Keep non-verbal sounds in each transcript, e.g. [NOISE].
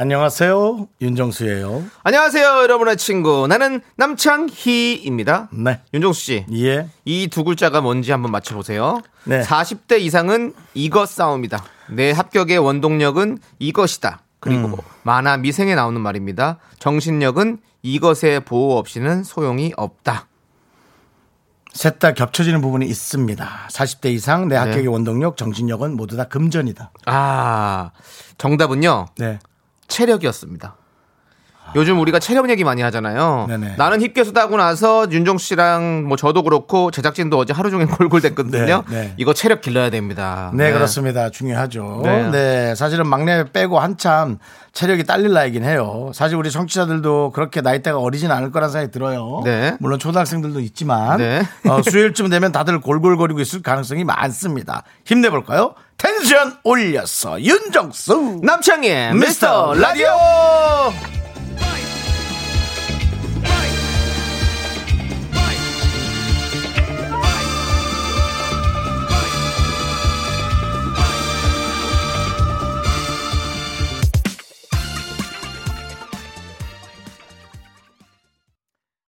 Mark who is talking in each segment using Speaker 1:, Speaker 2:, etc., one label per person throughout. Speaker 1: 안녕하세요. 윤정수예요.
Speaker 2: 안녕하세요, 여러분의 친구. 나는 남창희입니다.
Speaker 1: 네.
Speaker 2: 윤종수 씨,
Speaker 1: 예.
Speaker 2: 이 두 글자가 뭔지 한번 맞춰보세요.
Speaker 1: 네.
Speaker 2: 40대 이상은 이것 싸움이다. 내 합격의 원동력은 이것이다. 그리고
Speaker 1: 음.
Speaker 2: 만화 미생에 나오는 말입니다. 정신력은 이것의 보호 없이는 소용이 없다.
Speaker 1: 셋 다 겹쳐지는 부분이 있습니다. 40대 이상 내 합격의 원동력, 정신력은 모두 다 금전이다.
Speaker 2: 아, 정답은요.
Speaker 1: 네.
Speaker 2: 체력이었습니다. 요즘 우리가 체력 얘기 많이 하잖아요.
Speaker 1: 네네.
Speaker 2: 나는 힙계수 따고 나서 윤종 씨랑 뭐 저도 그렇고 제작진도 어제 하루 종일 [LAUGHS] 골골댔거든요.
Speaker 1: 네, 네.
Speaker 2: 이거 체력 길러야 됩니다.
Speaker 1: 네, 그렇습니다. 중요하죠. 네.
Speaker 2: 네.
Speaker 1: 사실은 막내 빼고 한참 체력이 딸릴 나이긴 해요. 사실 우리 청취자들도 그렇게 나이대가 어리진 않을 거란 생각이 들어요.
Speaker 2: 네.
Speaker 1: 물론 초등학생들도 있지만
Speaker 2: 네.
Speaker 1: 어, 수요일쯤 되면 다들 골골거리고 있을 가능성이 많습니다. 힘내볼까요? 텐션 올렸어. 윤정수.
Speaker 2: 남창희의 미스터 라디오.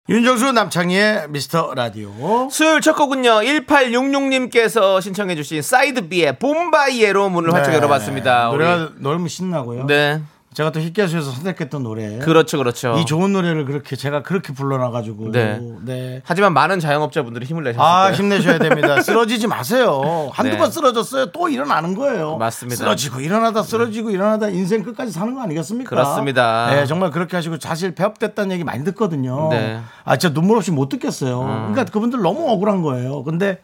Speaker 1: 윤정수 남창희의 미스터 라디오.
Speaker 2: 수요일 첫 곡은요. 1866님께서 신청해 주신 사이드비의 봄바이에로 문을 활짝
Speaker 1: 네.
Speaker 2: 열어봤습니다. 우리-
Speaker 1: 노래가 너무 신나고요.
Speaker 2: 네.
Speaker 1: 제가 또 힙계수에서 선택했던 노래.
Speaker 2: 그렇죠. 그렇죠.
Speaker 1: 이 좋은 노래를 그렇게 제가 그렇게 불러놔가지고.
Speaker 2: 네.
Speaker 1: 네.
Speaker 2: 하지만 많은 자영업자분들이 힘을 내셨을
Speaker 1: 아
Speaker 2: 거예요.
Speaker 1: 힘내셔야
Speaker 2: [LAUGHS]
Speaker 1: 됩니다. 쓰러지지 마세요. 한두
Speaker 2: 네.
Speaker 1: 번 쓰러졌어요. 또 일어나는 거예요.
Speaker 2: 맞습니다. 음.
Speaker 1: 쓰러지고 일어나다 쓰러지고 일어나다 인생 끝까지 사는 거 아니겠습니까?
Speaker 2: 그렇습니다.
Speaker 1: 네, 정말 그렇게 하시고 사실 폐업됐다는 얘기 많이 듣거든요.
Speaker 2: 네. 음.
Speaker 1: 아 진짜 눈물 없이 못 듣겠어요. 그러니까 그분들 너무 억울한 거예요. 근데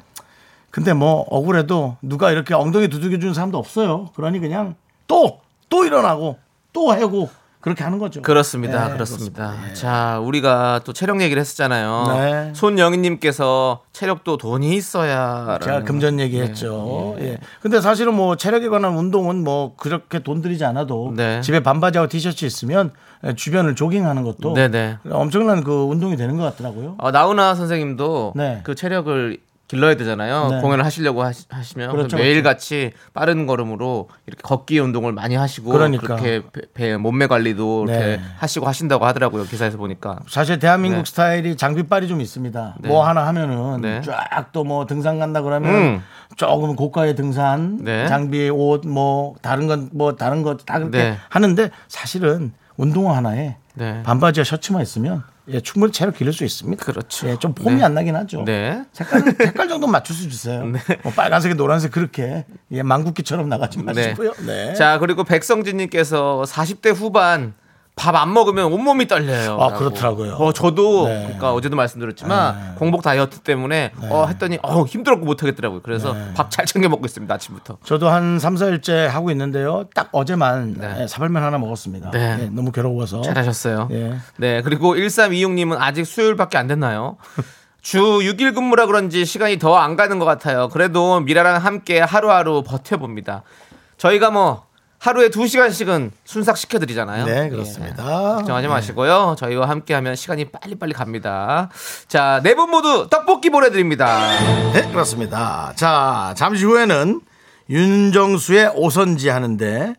Speaker 1: 근데 뭐 억울해도 누가 이렇게 엉덩이 두들겨 주는 사람도 없어요. 그러니 그냥 또 또 일어나고 또 해고 그렇게 하는 거죠.
Speaker 2: 그렇습니다.
Speaker 1: 네,
Speaker 2: 그렇습니다. 자, 우리가 또 체력 얘기를 했었잖아요.
Speaker 1: 네.
Speaker 2: 손영희님께서 체력도 돈이 있어야.
Speaker 1: 제가 금전 얘기했죠.
Speaker 2: 네.
Speaker 1: 예. 근데 사실은 뭐 체력에 관한 운동은 뭐 그렇게 돈 들이지 않아도
Speaker 2: 네.
Speaker 1: 집에 반바지하고 티셔츠 있으면 주변을 조깅하는 것도
Speaker 2: 네네.
Speaker 1: 엄청난 그 운동이 되는 것 같더라고요.
Speaker 2: 어, 나훈아 선생님도
Speaker 1: 네.
Speaker 2: 그 체력을 길러야 되잖아요.
Speaker 1: 네.
Speaker 2: 공연을 하시려고 하시, 면
Speaker 1: 그렇죠,
Speaker 2: 매일 같이 빠른 걸음으로 이렇게 걷기 운동을 많이 하시고
Speaker 1: 그러니까.
Speaker 2: 렇게 배, 배 몸매 관리도
Speaker 1: 네.
Speaker 2: 이렇게 하시고 하신다고 하더라고요. 기사에서 보니까.
Speaker 1: 사실 대한민국
Speaker 2: 네.
Speaker 1: 스타일이 장비빨이 좀 있습니다.
Speaker 2: 네.
Speaker 1: 뭐 하나 하면은
Speaker 2: 네.
Speaker 1: 쫙 또 뭐 등산 간다 그러면
Speaker 2: 음.
Speaker 1: 조금 고가의 등산,
Speaker 2: 네.
Speaker 1: 장비, 옷, 뭐 다른 건 뭐 다른 것 다 그렇게
Speaker 2: 네.
Speaker 1: 하는데 사실은 운동화 하나에
Speaker 2: 네.
Speaker 1: 반바지와 셔츠만 있으면 예, 충분히 체력 기를 수 있습니다.
Speaker 2: 그렇죠.
Speaker 1: 예, 좀 폼이
Speaker 2: 네.
Speaker 1: 안 나긴 하죠.
Speaker 2: 네.
Speaker 1: 색깔, 색깔 정도 맞출 수
Speaker 2: [LAUGHS]
Speaker 1: 주세요. 뭐 빨간색에 노란색 그렇게 예, 망국기처럼 나가지 마시고요. 네.
Speaker 2: 자, 그리고 백성진님께서 40대 후반 밥 안 먹으면 온몸이 떨려요.
Speaker 1: 아,
Speaker 2: 라고.
Speaker 1: 그렇더라고요.
Speaker 2: 어, 저도,
Speaker 1: 네.
Speaker 2: 그러니까 어제도 말씀드렸지만, 공복 다이어트 때문에, 어, 했더니, 어, 힘들었고 못하겠더라고요. 그래서
Speaker 1: 네.
Speaker 2: 밥 잘 챙겨 먹고 있습니다, 아침부터.
Speaker 1: 저도 한 3, 4일째 하고 있는데요. 딱 어제만
Speaker 2: 네.
Speaker 1: 예, 사발면 하나 먹었습니다.
Speaker 2: 네.
Speaker 1: 예, 너무 괴로워서.
Speaker 2: 잘하셨어요.
Speaker 1: 예.
Speaker 2: 네, 그리고 1326님은 아직 수요일밖에 안 됐나요? 주 6일 근무라 그런지 시간이 더 안 가는 것 같아요. 그래도 미라랑 함께 하루하루 버텨봅니다. 저희가 뭐, 하루에 2시간씩은 순삭시켜드리잖아요.
Speaker 1: 네,
Speaker 2: 예.
Speaker 1: 그렇습니다.
Speaker 2: 걱정하지 마시고요. 저희와 함께 하면 시간이 빨리빨리 갑니다. 자, 네 분 모두 떡볶이 보내드립니다.
Speaker 1: 네, 그렇습니다. 자, 잠시 후에는 윤정수의 오선지 하는데,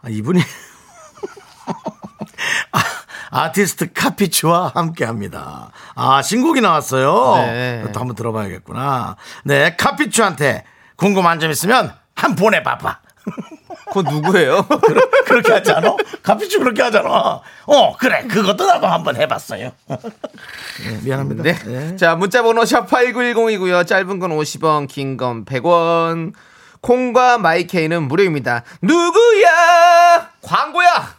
Speaker 1: 아, 이분이 [LAUGHS] 아, 티스트 카피츠와 함께 합니다. 아, 신곡이 나왔어요.
Speaker 2: 네.
Speaker 1: 또 한번 들어봐야겠구나. 네, 카피츠한테 궁금한 점 있으면 한 보내봐봐.
Speaker 2: 그건
Speaker 1: [LAUGHS]
Speaker 2: 누구예요?
Speaker 1: 그렇게 하지 않아? 카피츠 그렇게 하잖아. 어, 그래. 그것도 나도 한번 해봤어요. [LAUGHS] 네, 미안합니다.
Speaker 2: 네. 자, 문자번호 샵8910이고요. 짧은 건 50원, 긴 건 100원. 콩과 마이케이는 무료입니다. 누구야? 광고야!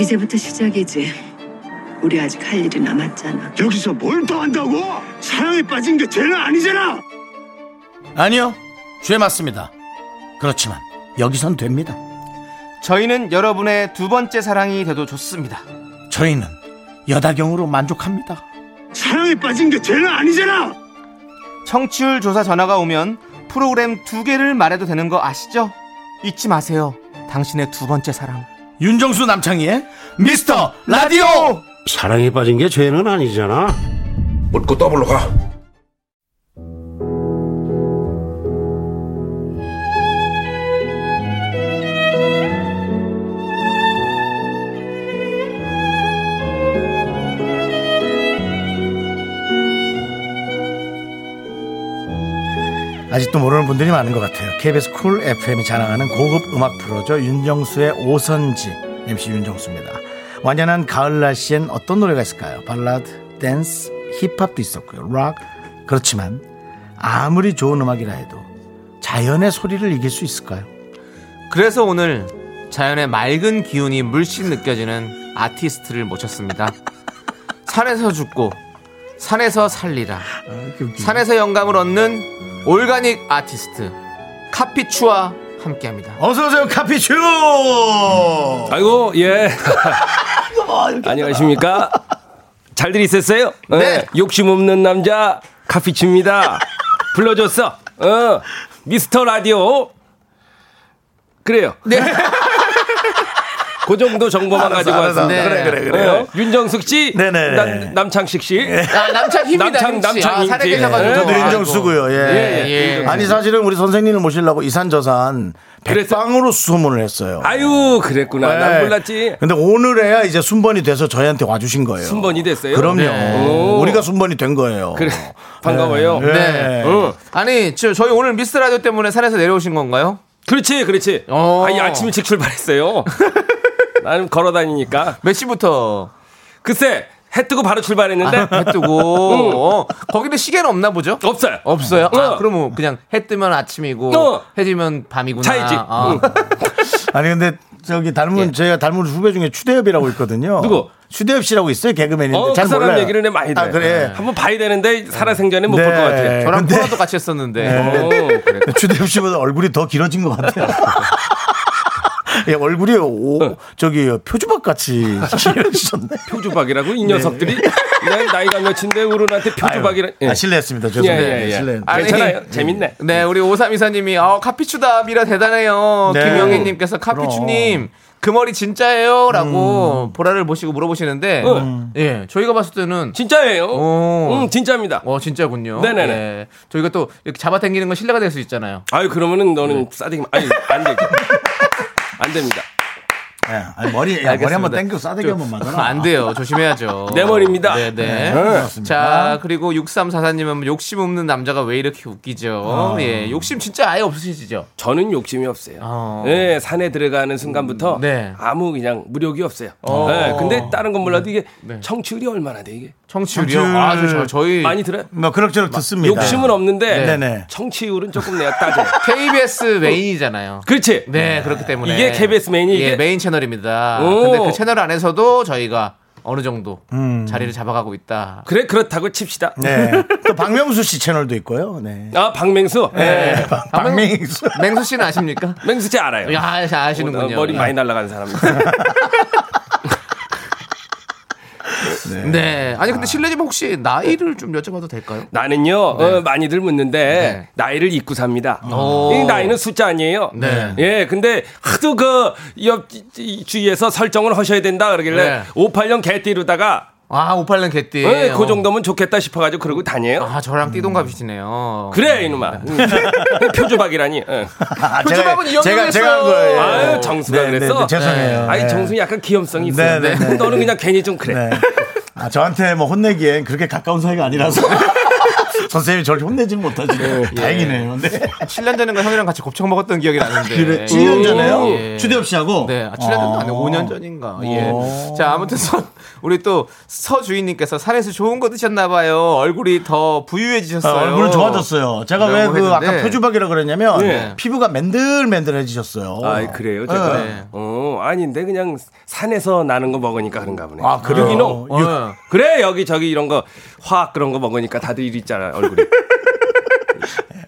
Speaker 3: 이제부터 시작이지. 우리 아직 할 일이 남았잖아.
Speaker 4: 여기서 뭘 더 한다고? 사랑에 빠진 게 죄는 아니잖아.
Speaker 1: 아니요. 죄 맞습니다. 그렇지만 여기선 됩니다.
Speaker 2: 저희는 여러분의 두 번째 사랑이 돼도 좋습니다.
Speaker 1: 저희는 여다경으로 만족합니다.
Speaker 4: 사랑에 빠진 게 죄는 아니잖아.
Speaker 2: 청취율 조사 전화가 오면 프로그램 두 개를 말해도 되는 거 아시죠? 잊지 마세요. 당신의 두 번째 사랑.
Speaker 1: 윤정수 남창희의 미스터 라디오!
Speaker 5: 사랑에 빠진 게 죄는 아니잖아.
Speaker 6: 묻고 더블로 가.
Speaker 1: 아직도 모르는 분들이 많은 것 같아요. KBS 쿨 FM이 자랑하는 고급 음악 프로죠. 윤정수의 오선지 MC 윤정수입니다. 완연한 가을 날씨엔 어떤 노래가 있을까요? 발라드, 댄스, 힙합도 있었고요. 락 그렇지만 아무리 좋은 음악이라 해도 자연의 소리를 이길 수 있을까요?
Speaker 2: 그래서 오늘 자연의 맑은 기운이 물씬 느껴지는 아티스트를 모셨습니다. 산에서 죽고 산에서 살리라. 산에서 영감을 얻는 올가닉 아티스트 카피추와 함께합니다.
Speaker 1: 어서 오세요, 카피츄.
Speaker 7: 아이고 예 안녕하십니까 잘들 있었어요? 네. 욕심 없는 남자 카피치입니다 불러줬어 어 미스터 라디오 그래요 [LAUGHS] 그 정도 정보만 가지고
Speaker 1: 네. 알았어,
Speaker 7: 왔습니다
Speaker 1: 알았어. 그래, 그래, 그래요.
Speaker 7: 어, 윤정숙 씨
Speaker 1: 네네네. 네.
Speaker 7: 남, 남창식 씨
Speaker 2: 아, 남창 힘이다.
Speaker 7: 남창,
Speaker 2: 힘씨.
Speaker 7: 남창
Speaker 2: 아, 산에
Speaker 7: 힘씨.
Speaker 2: 계셔가지고.
Speaker 7: 예,
Speaker 1: 저도
Speaker 2: 아이고.
Speaker 1: 윤정수고요. 예.
Speaker 2: 예, 예.
Speaker 1: 아니 사실은 우리 선생님을 모시려고 이산저산
Speaker 7: 그래서-
Speaker 1: 백방으로 수소문을 했어요.
Speaker 7: 아유 그랬구나 난
Speaker 1: 네.
Speaker 7: 몰랐지
Speaker 1: 근데 오늘에야 이제 순번이 돼서 저희한테 와주신 거예요.
Speaker 7: 순번이 됐어요?
Speaker 1: 그럼요.
Speaker 7: 네. 오.
Speaker 1: 우리가 순번이 된 거예요.
Speaker 7: 그래 반가워요
Speaker 1: 네.
Speaker 2: 네. 아니, 저, 저희 오늘 미스 라디오 때문에 산에서 내려오신 건가요?
Speaker 7: 그렇지, 그렇지.
Speaker 2: 어.
Speaker 7: 아니, 아침
Speaker 1: [LAUGHS]
Speaker 7: 일찍 출발했어요. 나는 걸어 다니니까.
Speaker 2: 몇 시부터?
Speaker 7: 글쎄, 해 뜨고 바로 출발했는데,
Speaker 2: 아, 해 뜨고. 어, 거기는 시계는 없나 보죠?
Speaker 7: 네. 없어요.
Speaker 2: 없어요. 아,
Speaker 7: 어.
Speaker 2: 그러면 그냥 해 뜨면 아침이고
Speaker 7: 어.
Speaker 2: 해 지면 밤이구나.
Speaker 7: 차이지. 음.
Speaker 2: 아.
Speaker 7: 응.
Speaker 1: 아니 근데 저기 닮은
Speaker 2: 예.
Speaker 1: 저희가 닮은 후배 중에 추대엽이라고 있거든요.
Speaker 7: 누구?
Speaker 1: 추대엽 씨라고 있어요 개그맨인데
Speaker 7: 어,
Speaker 1: 잘
Speaker 7: 그 사람
Speaker 1: 몰라요.
Speaker 7: 얘기를 내 많이 들어요.
Speaker 1: 아 그래.
Speaker 7: 한번 봐야 되는데, 살아생전에 못 볼 것
Speaker 1: 네.
Speaker 7: 같아요.
Speaker 2: 저랑
Speaker 1: 근데-
Speaker 2: 코너도 같이 했었는데.
Speaker 7: 어, 그래.
Speaker 1: 추대엽 씨보다 얼굴이 더 길어진 것 같아요. [LAUGHS] 예, 얼굴이 오, 저기 표주박 같이 길어지셨네.
Speaker 7: 표주박이라고, 이 녀석들이. 난 나이가 몇인데, 우른한테 [LAUGHS] 표주박이라.
Speaker 1: 네.
Speaker 7: 예.
Speaker 1: 아유, 아, 실례했습니다. 죄송합니다. 실례했는데.
Speaker 2: 아니,
Speaker 7: 괜찮아요. 재밌네.
Speaker 2: 네, 우리 오삼이사님이 어, 카피추다 미라 대단해요.
Speaker 1: 네.
Speaker 2: 김영희님께서 카피추님 그 머리 진짜예요라고 보라를 보시고 물어보시는데
Speaker 7: 음.
Speaker 2: 예 저희가 봤을 때는
Speaker 7: 진짜예요.
Speaker 2: 오.
Speaker 7: 음, 진짜입니다.
Speaker 2: 어 진짜군요.
Speaker 7: 네네네.
Speaker 2: 예. 저희가 또 이렇게 잡아당기는 건 신뢰가 될 수 있잖아요.
Speaker 7: 아유, 그러면은
Speaker 1: 네.
Speaker 7: 너는 싸대기, 아니, 안 되죠. 안 됩니다.
Speaker 1: 예, 아니, 머리 야, 머리 한번
Speaker 2: 알겠습니다.
Speaker 1: 땡겨 싸대기 한번 맞아라.
Speaker 2: 안 돼요. 조심해야죠.
Speaker 7: [LAUGHS] 내 머리입니다.
Speaker 2: 네, 네. 자, 그리고 6344님은 뭐 욕심 없는 남자가 왜 이렇게 웃기죠? 예. 욕심 진짜 아예 없으시죠?
Speaker 7: 저는 욕심이 없어요.
Speaker 2: 어.
Speaker 7: 예, 산에 들어가는 순간부터
Speaker 2: 네.
Speaker 7: 아무 그냥 무력이 없어요.
Speaker 2: 어. 네.
Speaker 7: 예, 근데 다른 건 몰라도 이게 청취율이 얼마나 돼 이게
Speaker 2: 청취율이요?
Speaker 1: 청취율.
Speaker 2: 아, 저, 저, 저희
Speaker 7: 많이 들어요.
Speaker 1: 뭐 그럭저럭
Speaker 2: 음,
Speaker 1: 듣습니다.
Speaker 7: 욕심은 없는데
Speaker 1: 네네.
Speaker 7: 청취율은 조금
Speaker 2: [LAUGHS]
Speaker 7: 내가 따져. [LAUGHS]
Speaker 2: KBS 메인이잖아요.
Speaker 7: 그렇지.
Speaker 2: 네, 그렇기 때문에
Speaker 7: 이게 KBS 메인이
Speaker 2: 예,
Speaker 7: 이게-
Speaker 2: 메인 채널입니다.
Speaker 7: 오.
Speaker 2: 근데 그 채널 안에서도 저희가 어느 정도 자리를 잡아가고 있다.
Speaker 7: 그래 그렇다고 칩시다.
Speaker 1: 네. 또 박명수 씨 채널도 있고요. 네.
Speaker 7: 아 박맹수.
Speaker 1: [LAUGHS]
Speaker 7: 예.
Speaker 1: 박- 박명수.
Speaker 2: 네. 맹수 씨는 아십니까?
Speaker 7: 맹수 씨 알아요.
Speaker 2: 야, 잘 아시는군요.
Speaker 7: 어, 머리 많이 날아가는 사람.
Speaker 2: [LAUGHS] 네. 아니 근데 실례지만 혹시 나이를 좀 여쭤봐도 될까요?
Speaker 7: 나는요 어, 많이들 묻는데
Speaker 2: 네. 어.
Speaker 7: 나이를 잊고 삽니다.
Speaker 2: 오.
Speaker 7: 이 어. 나이는 숫자 아니에요.
Speaker 2: 네.
Speaker 7: 예, 근데 하도 그옆 주위에서 설정을 하셔야 된다
Speaker 2: 네.
Speaker 7: 그러길래 580 개띠르다가
Speaker 2: 아, 58년 개띠.
Speaker 7: 예,
Speaker 1: 어.
Speaker 7: 그 정도면 좋겠다 싶어가지고 그러고 다녀요.
Speaker 2: 아, 저랑 띠동갑이시네요.
Speaker 7: 그래 이놈아
Speaker 1: [LAUGHS]
Speaker 7: 음. 표주박이라니. 예.
Speaker 1: 아,
Speaker 2: 표준하고는 이용이
Speaker 1: 제가 제가 한
Speaker 2: 됐어요.
Speaker 1: 거예요.
Speaker 7: 아유 정수가
Speaker 1: 네, 네,
Speaker 7: 그랬어.
Speaker 1: 네, 죄송해요.
Speaker 7: 예. 아니
Speaker 1: 네.
Speaker 7: 정수 약간 기염성이 있어.
Speaker 1: 네, 네, 네.
Speaker 7: 너는 그냥 괜히 좀 그래.
Speaker 1: 네. 아, 저한테 뭐 혼내기엔 그렇게 가까운 사이가 아니라서 선생님이 저를 혼내진 못하지. 다행이네요. 네.
Speaker 2: 7년 전인가 형이랑 같이 곱창 먹었던 기억이 나는데.
Speaker 1: 그래, 7년 전에요?
Speaker 2: 예.
Speaker 1: 추대엽 씨하고? 어.
Speaker 2: 네, 아, 7년 전도 아니고 5년 전인가. 예. 자, 아무튼 서, 우리 또 서주인님께서 산에서 좋은 거 드셨나봐요. 얼굴이 더
Speaker 1: 아,
Speaker 2: 부유해지셨어요.
Speaker 1: 얼굴 좋아졌어요. 제가 왜
Speaker 2: 라고
Speaker 1: 그 아까
Speaker 2: 했는데.
Speaker 1: 표주박이라 그랬냐면
Speaker 7: 네.
Speaker 1: 피부가 맨들맨들해지셨어요.
Speaker 7: 아 그래요 제가.
Speaker 2: 네.
Speaker 7: 어 아닌데 그냥 산에서 나는 거 먹으니까 그런가 보네.
Speaker 1: 아, 그래요?
Speaker 7: 유기농.
Speaker 2: 어,
Speaker 7: 유-
Speaker 2: [LAUGHS]
Speaker 7: 그래 여기 저기 이런 거 화학 그런 거 먹으니까 다들 이리 있잖아 얼굴이.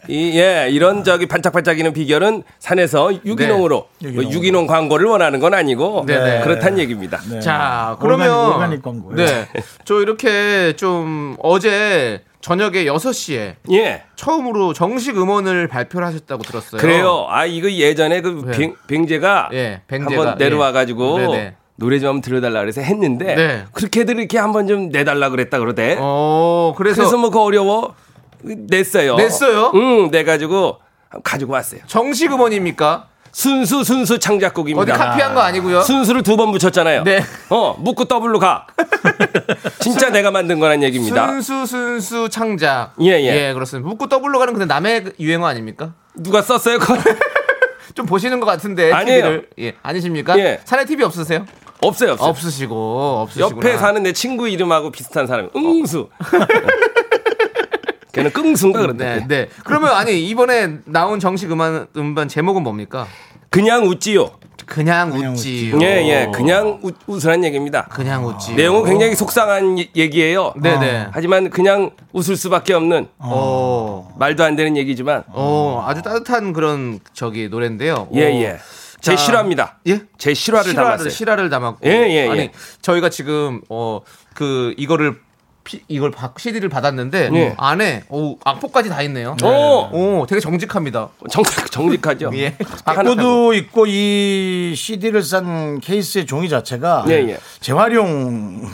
Speaker 7: 이, 예, 이런 저기 반짝반짝이는 비결은 산에서 유기농으로
Speaker 1: 네.
Speaker 7: 뭐 유기농 광고를 원하는 건 아니고
Speaker 2: 네, 네.
Speaker 7: 그렇다는 얘기입니다.
Speaker 1: 네.
Speaker 2: 자,
Speaker 1: 올가닉,
Speaker 2: 그러면
Speaker 1: 올가닉 광고예요.
Speaker 2: 네. 저 이렇게 좀 어제 저녁에 6시에
Speaker 7: 예.
Speaker 2: 처음으로 정식 음원을 발표를 하셨다고 들었어요.
Speaker 7: 그래요. 아 이거 예전에 그
Speaker 2: 네.
Speaker 7: 뱅, 뱅제가
Speaker 2: 예, 뱅제가,
Speaker 7: 한번 내려와 가지고
Speaker 2: 예. 네네.
Speaker 7: 노래 좀 들려달라 그래서 했는데
Speaker 2: 네.
Speaker 7: 그렇게들 이렇게 한번 좀 내달라 그랬다 그러대.
Speaker 2: 어, 그래서,
Speaker 7: 그래서, 뭐 그 어려워 냈어요.
Speaker 2: 냈어요?
Speaker 7: 응, 내 가지고 가지고 왔어요.
Speaker 2: 정식 음원입니까?
Speaker 7: 순수 순수
Speaker 2: 어디
Speaker 7: 창작곡입니다.
Speaker 2: 카피한 거 아니고요.
Speaker 7: 순수를 두 번 붙였잖아요.
Speaker 2: 네.
Speaker 7: 어, 묶고 더블로 가. 진짜 내가 만든 거란 얘기입니다.
Speaker 2: 순수 순수 창작.
Speaker 7: 예, 예.
Speaker 2: 그렇습니다. 묶고 더블로 가는 근데 남의 유행어 아닙니까?
Speaker 7: 누가 썼어요? 그걸?
Speaker 2: 좀 보시는 것 같은데
Speaker 7: 아니에요.
Speaker 2: TV를. 예, 아니십니까?
Speaker 7: 예.
Speaker 2: 산에 TV 없으세요?
Speaker 7: [LAUGHS] 없어요, 없어요.
Speaker 2: 없으시고 없으시고
Speaker 7: 옆에 사는 내 친구 이름하고 비슷한 사람이 응수. [LAUGHS] 걔는 끙수인가 그런데.
Speaker 2: 네, 네. 그러면 아니 이번에 나온 정식 음반 음반 제목은 뭡니까?
Speaker 7: 그냥 웃지요.
Speaker 2: 그냥, 웃지.
Speaker 7: 예,
Speaker 2: 어.
Speaker 7: 예. 그냥 웃, 웃으란 얘기입니다.
Speaker 2: 그냥 웃지.
Speaker 7: 내용은 굉장히 속상한 예- 얘기예요.
Speaker 2: 네네.
Speaker 7: 하지만 그냥 웃을 수밖에 없는
Speaker 2: 어.
Speaker 7: 말도 안 되는 얘기지만
Speaker 2: 어, 아주 따뜻한 그런 저기 노래인데요.
Speaker 7: 예, 예. 제
Speaker 2: 어. 자,
Speaker 7: 실화입니다.
Speaker 2: 예?
Speaker 7: 제 실화를 담았어요.
Speaker 2: 실화를 담았고.
Speaker 7: 예, 예,
Speaker 2: 아니,
Speaker 7: 예.
Speaker 2: 저희가 지금 어 그 이거를 피- 이걸 받, CD를 받았는데
Speaker 7: 예.
Speaker 2: 안에 오, 악보까지 다 있네요.
Speaker 7: 오,
Speaker 2: 오, 되게 정직합니다.
Speaker 7: 정, 정직하죠.
Speaker 2: 예.
Speaker 1: 악보도 있고 이 CD를 싼 케이스의 종이 자체가
Speaker 7: 예, 예.
Speaker 1: 재활용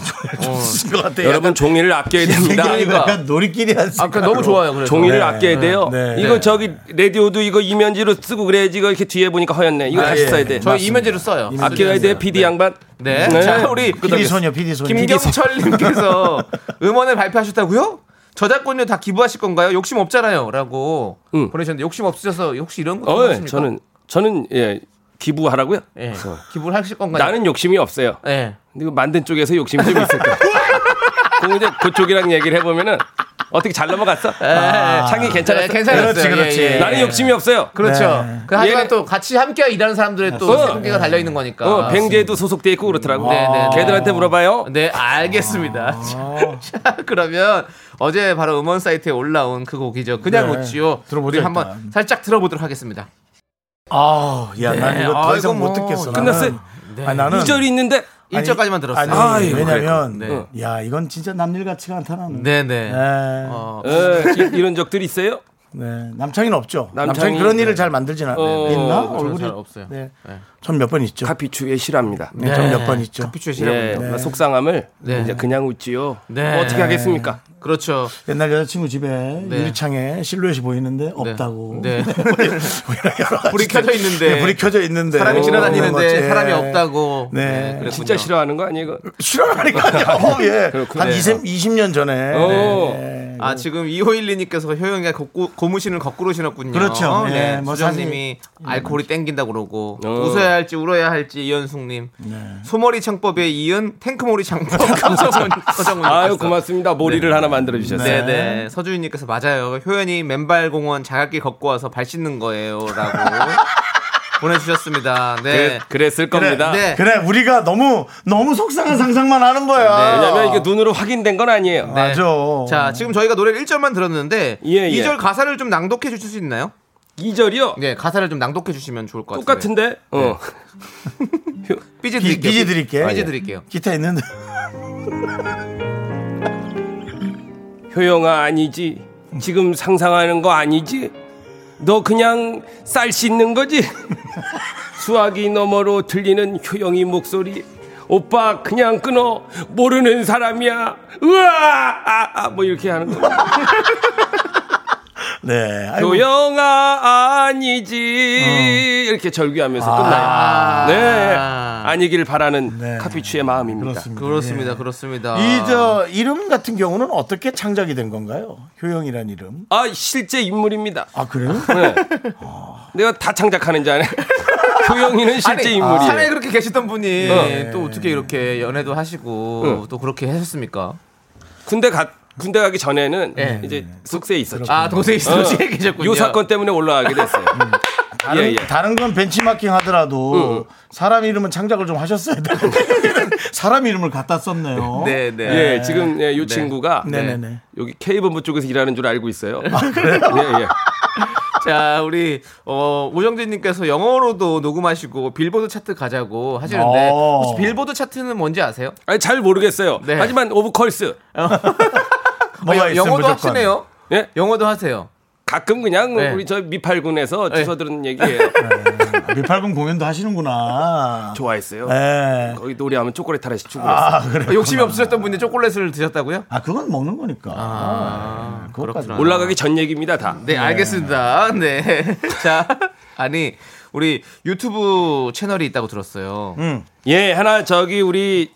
Speaker 1: 좀것 같아요.
Speaker 7: 여러분 종이를 아껴야
Speaker 1: 네,
Speaker 7: 됩니다.
Speaker 2: 그러니까.
Speaker 1: 약간 놀이끼리 한
Speaker 2: 아, 그 너무 좋아요. 그래서.
Speaker 7: 종이를
Speaker 1: 네.
Speaker 7: 아껴야 돼요.
Speaker 1: 네.
Speaker 7: 이거
Speaker 2: 네.
Speaker 7: 저기 라디오도 이거 이면지로 쓰고 그래야지 이거 이렇게 뒤에 보니까 허였네. 이거
Speaker 2: 아,
Speaker 7: 다시
Speaker 2: 예.
Speaker 7: 써야 돼.
Speaker 2: 저희 이면제로 써요.
Speaker 7: 아껴야 돼. PD 양반.
Speaker 2: 네. 자, 우리
Speaker 1: PD 소녀, PD 소녀.
Speaker 2: 김경철님께서 [LAUGHS] 음원을 발표하셨다고요? 저작권료 다 기부하실 건가요? 욕심 없잖아요.라고
Speaker 7: 응.
Speaker 2: 보내셨는데 욕심 없으셔서 혹시 이런 거
Speaker 7: 음. 어, 예.
Speaker 2: 하십니까?
Speaker 7: 저는 저는 예 기부하라고요.
Speaker 2: 예.
Speaker 7: 어.
Speaker 2: 기부를 하실 건가요?
Speaker 7: 나는 욕심이 없어요.
Speaker 2: 예.
Speaker 7: 근데 이거 만든 쪽에서 욕심이 좀 있을 거야. [LAUGHS] 그럼 이제 그쪽이랑 얘기를 해보면은 어떻게 잘 넘어갔어? 아, 창이 괜찮았어.
Speaker 2: 예, 네. 괜찮았어요.
Speaker 1: 그렇지, 그렇지.
Speaker 2: 예, 예.
Speaker 7: 나는 욕심이 없어요.
Speaker 2: 그렇죠. 그 하지만
Speaker 7: 얘는-
Speaker 2: 또 같이 함께 일하는 사람들의 또
Speaker 7: 어.
Speaker 2: 생계가 달려 있는 거니까.
Speaker 7: 어, 뱅제에도 소속돼 있고 그렇더라고.
Speaker 2: 그러니까. 네, 네, 네.
Speaker 7: 걔들한테 물어봐요.
Speaker 2: 네, 알겠습니다. 자, 그러면 어제 바로 음원 사이트에 올라온 그 곡이죠. 그냥
Speaker 1: 네,
Speaker 2: 웃지요.
Speaker 1: 들어보죠,
Speaker 2: 우리 한번
Speaker 1: 일단.
Speaker 2: 살짝 들어보도록 하겠습니다.
Speaker 1: 아, 야, 난
Speaker 2: 네.
Speaker 1: 이거
Speaker 2: 아,
Speaker 1: 더 이상 못
Speaker 2: 이거 뭐
Speaker 1: 듣겠어.
Speaker 7: 끝났어요?
Speaker 1: 나는. 아니, 나는
Speaker 7: 2절이 있는데
Speaker 2: 일절까지만 들었어요.
Speaker 1: 아니,
Speaker 7: 아이고,
Speaker 1: 왜냐면
Speaker 2: 그랬구나.
Speaker 1: 야, 이건 진짜 남일 같지가 않다 나는.
Speaker 2: 네, 네.
Speaker 1: 네.
Speaker 2: 어,
Speaker 7: 예, 이- 이런 적들이 있어요.
Speaker 1: 네. 남창이는 없죠.
Speaker 7: 남창이-
Speaker 1: 남창이, 그런 일을 잘 만들진 않아요.
Speaker 7: 어,
Speaker 1: 있나?
Speaker 7: 저는
Speaker 1: 얼굴이
Speaker 2: 잘 없어요.
Speaker 1: 네.
Speaker 2: 네.
Speaker 1: 전 몇 번 있죠.
Speaker 7: 카피추의 실화입니다.
Speaker 1: 네. 전몇 번 있죠.
Speaker 2: 피추의 실험.
Speaker 7: 예, 속상함을
Speaker 2: 네.
Speaker 7: 이제 그냥 웃지요.
Speaker 2: 네.
Speaker 7: 뭐 어떻게 하겠습니까?
Speaker 2: 그렇죠.
Speaker 1: 옛날 여자친구 집에 유리창에 실루엣이 보이는데
Speaker 2: 네.
Speaker 1: 없다고. [LAUGHS] 뭐
Speaker 2: 네.
Speaker 1: 여러 가지
Speaker 2: 불이 켜져 있는데.
Speaker 1: 네, 불이 켜져 있는데.
Speaker 2: 사람이
Speaker 1: 없는 거지.
Speaker 2: 지나다니는데
Speaker 1: 예.
Speaker 2: 사람이 없다고.
Speaker 1: 네.
Speaker 2: 네. 그랬군요.
Speaker 7: 진짜 싫어하는 거 아니에요? 이거?
Speaker 1: 싫어하니까요. 어,
Speaker 2: [LAUGHS]
Speaker 1: 예.
Speaker 7: 그렇군요.
Speaker 1: 한 20, 20년 전에.
Speaker 7: 오.
Speaker 1: 네.
Speaker 2: 아 지금 2512님께서 효영이가 거꾸- 고무신을 거꾸로 신었군요.
Speaker 1: 그렇죠.
Speaker 2: 네.
Speaker 1: 예, 뭐
Speaker 2: 수사님이 알코올이 땡긴다 그러고
Speaker 7: 어.
Speaker 2: 웃어야 할지 울어야 할지 이현숙님
Speaker 1: 네.
Speaker 2: 소머리 창법에 이은
Speaker 1: [LAUGHS]
Speaker 2: 탱크머리 창법 서정훈 서정훈.
Speaker 7: 아유 고맙습니다. 모리를 하나 만들어 주셨어요.
Speaker 2: 네. 네네 서주인님께서 맞아요. 효연이 맨발 공원 자갈길 걷고 와서 발 씻는 거예요라고 [LAUGHS] 보내주셨습니다. 네.
Speaker 7: 그랬, 을 겁니다.
Speaker 2: 네.
Speaker 1: 그래, 우리가 너무, 너무 속상한 상상만 하는 거야.
Speaker 7: 왜냐면 이게 눈으로 확인된 건 아니에요.
Speaker 2: 네.
Speaker 1: 맞아.
Speaker 2: 자 지금 저희가 노래 1절만 들었는데
Speaker 7: 예, 예.
Speaker 2: 2절 가사를 좀 낭독해 주실 수 있나요?
Speaker 7: 2절이요.
Speaker 2: 네 가사를 좀 낭독해 주시면 좋을 것 같아요.
Speaker 7: 똑같은데. 어.
Speaker 2: 삐지
Speaker 1: 음, 비-
Speaker 2: 드릴게요.
Speaker 1: 삐지 드릴게. 예.
Speaker 2: 삐지 드릴게요.
Speaker 1: 기타 있는데. [LAUGHS]
Speaker 7: 효영아 아니지. 지금 상상하는 거 아니지? 너 그냥 쌀 씻는 거지? [LAUGHS] 수화기 너머로 들리는 효영이 목소리. 오빠 그냥 끊어 모르는 사람이야. 으아 아, 아, 뭐 이렇게 하는 거.
Speaker 1: 네. [LAUGHS] 아이고.
Speaker 7: 효영아 아니지
Speaker 1: 어.
Speaker 7: 이렇게 절규하면서 끝나요. 네 아니길 바라는
Speaker 1: 아. 네.
Speaker 7: 카피추의 마음입니다.
Speaker 1: 그렇습니다. 예.
Speaker 2: 그렇습니다. 그렇습니다.
Speaker 1: 네. 이 저 이름 같은 경우는 어떻게 창작이 된 건가요? 효영이란 이름.
Speaker 7: 아 실제 인물입니다.
Speaker 1: 아 그래요?
Speaker 7: 네. 내가 다 창작하는 줄 아네. [LAUGHS] 효영이는 실제
Speaker 2: 아니,
Speaker 7: 인물이에요. 네.
Speaker 2: 산에 그렇게 계시던 분이 또 어떻게 이렇게 연애도 하시고 또 그렇게 하셨습니까?
Speaker 7: 군대 가 군대 가기 전에는
Speaker 2: 네.
Speaker 7: 이제 숙소에 있었죠. 어.
Speaker 2: 아 동생이 도시에 계셨군요. 음.
Speaker 7: 요 사건 때문에 올라가게 됐어요.
Speaker 1: 다른,
Speaker 7: 예, 예.
Speaker 1: 다른 건 벤치마킹 하더라도 사람 이름은 창작을 좀 하셨어야 되는데 [LAUGHS] 사람 이름을 갖다 썼네요.
Speaker 2: [LAUGHS] 네, 네.
Speaker 7: 예, 지금 예, 요 친구가
Speaker 1: 네네네.
Speaker 7: 여기 K본부 쪽에서 일하는 줄 알고 있어요.
Speaker 2: 아,
Speaker 7: 예, 예.
Speaker 2: 자, 우리 어, 오정진 님께서 영어로도 녹음하시고 빌보드 차트 가자고 하시는데
Speaker 1: 어.
Speaker 2: 혹시 빌보드 차트는 뭔지 아세요?
Speaker 7: 아니, 잘 모르겠어요.
Speaker 2: 네.
Speaker 7: 하지만 오브컬스.
Speaker 1: 뭐가
Speaker 2: 어,
Speaker 1: 있어요,
Speaker 2: 영어도
Speaker 1: 무조건.
Speaker 2: 하시네요.
Speaker 7: 예?
Speaker 2: 영어도 하세요.
Speaker 7: 가끔 그냥
Speaker 2: 네.
Speaker 7: 우리 저 미팔군에서
Speaker 2: 네.
Speaker 7: 주워 들은 얘기예요.
Speaker 1: 미팔군 아, 공연도 하시는구나.
Speaker 7: 좋아했어요.
Speaker 1: 예.
Speaker 7: 거기 노래하면 초콜릿 하나씩 주고 그랬어요.
Speaker 1: 아, 그래.
Speaker 2: 욕심이 없으셨던 분이 초콜릿을 드셨다고요?
Speaker 1: 아, 그건 먹는 거니까.
Speaker 2: 아,
Speaker 1: 그것까지.
Speaker 2: 그렇구나.
Speaker 7: 올라가기 전 얘기입니다, 다. [LAUGHS]
Speaker 2: 네, 알겠습니다. 네. [LAUGHS] 자, 아니, 우리 유튜브 채널이 있다고 들었어요.
Speaker 7: 예, 하나 저기 우리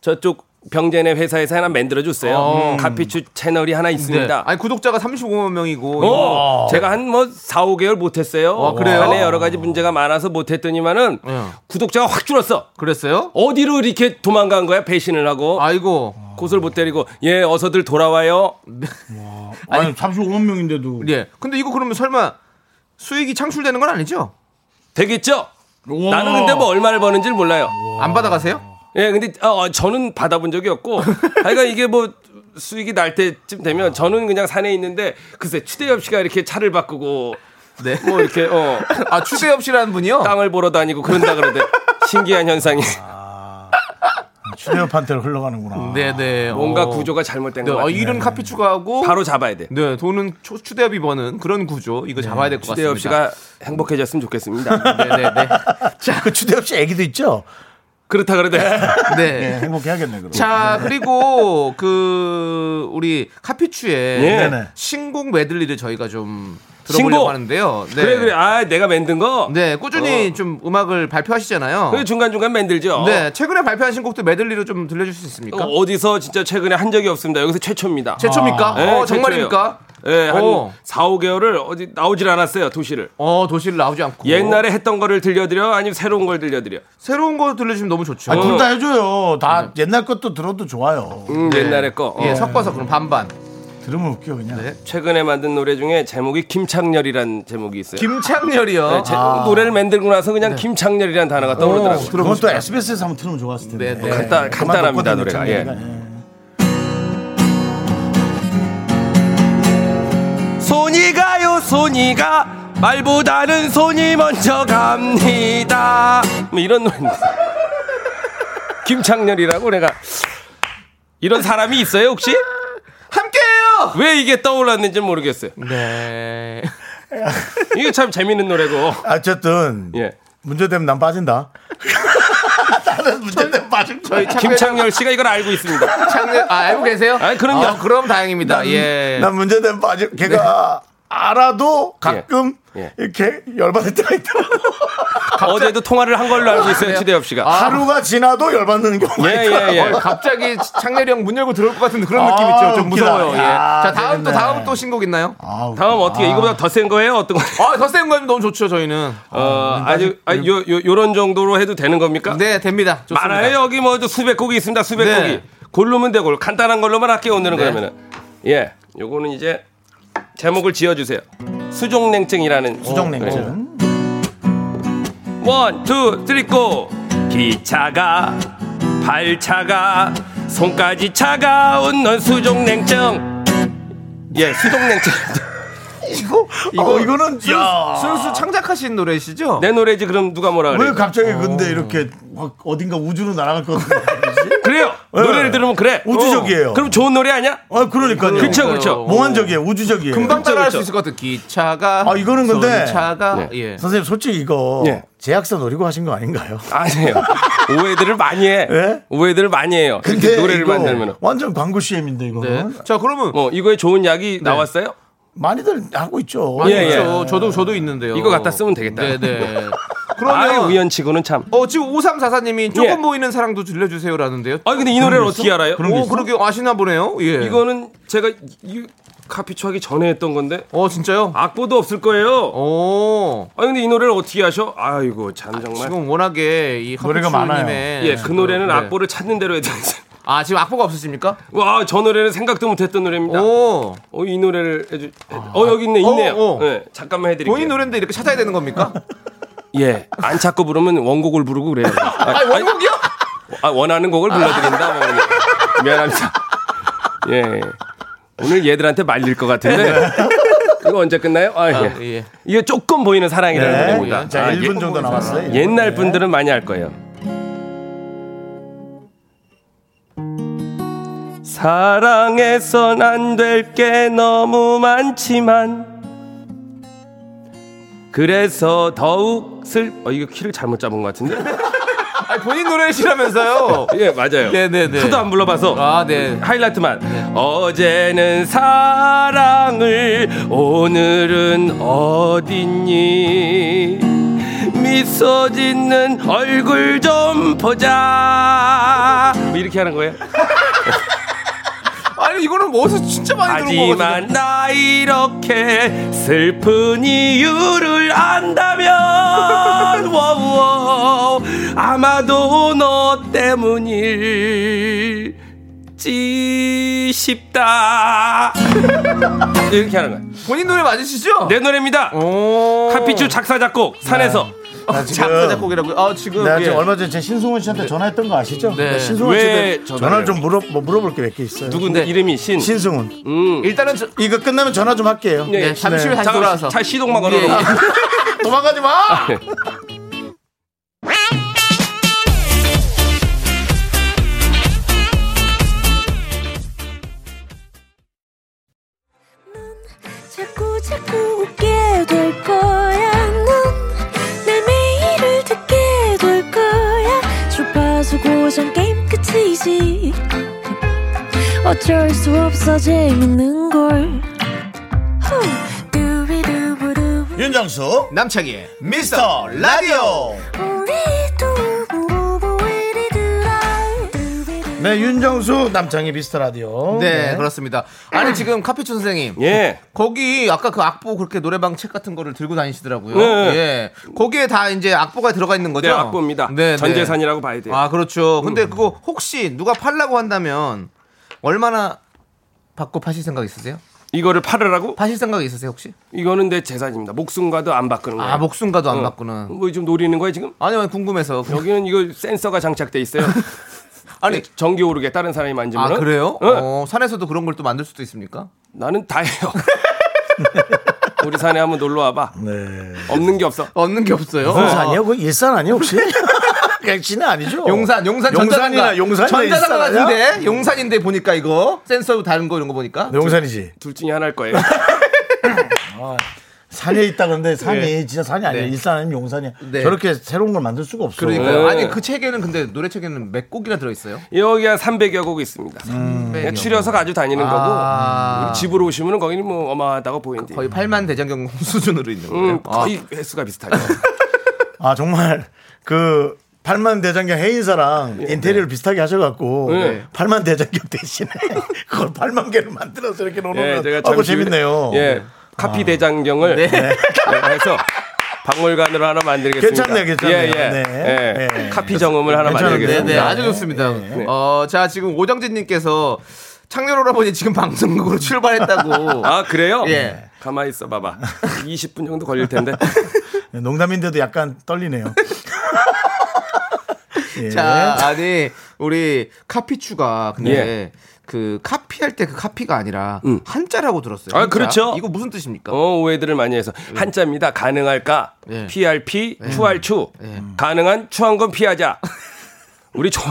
Speaker 7: 저쪽 병재네 회사에서 하나 만들어 줬어요. 음,
Speaker 2: 어.
Speaker 7: 카피추 채널이 하나
Speaker 2: 네.
Speaker 7: 있습니다.
Speaker 2: 아니, 구독자가 35만 명이고. 이거-
Speaker 7: 어, 제가 한 뭐 4, 5개월 못했어요.
Speaker 2: 아, 그래요?
Speaker 7: 안에 여러 가지 문제가 많아서 못했더니만은
Speaker 2: 예.
Speaker 7: 구독자가 확 줄었어.
Speaker 2: 그랬어요?
Speaker 7: 어디로 이렇게 도망간 거야? 배신을 하고
Speaker 2: 아이고.
Speaker 7: 곳을 못 데리고 예 어서들 돌아와요.
Speaker 1: 아니, 35만 명인데도.
Speaker 2: 예. 근데 이거 그러면 설마 수익이 창출되는 건 아니죠?
Speaker 7: 되겠죠?
Speaker 1: 우와.
Speaker 7: 나는 근데 뭐 얼마를 버는지 몰라요.
Speaker 2: 안 받아가세요?
Speaker 7: 예, 근데 어, 어, 저는 받아본 적이 없고, [LAUGHS] 그러니까 이게 뭐 수익이 날 때쯤 되면 저는 그냥 산에 있는데 글쎄 추대엽 씨가 이렇게 차를 바꾸고 [LAUGHS]
Speaker 2: 네.
Speaker 7: 뭐 이렇게
Speaker 2: [LAUGHS]
Speaker 7: 어
Speaker 2: 아, 추대엽 씨라는 분이요?
Speaker 7: 땅을 보러 다니고 그런다 그러대. 신기한 현상이
Speaker 2: 아.
Speaker 1: 추대엽한테로
Speaker 2: 음.
Speaker 1: 흘러가는구나.
Speaker 2: 네네.
Speaker 7: 뭔가
Speaker 2: 어.
Speaker 7: 구조가 잘못된
Speaker 2: 네,
Speaker 7: 것
Speaker 2: 어,
Speaker 7: 같아요.
Speaker 2: 이런 카피 추가하고.
Speaker 7: 바로 잡아야 돼.
Speaker 2: 네, 돈은 추- 추대엽이 버는 그런 구조. 이거 잡아야 될 것 같습니다.
Speaker 7: 네, 추대엽 씨가 행복해졌으면 좋겠습니다. [LAUGHS]
Speaker 2: 네네네.
Speaker 1: [LAUGHS] 자, 그 추대엽 씨 애기도 있죠?
Speaker 7: 그렇다 그러대.
Speaker 2: [LAUGHS] 네.
Speaker 1: 예, 행복해야겠네, 그럼.
Speaker 2: 자 그리고 그 우리 카피추의
Speaker 7: 예.
Speaker 1: 네네.
Speaker 2: 신곡 메들리를 저희가 좀
Speaker 7: 신곡!
Speaker 2: 들어보려고 하는데요. 네.
Speaker 7: 그래 그래. 아 내가 만든 거.
Speaker 2: 네 꾸준히 좀 음악을 발표하시잖아요.
Speaker 7: 그 중간 중간 만들죠.
Speaker 2: 네 최근에 발표하신 곡도 메들리로 좀 들려줄 수 있습니까?
Speaker 7: 어, 디서 진짜 최근에 한 적이 없습니다. 여기서 최초입니다.
Speaker 2: 최초입니까?
Speaker 7: 예,
Speaker 2: 어, 정말입니까?
Speaker 7: 최초예요. 예, 한
Speaker 2: 오.
Speaker 7: 4, 5개월을 어디 나오질 않았어요, 도시를.
Speaker 2: 어 도시를 나오지 않고
Speaker 7: 옛날에 했던 거를 들려드려? 아니면 새로운 걸 들려드려?
Speaker 2: 새로운 거 들려주면 너무 좋죠.
Speaker 1: 아, 둘다 해줘요. 다 옛날 것도 들어도 좋아요.
Speaker 7: 음, 옛날에 거. 어. 네.
Speaker 2: 예 섞어서 그럼 반반.
Speaker 1: 들으면 웃겨, 그냥.
Speaker 2: 네.
Speaker 7: 최근에 만든 노래 중에 제목이 김창렬이란 제목이 있어요.
Speaker 2: 김창렬이요. 아. 네.
Speaker 7: 네, 제- 노래를 만들고 나서 그냥 김창렬이란 단어가 떠오르더라고요.
Speaker 1: 그건 또 SBS에서 한번 틀으면 좋았을 텐데.
Speaker 2: 네, 네.
Speaker 1: 예,
Speaker 7: 간단-
Speaker 1: 그만
Speaker 7: 간단합니다,
Speaker 1: 뒀거든요,
Speaker 7: 노래가.
Speaker 1: 참
Speaker 7: 예.
Speaker 1: 얘기가. 예.
Speaker 7: 손이 가요 손이 가 말보다는 손이 먼저 갑니다 뭐 이런 노래인데 [LAUGHS] 김창렬이라고 내가 이런 사람이 있어요 혹시?
Speaker 2: 함께해요.
Speaker 7: 왜 이게 떠올랐는지 모르겠어요
Speaker 2: 네. [LAUGHS]
Speaker 7: 이게 참 재밌는 노래고
Speaker 1: 어쨌든
Speaker 7: 예.
Speaker 1: 문제되면 난 빠진다. [LAUGHS] 나는 문제되면 빠질 거야.
Speaker 2: 저희 창렬,
Speaker 7: 김창렬 씨가 이걸 알고 있습니다
Speaker 2: 창렬 아 알고 계세요?
Speaker 7: 아이, 그럼요.
Speaker 2: 아, 그럼 다행입니다. 예.
Speaker 1: 난 문제되면 빠질. 걔가 알아도 가끔
Speaker 7: 네. 예.
Speaker 1: 이렇게 열받을 때가 있더라고.
Speaker 7: 어제도 통화를 한 걸로 알고
Speaker 2: 아,
Speaker 7: 있어요 추대엽 씨가
Speaker 1: 하루가 지나도 열받는 경우가
Speaker 7: 아. 예,
Speaker 1: 있더라고.
Speaker 7: 예, 예.
Speaker 2: 어, 갑자기 창렬이 형 문 열고 들어올 것 같은 그런
Speaker 1: 아,
Speaker 2: 느낌 있죠. 좀
Speaker 1: 웃기다.
Speaker 2: 무서워요. 예.
Speaker 1: 야,
Speaker 2: 자 다음 또
Speaker 1: 재밌네.
Speaker 2: 다음 또 신곡 있나요?
Speaker 1: 아우,
Speaker 7: 다음 어떻게 이거보다 더 센 거예요? 어떤 거예요?
Speaker 2: 아 더센 거면 너무 좋죠 저희는.
Speaker 7: 어, 아주 아, 요, 요, 요런 정도로 해도 되는 겁니까?
Speaker 2: 네 됩니다. 좋습니다.
Speaker 7: 많아요 여기 뭐저 수백 곡이 있습니다 수백
Speaker 2: 네.
Speaker 7: 곡이 골르면 되고 간단한 걸로만 할게요 오늘은
Speaker 2: 네.
Speaker 7: 그러면은 예 요거는 이제 제목을 지어주세요 수족냉증이라는 어,
Speaker 1: 수정냉증.
Speaker 7: 원투 쓰리 고 기차가 발차가 손까지 차가운 넌 수족냉증 예 수족냉증 [LAUGHS]
Speaker 2: 이거
Speaker 1: 이거
Speaker 7: 어,
Speaker 1: 이거는 야.
Speaker 2: 순수 창작하신 노래시죠?
Speaker 7: 내 노래지 그럼 누가 뭐라
Speaker 1: 왜
Speaker 7: 그래요
Speaker 1: 갑자기
Speaker 7: 어.
Speaker 1: 근데 이렇게 확 어딘가 우주로 날아갈 것 같은지?
Speaker 7: 그래요
Speaker 1: 왜?
Speaker 7: 노래를 들으면 그래
Speaker 1: 우주적이에요.
Speaker 7: 어. 그럼 좋은 노래 아니야
Speaker 1: 아 그러니까요.
Speaker 7: 그쵸 어. 그쵸
Speaker 2: 그러니까요.
Speaker 1: 몽환적이에요. 우주적이에요.
Speaker 2: 금방
Speaker 7: 그쵸,
Speaker 2: 따라할
Speaker 7: 그쵸.
Speaker 2: 수 있을 것 같아. 기차가.
Speaker 1: 아, 이거는 근데-
Speaker 2: 차가.
Speaker 7: 네.
Speaker 2: 예.
Speaker 1: 선생님 솔직히 이거
Speaker 7: 예.
Speaker 1: 제약사 노리고 하신 거 아닌가요?
Speaker 7: 아니에요. 오해들을 많이
Speaker 1: 예?
Speaker 7: 해.
Speaker 2: 네?
Speaker 7: 오해들을 많이 해요. 이렇게 노래를
Speaker 1: 이거
Speaker 7: 만들면.
Speaker 1: 완전 광고 CM인데
Speaker 2: 네.
Speaker 1: 이거는
Speaker 2: 자 그러면
Speaker 7: 뭐 이거에 좋은 약이
Speaker 2: 네.
Speaker 7: 나왔어요?
Speaker 1: 많이들 하고 있죠.
Speaker 7: 예, 예.
Speaker 2: 그렇죠. 저도 저도 있는데요.
Speaker 7: 이거 갖다 쓰면 되겠다.
Speaker 2: 네네.
Speaker 7: 아예
Speaker 2: 그러면
Speaker 7: 우연치고는 참.
Speaker 2: 어 지금 5344님이 조금
Speaker 7: 예.
Speaker 2: 보이는 사랑도 들려주세요라는데요.
Speaker 7: 아 근데 이 노래를 어떻게 알아요?
Speaker 2: 오 그러게 아시나 보네요. 예.
Speaker 7: 이거는 제가 이- 이 카피초 하기 전에 했던 건데
Speaker 2: 어 진짜요?
Speaker 7: 악보도 없을
Speaker 2: 어.
Speaker 7: 거예요.
Speaker 2: 오.
Speaker 7: 아 근데 이 노래를 어떻게 아셔? 아이고 참 정말.
Speaker 2: 지금 워낙에 이
Speaker 1: 노래가 많아요.
Speaker 2: 하프추님의
Speaker 7: 예, 그 노래는
Speaker 2: 네.
Speaker 7: 악보를 찾는 대로 해야 되는
Speaker 2: 아 지금 악보가 없으십니까?
Speaker 7: [LAUGHS] 와 저 노래는 생각도 못했던 노래입니다.
Speaker 2: 오
Speaker 7: 어, 이 노래를 해주. 어 여기 있네 있네요.
Speaker 2: 어, 어.
Speaker 7: 네, 잠깐만 해드릴게요.
Speaker 2: 본인 노래인데 이렇게 찾아야 되는 겁니까?
Speaker 7: 예, 안 찾고 부르면 원곡을 부르고 그래요. 아,
Speaker 2: [LAUGHS] 아니 원곡이요?
Speaker 7: 아, 원하는 곡을 불러드린다. 뭐. 미안합니다. 예. 오늘 얘들한테 말릴 것 같은데. 이거 언제 끝나요? 아, [LAUGHS] 예.
Speaker 2: 네. 아, 예. 네.
Speaker 7: 이게 조금 보이는 사랑이라는 노래입니다.
Speaker 1: 자,
Speaker 7: 아,
Speaker 1: 1분 정도 남았어요.
Speaker 7: 예, 옛날 분들은 많이 알 거예요. 사랑해선 안 될 게 너무 많지만 그래서 더욱 슬... 어, 이거 키를 잘못 잡은 것 같은데? [LAUGHS]
Speaker 2: 아니 본인 노래시라면서요?
Speaker 7: 예, 맞아요.
Speaker 2: 네네네.
Speaker 7: 저도 안 불러봐서.
Speaker 2: 아 네.
Speaker 7: 하이라이트만 어제는 사랑을 오늘은 어딨니 미소 짓는 얼굴 좀 보자 뭐 이렇게 하는 거예요
Speaker 2: 아니 이거는 뭐 어디서 진짜 많이 들은 거 같은데.
Speaker 7: 하지만 나 이렇게 슬픈 이유를 안다면 [LAUGHS] 워워 아마도 너 때문일지 싶다 [LAUGHS] 이렇게 하는 거야
Speaker 2: 본인 노래 맞으시죠?
Speaker 7: 내 노래입니다
Speaker 2: 오. 네.
Speaker 7: 카피추 작사 작곡 산에서
Speaker 1: 나
Speaker 7: 그-
Speaker 2: 작사
Speaker 1: 지금
Speaker 2: 작곡이라고요? 아 지금
Speaker 1: 내가
Speaker 2: 어, 예.
Speaker 1: 지금 얼마 전에 제 신승훈 씨한테 전화했던 거 아시죠?
Speaker 2: 네.
Speaker 1: 네, 신승훈
Speaker 7: 왜
Speaker 1: 씨한테
Speaker 7: 전화를
Speaker 1: 전화를 좀 물어 뭐 물어볼 게 몇 개 있어요.
Speaker 7: 누군데
Speaker 2: 네.
Speaker 7: 이름이 신
Speaker 1: 신승훈.
Speaker 7: 음.
Speaker 2: 일단은 저,
Speaker 1: 이거 끝나면 전화 좀 할게요.
Speaker 7: 예.
Speaker 2: 네, 잠시 후에 다시
Speaker 7: 잠깐,
Speaker 2: 돌아와서 네.
Speaker 7: 차 시동만 걸어놓고
Speaker 2: [LAUGHS]
Speaker 1: 네. 도망가지 마.
Speaker 8: 자꾸 자꾸 웃게 될 거야. 넌내 매일을 듣게 될 거야. 주파수 고정 게임 끝이지. 어쩔 수 없어 재밌는 걸. 후. 두비두부두부.
Speaker 1: 윤정수
Speaker 2: 남창희의 미스터 라디오
Speaker 8: 우리 두부부부 우리 두라. 두비두부.
Speaker 1: 네, 윤정수 남창희 미스터 라디오.
Speaker 2: 네, 그렇습니다 아니 지금 카피추 선생님
Speaker 7: 예
Speaker 2: 거기 아까 그 악보 그렇게 노래방 책 같은 거를 들고 다니시더라고요
Speaker 7: 네.
Speaker 2: 예 거기에 다 이제 악보가 들어가 있는 거죠?
Speaker 7: 네, 악보입니다
Speaker 2: 네, 네.
Speaker 7: 전재산이라고 봐야 돼요
Speaker 2: 아 그렇죠 근데
Speaker 1: 음.
Speaker 2: 그거 혹시 누가 팔라고 한다면 얼마나 받고 파실 생각 있으세요?
Speaker 7: 이거를 팔으라고
Speaker 2: 파실 생각 있으세요 혹시?
Speaker 7: 이거는 내 재산입니다. 목숨과도 안
Speaker 1: 네.
Speaker 7: 바꾸는 거예요.
Speaker 2: 아 목숨가도 안
Speaker 7: 어.
Speaker 2: 받고는
Speaker 7: 뭐 좀 노리는 거야 지금?
Speaker 2: 아니 아니 궁금해서
Speaker 7: 여기는 이거 센서가 장착돼 있어요.
Speaker 2: [LAUGHS] 아니
Speaker 1: 네.
Speaker 7: 전기 오르게 다른 사람이 만지면
Speaker 2: 아 그래요?
Speaker 7: 어.
Speaker 2: 어, 산에서도 그런 걸 또 만들 수도 있습니까?
Speaker 7: 나는 다 해요. [LAUGHS] 우리 산에 한번 놀러 와봐.
Speaker 2: 네.
Speaker 7: 없는 게 없어.
Speaker 2: 얻는 게 없어요.
Speaker 1: 용산 아니에요? 그 일산 아니에요
Speaker 2: [LAUGHS]
Speaker 1: 혹시? 그냥 진은 아니죠?
Speaker 2: 용산, 용산
Speaker 1: 용산이나
Speaker 2: 전자상가.
Speaker 1: 용산이나
Speaker 2: 전자상가
Speaker 1: 일산 아니야?
Speaker 2: 같은데 용산인데 보니까 이거 센서 다른 거 이런 거 보니까
Speaker 1: 네, 용산이지.
Speaker 7: 둘 중에 하나일 거예요.
Speaker 1: 산에 있다 그런데 산이 진짜 산이 아니에요.
Speaker 2: 네.
Speaker 1: 일산 아니면 용산이야.
Speaker 2: 네.
Speaker 1: 저렇게 새로운 걸 만들 수가 없어.
Speaker 2: 그러니까 요
Speaker 7: 네.
Speaker 2: 아니 그 책에는 근데 노래 책에는 몇 곡이나 들어 있어요?
Speaker 7: 여기 한 300여 곡 있습니다.
Speaker 1: 음.
Speaker 7: 그냥 추려서 가지고 다니는
Speaker 2: 아.
Speaker 7: 거고 집으로 오시면 거기는 뭐 어마하다고 보이는데.
Speaker 2: 거의 8만 대장경 [LAUGHS] 수준으로 있는 거예요.
Speaker 7: 음, 거의 횟수가 비슷하죠.
Speaker 1: 아 정말 그 팔만 대장경 해인사랑
Speaker 2: 네.
Speaker 1: 인테리어를 비슷하게 하셔갖고
Speaker 7: 네.
Speaker 1: 팔만 대장경 대신에 [LAUGHS] 그걸 팔만 개를 만들어서
Speaker 2: 네,
Speaker 1: 이렇게
Speaker 7: 예,
Speaker 1: 놓으면
Speaker 7: 제가
Speaker 1: 아고
Speaker 7: 잠시 후에-
Speaker 1: 재밌네요. 아.
Speaker 7: 예, 카피 대장경을 [LAUGHS] 네, 해서 박물관으로 하나 만들겠습니다.
Speaker 1: 괜찮네요, 괜찮네요.
Speaker 7: 예, 예.
Speaker 1: 네.
Speaker 7: 예.
Speaker 1: 네.
Speaker 7: 카피 정음을 하나
Speaker 1: 괜찮은데?
Speaker 7: 만들겠습니다.
Speaker 2: 네네 아주 좋습니다. 어, 자 지금 오정진님께서 창렬 오라버니 지금 [LAUGHS] 방송국으로
Speaker 1: 네.
Speaker 2: 출발했다고.
Speaker 7: 아 그래요?
Speaker 2: 예.
Speaker 7: 가만히 있어 봐봐. 20분 정도 걸릴 텐데.
Speaker 1: 네. 농담인데도 약간
Speaker 2: [LAUGHS]
Speaker 1: 떨리네요. 예.
Speaker 2: 자 아니 우리 카피추가 근데
Speaker 7: 예. 음.
Speaker 2: 그 카피할 때 그 카피가 아니라 한자라고 들었어요.
Speaker 7: 아,
Speaker 2: 한자.
Speaker 7: 그렇죠.
Speaker 2: 이거 무슨 뜻입니까?
Speaker 7: 어 오해들을 많이 해서 한자입니다. 가능할까?
Speaker 1: 네.
Speaker 2: 예.
Speaker 7: 피할 피, 추할 추.
Speaker 2: 예.
Speaker 7: 가능한 추한 건 피하자. 우리 좀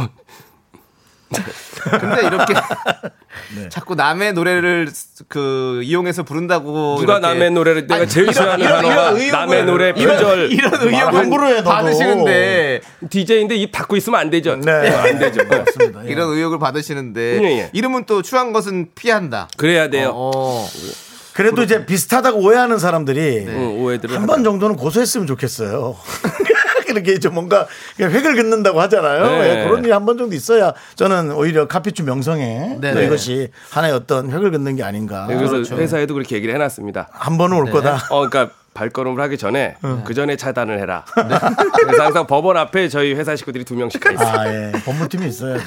Speaker 2: 근데 이렇게 [LAUGHS] 자꾸 남의 노래를 그 이용해서 부른다고
Speaker 7: 누가
Speaker 2: 이렇게
Speaker 7: 남의 노래를 내가 제일 싫어하는
Speaker 2: 이런-
Speaker 7: 단어가
Speaker 2: 이런 의혹을-
Speaker 7: 남의 노래
Speaker 2: 이런,
Speaker 7: 표절
Speaker 2: 이런
Speaker 1: 말을 함부로 해,
Speaker 2: 의혹을
Speaker 1: 너도.
Speaker 2: 받으시는데
Speaker 7: DJ인데 입 닫고 있으면 안 되죠.
Speaker 1: 네, 안 되죠. 맞습니다. 예.
Speaker 2: 이런 의혹을 받으시는데
Speaker 7: 예, 예.
Speaker 2: 이름은 또 추한 것은 피한다.
Speaker 7: 그래야 돼요.
Speaker 2: 어.
Speaker 1: 그래도 이제 비슷하다고 오해하는 사람들이
Speaker 2: 네.
Speaker 7: 응, 오해들을
Speaker 1: 한 번 정도는 고소했으면 좋겠어요. [LAUGHS] 이렇게 이제 뭔가 그냥 획을 긋는다고 하잖아요.
Speaker 7: 네.
Speaker 1: 예, 그런 일이 한 번 정도 있어야 저는 오히려 카피추 명성에
Speaker 2: 네,
Speaker 1: 또
Speaker 2: 네.
Speaker 1: 이것이 하나의 어떤 획을 긋는 게 아닌가.
Speaker 7: 네,
Speaker 2: 그렇죠.
Speaker 7: 하다. 그래서 회사에도 그렇게 얘기를 해놨습니다.
Speaker 1: 한 번은 올 거다.
Speaker 7: 어, 그러니까 발걸음을 하기 전에
Speaker 2: 네.
Speaker 7: 그 전에 차단을 해라. [LAUGHS] 그래서 항상 법원 앞에 저희 회사 식구들이 두 명씩 가
Speaker 2: 그러니까
Speaker 7: 있어요.
Speaker 1: 아, 예. 법무팀이 있어요.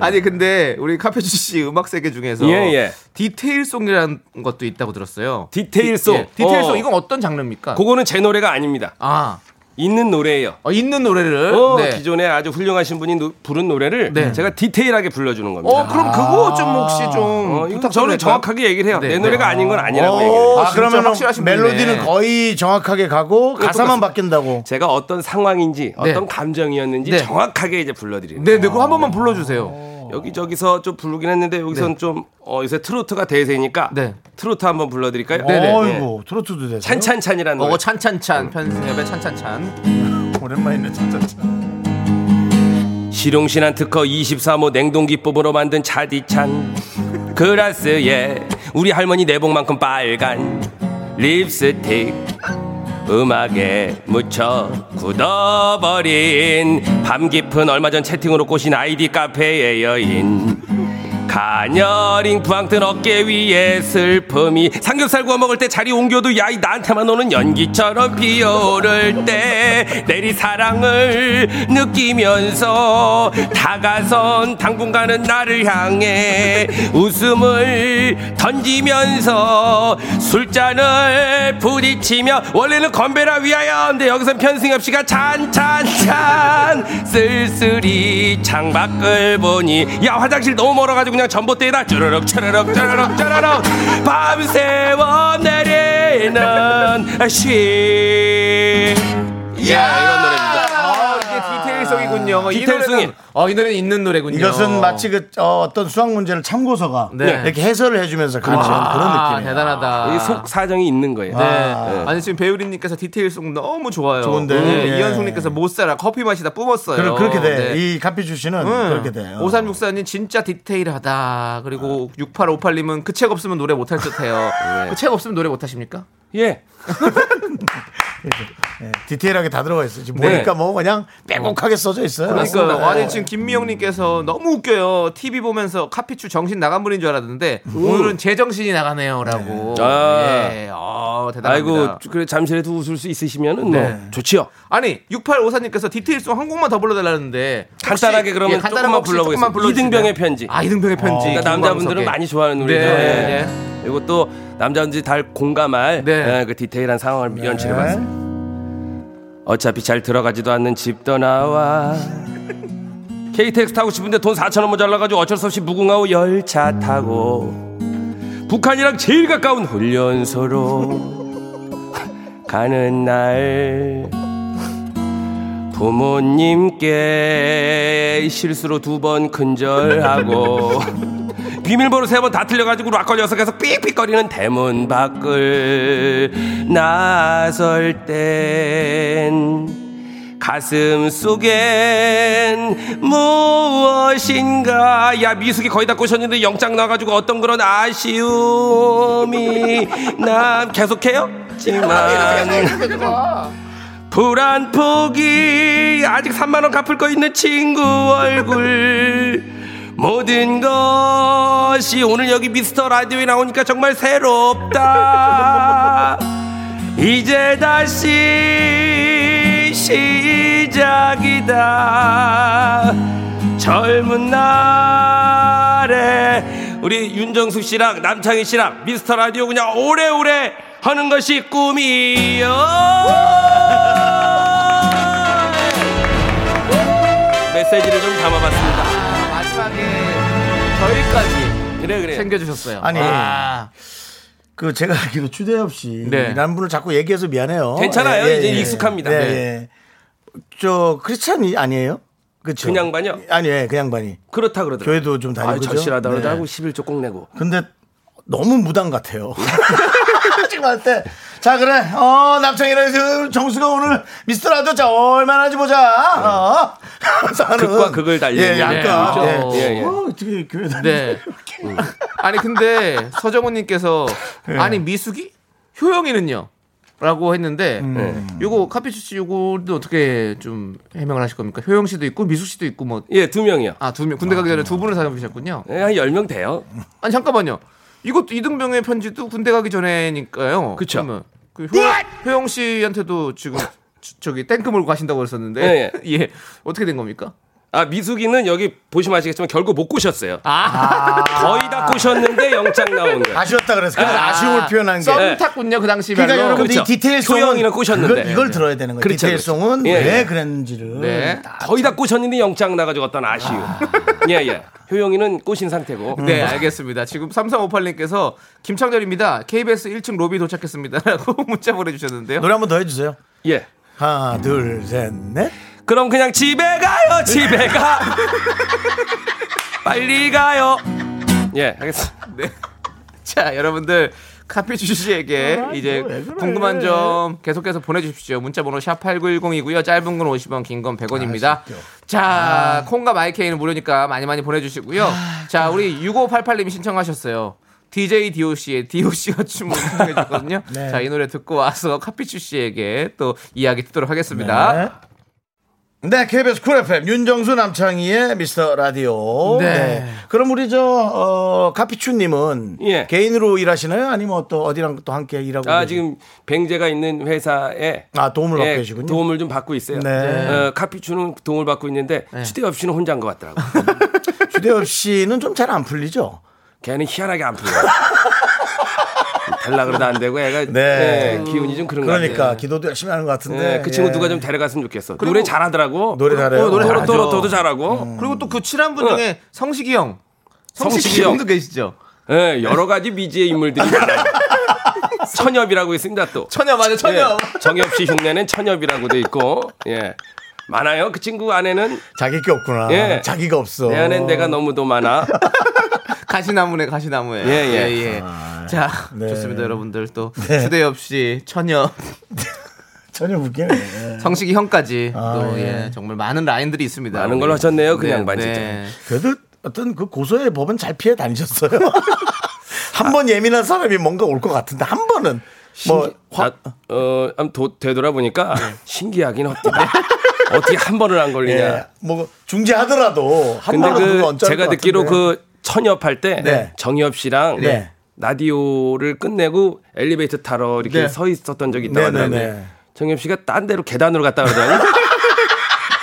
Speaker 2: 아니 근데 우리 카페주 씨 음악 세계 중에서
Speaker 7: 예, 예.
Speaker 2: 디테일송이라는 것도 있다고 들었어요.
Speaker 7: 디테일송.
Speaker 2: 예, 디테일송
Speaker 7: 어.
Speaker 2: 이건 어떤 장르입니까?
Speaker 7: 그거는 제 노래가 아닙니다.
Speaker 2: 아
Speaker 7: 있는 노래예요.
Speaker 2: 어, 있는 노래를.
Speaker 7: 어,
Speaker 2: 네.
Speaker 7: 기존에 아주 훌륭하신 분이 노- 부른 노래를
Speaker 2: 네.
Speaker 7: 제가 디테일하게 불러주는 겁니다. 아.
Speaker 2: 어 그럼 그거 좀 혹시 좀
Speaker 7: 어, 이거
Speaker 2: 부탁드릴까요?
Speaker 7: 저는 정확하게 얘기를 해요.
Speaker 2: 네,
Speaker 7: 내
Speaker 2: 네.
Speaker 7: 노래가 아닌 건 아니라고 얘기를 해요.
Speaker 1: 오,
Speaker 2: 아, 진짜
Speaker 1: 어, 그러면
Speaker 2: 확실하신 분이네.
Speaker 1: 멜로디는 거의 정확하게 가고 가사만 바뀐다고.
Speaker 7: 제가 어떤 상황인지
Speaker 2: 네.
Speaker 7: 어떤 감정이었는지
Speaker 2: 네.
Speaker 7: 정확하게 이제 불러드리는
Speaker 2: 네, 네, 그거 한 번만 불러주세요.
Speaker 7: 여기저기서 좀 부르긴 했는데 여기선
Speaker 2: 어. 네.
Speaker 7: 좀 어, 요새 트로트가 대세니까
Speaker 2: 네.
Speaker 7: 트로트 한번 불러드릴까요? 예.
Speaker 2: 네네.
Speaker 1: 어이구 트로트도 되세요.
Speaker 7: 찬찬찬이라는
Speaker 2: 어,
Speaker 7: 노래
Speaker 2: 찬찬찬 편승엽의 찬찬찬.
Speaker 1: 오랜만이네 진짜.
Speaker 7: 실용신한 특허 23호 냉동기법으로
Speaker 2: [LAUGHS]
Speaker 7: 만든 차디찬 그라스에 우리 할머니 내복만큼 빨간 립스틱 음악에 묻혀 굳어버린 밤 깊은 얼마 전 채팅으로 꼬신 아이디 카페의 여인 가녀린 부항뜬 어깨 위에 슬픔이 삼겹살 구워 먹을 때 자리 옮겨도 야이 나한테만 오는 연기처럼 비오를 때 내리 사랑을 느끼면서 다가선 당분간은 나를 향해 웃음을 던지면서 술잔을 부딪히며 원래는 건배라 위하여 근데 여기선 편승엽 씨가 찬찬찬 쓸쓸히 창밖을 보니 야 화장실 너무 멀어가지고 그냥 전봇대에다 쭈르륵 쭈르륵 쭈르륵 쭈르륵 밤새워 내리는 시
Speaker 2: 야, 이런 노래입니다. 아, 이게 디테일송이군요.
Speaker 7: 디테일송이.
Speaker 2: 이 노래는, 어, 이 노래는 있는 노래군요.
Speaker 1: 이것은 마치 그 어, 떤 수학 문제를 참고서가
Speaker 2: 네.
Speaker 1: 이렇게 해설을 해주면서 그런
Speaker 2: 아,
Speaker 1: 그런 느낌이에요.
Speaker 2: 대단하다.
Speaker 7: 이속 사정이 있는 거예요
Speaker 2: 네. 아니 지금 배우리님께서 디테일송 너무 좋아요.
Speaker 1: 좋은데?
Speaker 2: 네,
Speaker 1: 예.
Speaker 2: 이현숙님께서 못 살아 커피 마시다 뿜었어요.
Speaker 1: 그러, 그렇게 돼.
Speaker 2: 네.
Speaker 1: 이 카피 주씨는
Speaker 7: 음.
Speaker 1: 그렇게 돼. 어.
Speaker 2: 5364님 진짜 디테일하다. 그리고 6858님은 그 책 없으면 노래 못할 듯해요. 그 책 없으면 노래 못하십니까?
Speaker 7: 예
Speaker 1: 예, 디테일하게 다 들어가 있어. 지금
Speaker 7: 네.
Speaker 1: 보니까 뭐 그냥 빼곡하게 써져 있어요.
Speaker 2: 그러니까 아니 지금 김미영님께서 너무 웃겨요. TV 보면서 카피추 정신 나간 분인 줄 알았는데 오늘은 제 정신이 나가네요라고.
Speaker 7: 음. 아.
Speaker 2: 예. 어, 대단합니다. 네.
Speaker 7: 아이고 그래 잠시라도 웃을 수 있으시면은 뭐 좋지요
Speaker 2: 아니 6854님께서 디테일송 한 곡만 더 불러달라는데 혹시-
Speaker 7: 간단하게
Speaker 2: 예,
Speaker 7: 그러면
Speaker 2: 간단하게
Speaker 7: 조금만
Speaker 2: 혹시 조금만
Speaker 7: 불러보겠습니다.
Speaker 2: 불러주시면-
Speaker 7: 이등병의 편지.
Speaker 2: 아 이등병의 편지
Speaker 7: 그러니까 남자분들은
Speaker 2: 김광석의.
Speaker 7: 많이 좋아하는 노래죠.
Speaker 2: 네,
Speaker 7: 예. 이것도 남자분들이 다 공감할
Speaker 2: 네.
Speaker 7: 예, 그 디테일한 상황을 연출해봤습니다. 어차피 잘 들어가지도 않는 집 떠나와 KTX 타고 싶은데 돈 4천 원 모자라가지고 어쩔 수 없이 무궁화호 열차 타고 북한이랑 제일 가까운 훈련소로 [LAUGHS] 가는 날 부모님께 실수로 두 번 근절하고 [LAUGHS] 비밀번호 세 번 다 틀려가지고 락걸 녀석에서 삑삑거리는 대문 밖을 나설 땐 가슴 속엔 무엇인가 야 미숙이 거의 다 꼬셨는데 영장 나가지고 어떤 그런 아쉬움이 남 아, 계속해요? 지만 불안 포기 아직 3만 원 갚을 거 있는 친구 얼굴 모든 것이 오늘 여기 미스터 라디오에 나오니까 정말 새롭다 [LAUGHS] 이제 다시 시작이다 젊은 날에 우리 윤정숙 씨랑 남창희 씨랑 미스터 라디오 그냥 오래오래 하는 것이
Speaker 1: [LAUGHS]
Speaker 7: 꿈이요. 메시지를 좀 담아봤습니다.
Speaker 2: 아, 마지막에 저희까지
Speaker 7: 그래 그래.
Speaker 2: 챙겨주셨어요.
Speaker 1: 아니.
Speaker 2: 와.
Speaker 1: 그 제가 알기로 추대엽 씨
Speaker 2: 네.
Speaker 1: 이란 분을 자꾸 얘기해서 미안해요.
Speaker 7: 괜찮아요. 이제 익숙합니다.
Speaker 1: 네,
Speaker 7: 네.
Speaker 1: 예. 저 크리스찬이 아니에요? 그렇죠.
Speaker 7: 그 양반이요?
Speaker 1: 아니에요. 그 양반이.
Speaker 7: 그렇다 그러더라고.
Speaker 1: 교회도 좀 다니고
Speaker 7: 아,
Speaker 1: 그죠?
Speaker 7: 절실하다
Speaker 1: 네.
Speaker 7: 그러더라고. 11조 꼭 내고.
Speaker 1: 근데 너무 무당 같아요. [LAUGHS] 지금 할 때. 자, 그래. 어, 남창이랑 그 정수가 오늘 미스터 라디오 자, 얼마나 하지 보자. 어. 하면서 하는.
Speaker 7: 네. 극과 극을 달리는
Speaker 1: 예, 약간.
Speaker 2: 네,
Speaker 1: 예.
Speaker 2: 그렇죠.
Speaker 7: 예, 예.
Speaker 1: 어, 어떻게 교회 다니
Speaker 2: 네. 아니 근데 서정훈님께서 아니 미숙이 효영이는요. 라고 했는데 네. 요거 카피추 씨 요거는 어떻게 좀 해명을 하실 겁니까? 효영 씨도 있고 미숙 씨도 있고
Speaker 7: 예, 두 명이요.
Speaker 2: 뭐 아 두 명 군대 가기 전에 두 분을 사용하셨군요.
Speaker 7: 예, 한 10명 돼요.
Speaker 2: 아니 잠깐만요. 이것도 이등병의 편지도 군대 가기 전에니까요.
Speaker 7: 그쵸.
Speaker 2: 그러면 그 효, 효영 씨한테도 지금 저- 저기 땡크 몰고 가신다고
Speaker 7: 네,
Speaker 1: [LAUGHS]
Speaker 2: 그랬었는데 예, 어떻게 된 겁니까?
Speaker 7: 아 미숙이는 여기 보시면 아시겠지만 결국 못 꼬셨어요.
Speaker 2: 아,
Speaker 7: 거의 다 꼬셨는데 영장 나온 거예요.
Speaker 1: 아쉬웠다 그래서 그래서
Speaker 2: 아,
Speaker 1: 아, 쉬움을 표현한 게.
Speaker 2: 썸 탔군요 그 당시
Speaker 1: 그러니까
Speaker 2: 별로.
Speaker 1: 여러분들 이
Speaker 7: 네. 그렇죠.
Speaker 1: 디테일송은
Speaker 7: 소영이는 꼬셨는데.
Speaker 1: 이걸, 이걸 들어야 되는 거예요.
Speaker 7: 그렇죠,
Speaker 1: 디테일송은
Speaker 7: 그렇죠. 예, 예.
Speaker 1: 왜 그랬는지를
Speaker 2: 네.
Speaker 7: 거의 다 꼬셨는데 영장 나가지고 어떤 아쉬움. [LAUGHS] 예예. 효영이는 꼬신 상태고.
Speaker 1: 음.
Speaker 2: 네, 알겠습니다. 지금 3358님께서 김창렬입니다. KBS 1층 로비 도착했습니다. 라고 [LAUGHS] 문자 보내주셨는데요.
Speaker 1: 노래 한 번 더 해주세요.
Speaker 7: 예.
Speaker 1: 하나 둘 셋 넷.
Speaker 7: 그럼 그냥 집에 가요. 집에 가. 빨리 가요. 예, 알겠습니다.
Speaker 2: 네. 자, 여러분들. 카피 주시에게 이제 궁금한 점 계속해서 보내주십시오. 문자번호 샵 8910이고요. 짧은 건 50원, 긴 건 100원입니다.
Speaker 7: 아,
Speaker 2: 자, 콩과 마이케이는 무료니까 많이 많이 보내주시고요.
Speaker 7: 아,
Speaker 2: 자, 우리 6588님이 신청하셨어요. DJ DOC의 DOC가 춤을 신청해주거든요.
Speaker 7: [LAUGHS]
Speaker 1: 네.
Speaker 2: 자, 이 노래 듣고 와서 카피추 씨에게 또 이야기 듣도록 하겠습니다.
Speaker 1: 네. 네, KBS 쿨 FM 윤정수 남창희의 미스터 라디오.
Speaker 2: 네.
Speaker 1: 네. 그럼 우리 저 어, 카피추님은
Speaker 7: 예.
Speaker 1: 개인으로 일하시나요? 아니면 또 어디랑 또 함께 일하고?
Speaker 7: 아,
Speaker 1: 계세요?
Speaker 7: 지금 뱅제가 있는 회사에
Speaker 1: 아 도움을
Speaker 7: 예,
Speaker 1: 얻고 계시군요.
Speaker 7: 도움을 좀 받고 있어요.
Speaker 1: 네.
Speaker 7: 어, 카피추는 도움을 받고 있는데 주대엽 씨는 혼자인 것 같더라고.
Speaker 1: 주대엽 씨는 좀 잘 안 풀리죠.
Speaker 7: 걔는 희한하게 안 풀려.
Speaker 1: [LAUGHS]
Speaker 7: 달라 그러다 안 되고 애가
Speaker 1: 네.
Speaker 7: 예, 기운이 좀 그런 것 같아요.
Speaker 1: 그러니까 기도도 열심히 하는 것 같은데.
Speaker 7: 네, 그 친구
Speaker 1: 예.
Speaker 7: 누가 좀 데려갔으면 좋겠어. 노래 잘하더라고.
Speaker 1: 노래 잘해요. 아, 음.
Speaker 7: 어, 노래
Speaker 2: 잘하죠.
Speaker 7: 또로또로도 잘하고.
Speaker 2: 그리고 또 그 친한 분 중에 성식이 형. 성식이,
Speaker 7: 어. 성식이 형.
Speaker 2: 형도 계시죠?
Speaker 7: 예, 여러 가지 미지의 인물들이 많아요. 천엽이라고 있습니다 또.
Speaker 2: 천여 맞아, 천여.
Speaker 7: 예, 정엽 씨 흉내는 천엽이라고 돼 있고. 예. 많아요. 그 친구 안에는
Speaker 1: 자기 게 없구나.
Speaker 7: 예.
Speaker 1: 자기가 없어.
Speaker 7: 내 안엔 내가 너무도 많아.
Speaker 2: 가시나무네, 가시나무에.
Speaker 7: 예, 예.
Speaker 2: 자,
Speaker 1: 네.
Speaker 2: 좋습니다, 여러분들. 또,
Speaker 1: 네.
Speaker 2: 주대엽 씨, 천여,
Speaker 1: 전혀 웃기네. 예.
Speaker 2: 성식이 형까지.
Speaker 1: 아,
Speaker 2: 또, 예.
Speaker 1: 예.
Speaker 2: 정말 많은 라인들이 있습니다.
Speaker 7: 많은 걸
Speaker 2: 우리.
Speaker 7: 하셨네요, 그 양반 진짜.
Speaker 1: 그래도 어떤 그 고소의 법은 잘 피해 다니셨어요. [LAUGHS] 한 번 예민한 사람이 뭔가 올 것 같은데 한 번은 뭐 화, 네.
Speaker 7: 나- 아, 어, 암 도, 되돌아보니까 신기하긴 합니다. 어떻게 한 번을 안 걸리냐.
Speaker 1: 예, 뭐 중재하더라도 한
Speaker 7: 근데
Speaker 1: 번은 그거
Speaker 7: 그
Speaker 1: 언짢을
Speaker 7: 제가
Speaker 1: 것
Speaker 7: 듣기로
Speaker 1: 같은데.
Speaker 7: 그 천엽 할 때
Speaker 1: 네.
Speaker 7: 정엽 씨랑
Speaker 1: 네.
Speaker 7: 라디오를 끝내고 엘리베이터 타러 이렇게
Speaker 2: 네.
Speaker 7: 서 있었던 적이 있다고
Speaker 1: 네,
Speaker 7: 하는데
Speaker 1: 네,
Speaker 7: 더
Speaker 1: 네.
Speaker 7: 정엽 씨가 딴 데로 계단으로 갔다 그러더니 [LAUGHS]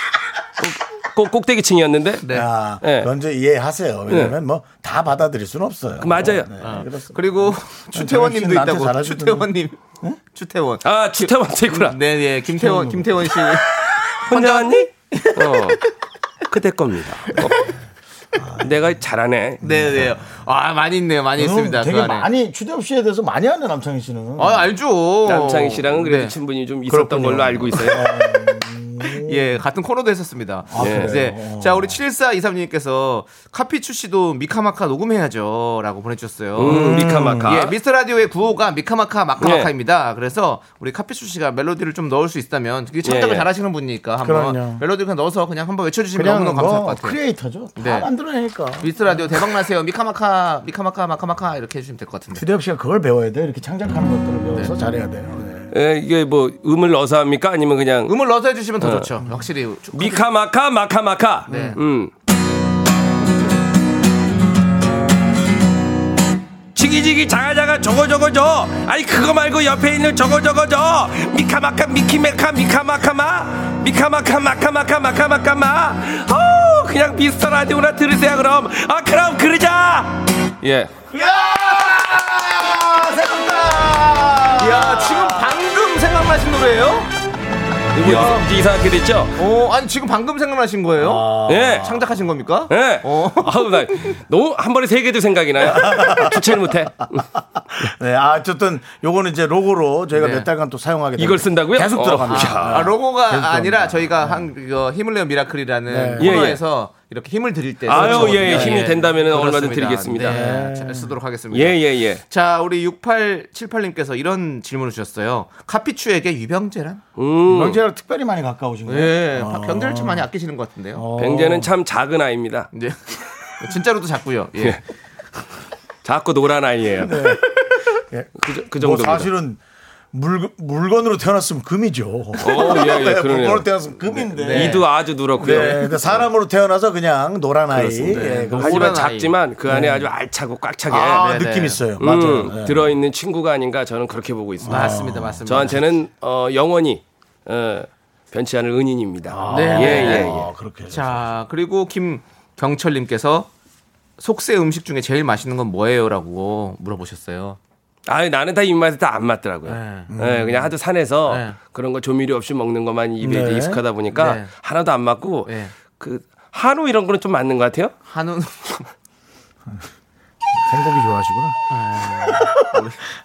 Speaker 7: 꼭, 꼭 꼭대기층이었는데
Speaker 2: 네.
Speaker 1: 야,
Speaker 7: 예.
Speaker 1: 먼저 이해하세요. 왜냐면 뭐 다 받아들일 수는 없어요.
Speaker 7: 그 맞아요.
Speaker 1: 네, 그렇습니다.
Speaker 2: 그리고,
Speaker 1: 정혁 씨는
Speaker 2: 주태원님도
Speaker 1: 나한테
Speaker 2: 있다고.
Speaker 1: 잘하시더니.
Speaker 2: 주태원님. 주태원.
Speaker 7: 아 주태원
Speaker 1: 음.
Speaker 7: 씨구나.
Speaker 2: 네, 예. 김태원, 김태원 씨.
Speaker 7: 혼자 왔니? 어 그때 겁니다. 어. 내가 잘하네.
Speaker 2: [LAUGHS] 네, 네. 아, 많이 있네요.
Speaker 7: 어,
Speaker 2: 많이
Speaker 1: 음,
Speaker 2: 있습니다.
Speaker 1: 되게
Speaker 2: 그 안에.
Speaker 1: 많이 추대엽 씨에 대해서 많이 하네 남창희 씨는.
Speaker 2: 아, 알죠.
Speaker 7: 남창희 씨랑은 그래도
Speaker 2: 네.
Speaker 7: 친분이 좀 있었던
Speaker 1: 그렇군요.
Speaker 7: 걸로 알고 있어요.
Speaker 2: 예, 같은 코너도 했었습니다.
Speaker 1: 아,
Speaker 2: 예.
Speaker 1: 어.
Speaker 2: 이제 자 우리 7423님께서 카피추 씨도 미카마카 녹음해야죠라고 보내주셨어요.
Speaker 7: 음,
Speaker 1: 아.
Speaker 7: 미카마카.
Speaker 2: 예, 미스터 라디오의 구호가 미카마카 마카마카입니다.
Speaker 1: 예.
Speaker 2: 그래서 우리 카피추 씨가 멜로디를 좀 넣을 수 있다면 이게 창작을
Speaker 7: 예, 예.
Speaker 2: 잘하시는 분이니까 한번
Speaker 1: 그럼요.
Speaker 2: 멜로디 그냥 넣어서 그냥 한번 외쳐주시면
Speaker 1: 그냥
Speaker 2: 너무너무 감사할 것
Speaker 1: 뭐
Speaker 2: 같아요.
Speaker 1: 크리에이터죠. 다
Speaker 2: 네.
Speaker 1: 만들어내니까.
Speaker 2: 미스터 라디오 대박 나세요. 미카마카 미카마카 마카마카 이렇게 해주시면 될 것 같은데.
Speaker 1: 추대엽 씨가 그걸 배워야 돼. 이렇게 창작하는 것들을 배워서 잘해야 돼요. 네. [LAUGHS]
Speaker 7: 예, 이게 뭐 음을 넣어서 합니까? 아니면 그냥
Speaker 2: 음을 넣어서 해주시면
Speaker 1: 예.
Speaker 2: 더 좋죠. 확실히 쭉-
Speaker 7: 미카마카 마카마카.
Speaker 2: 네.
Speaker 7: 음. 지기지기 자가자가 저거 저거 저. 아니 그거 말고 옆에 있는 저거 저거 저. 미카마카 미키메카 미카마카마 미카마카 마카마카 마카마카마. 어 그냥 미스터 라디오나 들으세요 그럼. 아 그럼 그러자. 예.
Speaker 2: 이야 지금 방금 생각나신 노래예요?
Speaker 7: 이거 이제 이상하게 됐죠?
Speaker 2: 어, 아니 지금 방금 생각나신 거예요?
Speaker 1: 아.
Speaker 7: 예.
Speaker 2: 창작하신 겁니까?
Speaker 7: 예.
Speaker 2: 어.
Speaker 7: 아우 나 너무 한 번에 세 개도 생각이 나요. 주체를 못해.
Speaker 1: 네, 아, 어쨌든 요거는 이제 로고로 저희가
Speaker 2: 네.
Speaker 1: 몇 달간 또 사용하게 됩니다.
Speaker 7: 이걸 쓴다고요?
Speaker 1: 계속
Speaker 7: 어,
Speaker 1: 들어갑니다.
Speaker 2: 아, 로고가
Speaker 1: 계속
Speaker 2: 아니라
Speaker 7: 네.
Speaker 1: 들어갑니다.
Speaker 2: 저희가 한 이거 힘을 내어 미라클이라는
Speaker 7: 예,
Speaker 2: 코너에서 이렇게 힘을 드릴 때
Speaker 7: 아유,
Speaker 2: 쓰는
Speaker 7: 예,
Speaker 2: 거거든요.
Speaker 7: 힘이 된다면은
Speaker 2: 그렇습니다.
Speaker 7: 얼마든 드리겠습니다.
Speaker 2: 네, 잘 쓰도록 하겠습니다.
Speaker 7: 예 예, 예.
Speaker 2: 자, 우리 6878님께서 이런 질문을 주셨어요. 카피추에게 유병재란?
Speaker 7: 음,
Speaker 1: 명제랑 특별히 많이 가까우신
Speaker 7: 네.
Speaker 1: 거예요.
Speaker 2: 예,
Speaker 7: 아.
Speaker 2: 병재를 참 많이 아끼시는 것 같은데요.
Speaker 7: 뱅제는 참 작은 아이입니다.
Speaker 2: 네. [LAUGHS] 진짜로도 작고요. 예.
Speaker 7: 작고 노란 아이예요. 그, 정- 그
Speaker 1: 뭐
Speaker 7: 정도입니다.
Speaker 1: 사실은 물, 물건으로 태어났으면 금이죠. [LAUGHS]
Speaker 7: 어, 예, 예,
Speaker 1: 네,
Speaker 7: 그러네요. 네.
Speaker 1: 물건으로 태어났으면 금인데.
Speaker 7: 이도 아주 누렇고요.
Speaker 1: 네, 근데 사람으로 태어나서 그냥 노란 아이. 예, 그거
Speaker 7: 하지만
Speaker 2: 노란 아이.
Speaker 7: 작지만 그 안에 아주 알차고 꽉 차게
Speaker 1: 아,
Speaker 2: 네,
Speaker 1: 느낌
Speaker 2: 네.
Speaker 1: 있어요.
Speaker 7: 음,
Speaker 1: 맞아요. 네.
Speaker 7: 들어있는 친구가 아닌가 저는 그렇게 보고 있습니다.
Speaker 2: 맞습니다, 맞습니다.
Speaker 7: 저한테는 어, 영원히 어, 변치 않을 은인입니다.
Speaker 2: 네.
Speaker 7: 예, 예, 예.
Speaker 1: 아, 그렇게.
Speaker 2: 자, 그리고 김경철님께서 속세 음식 중에 제일 맛있는 건 뭐예요?라고 물어보셨어요.
Speaker 7: 아유 나는 다 입맛에 다 안 맞더라고요.
Speaker 2: 네.
Speaker 7: 예, 그냥 하도 산에서
Speaker 2: 네.
Speaker 7: 그런 거 조미료 없이 먹는 것만 입에
Speaker 1: 네.
Speaker 7: 이제 익숙하다 보니까
Speaker 2: 네.
Speaker 7: 하나도 안 맞고
Speaker 2: 네.
Speaker 7: 그 한우 이런 거는 좀 맞는 것 같아요.
Speaker 2: 한우
Speaker 1: 콩고기 좋아하시구나.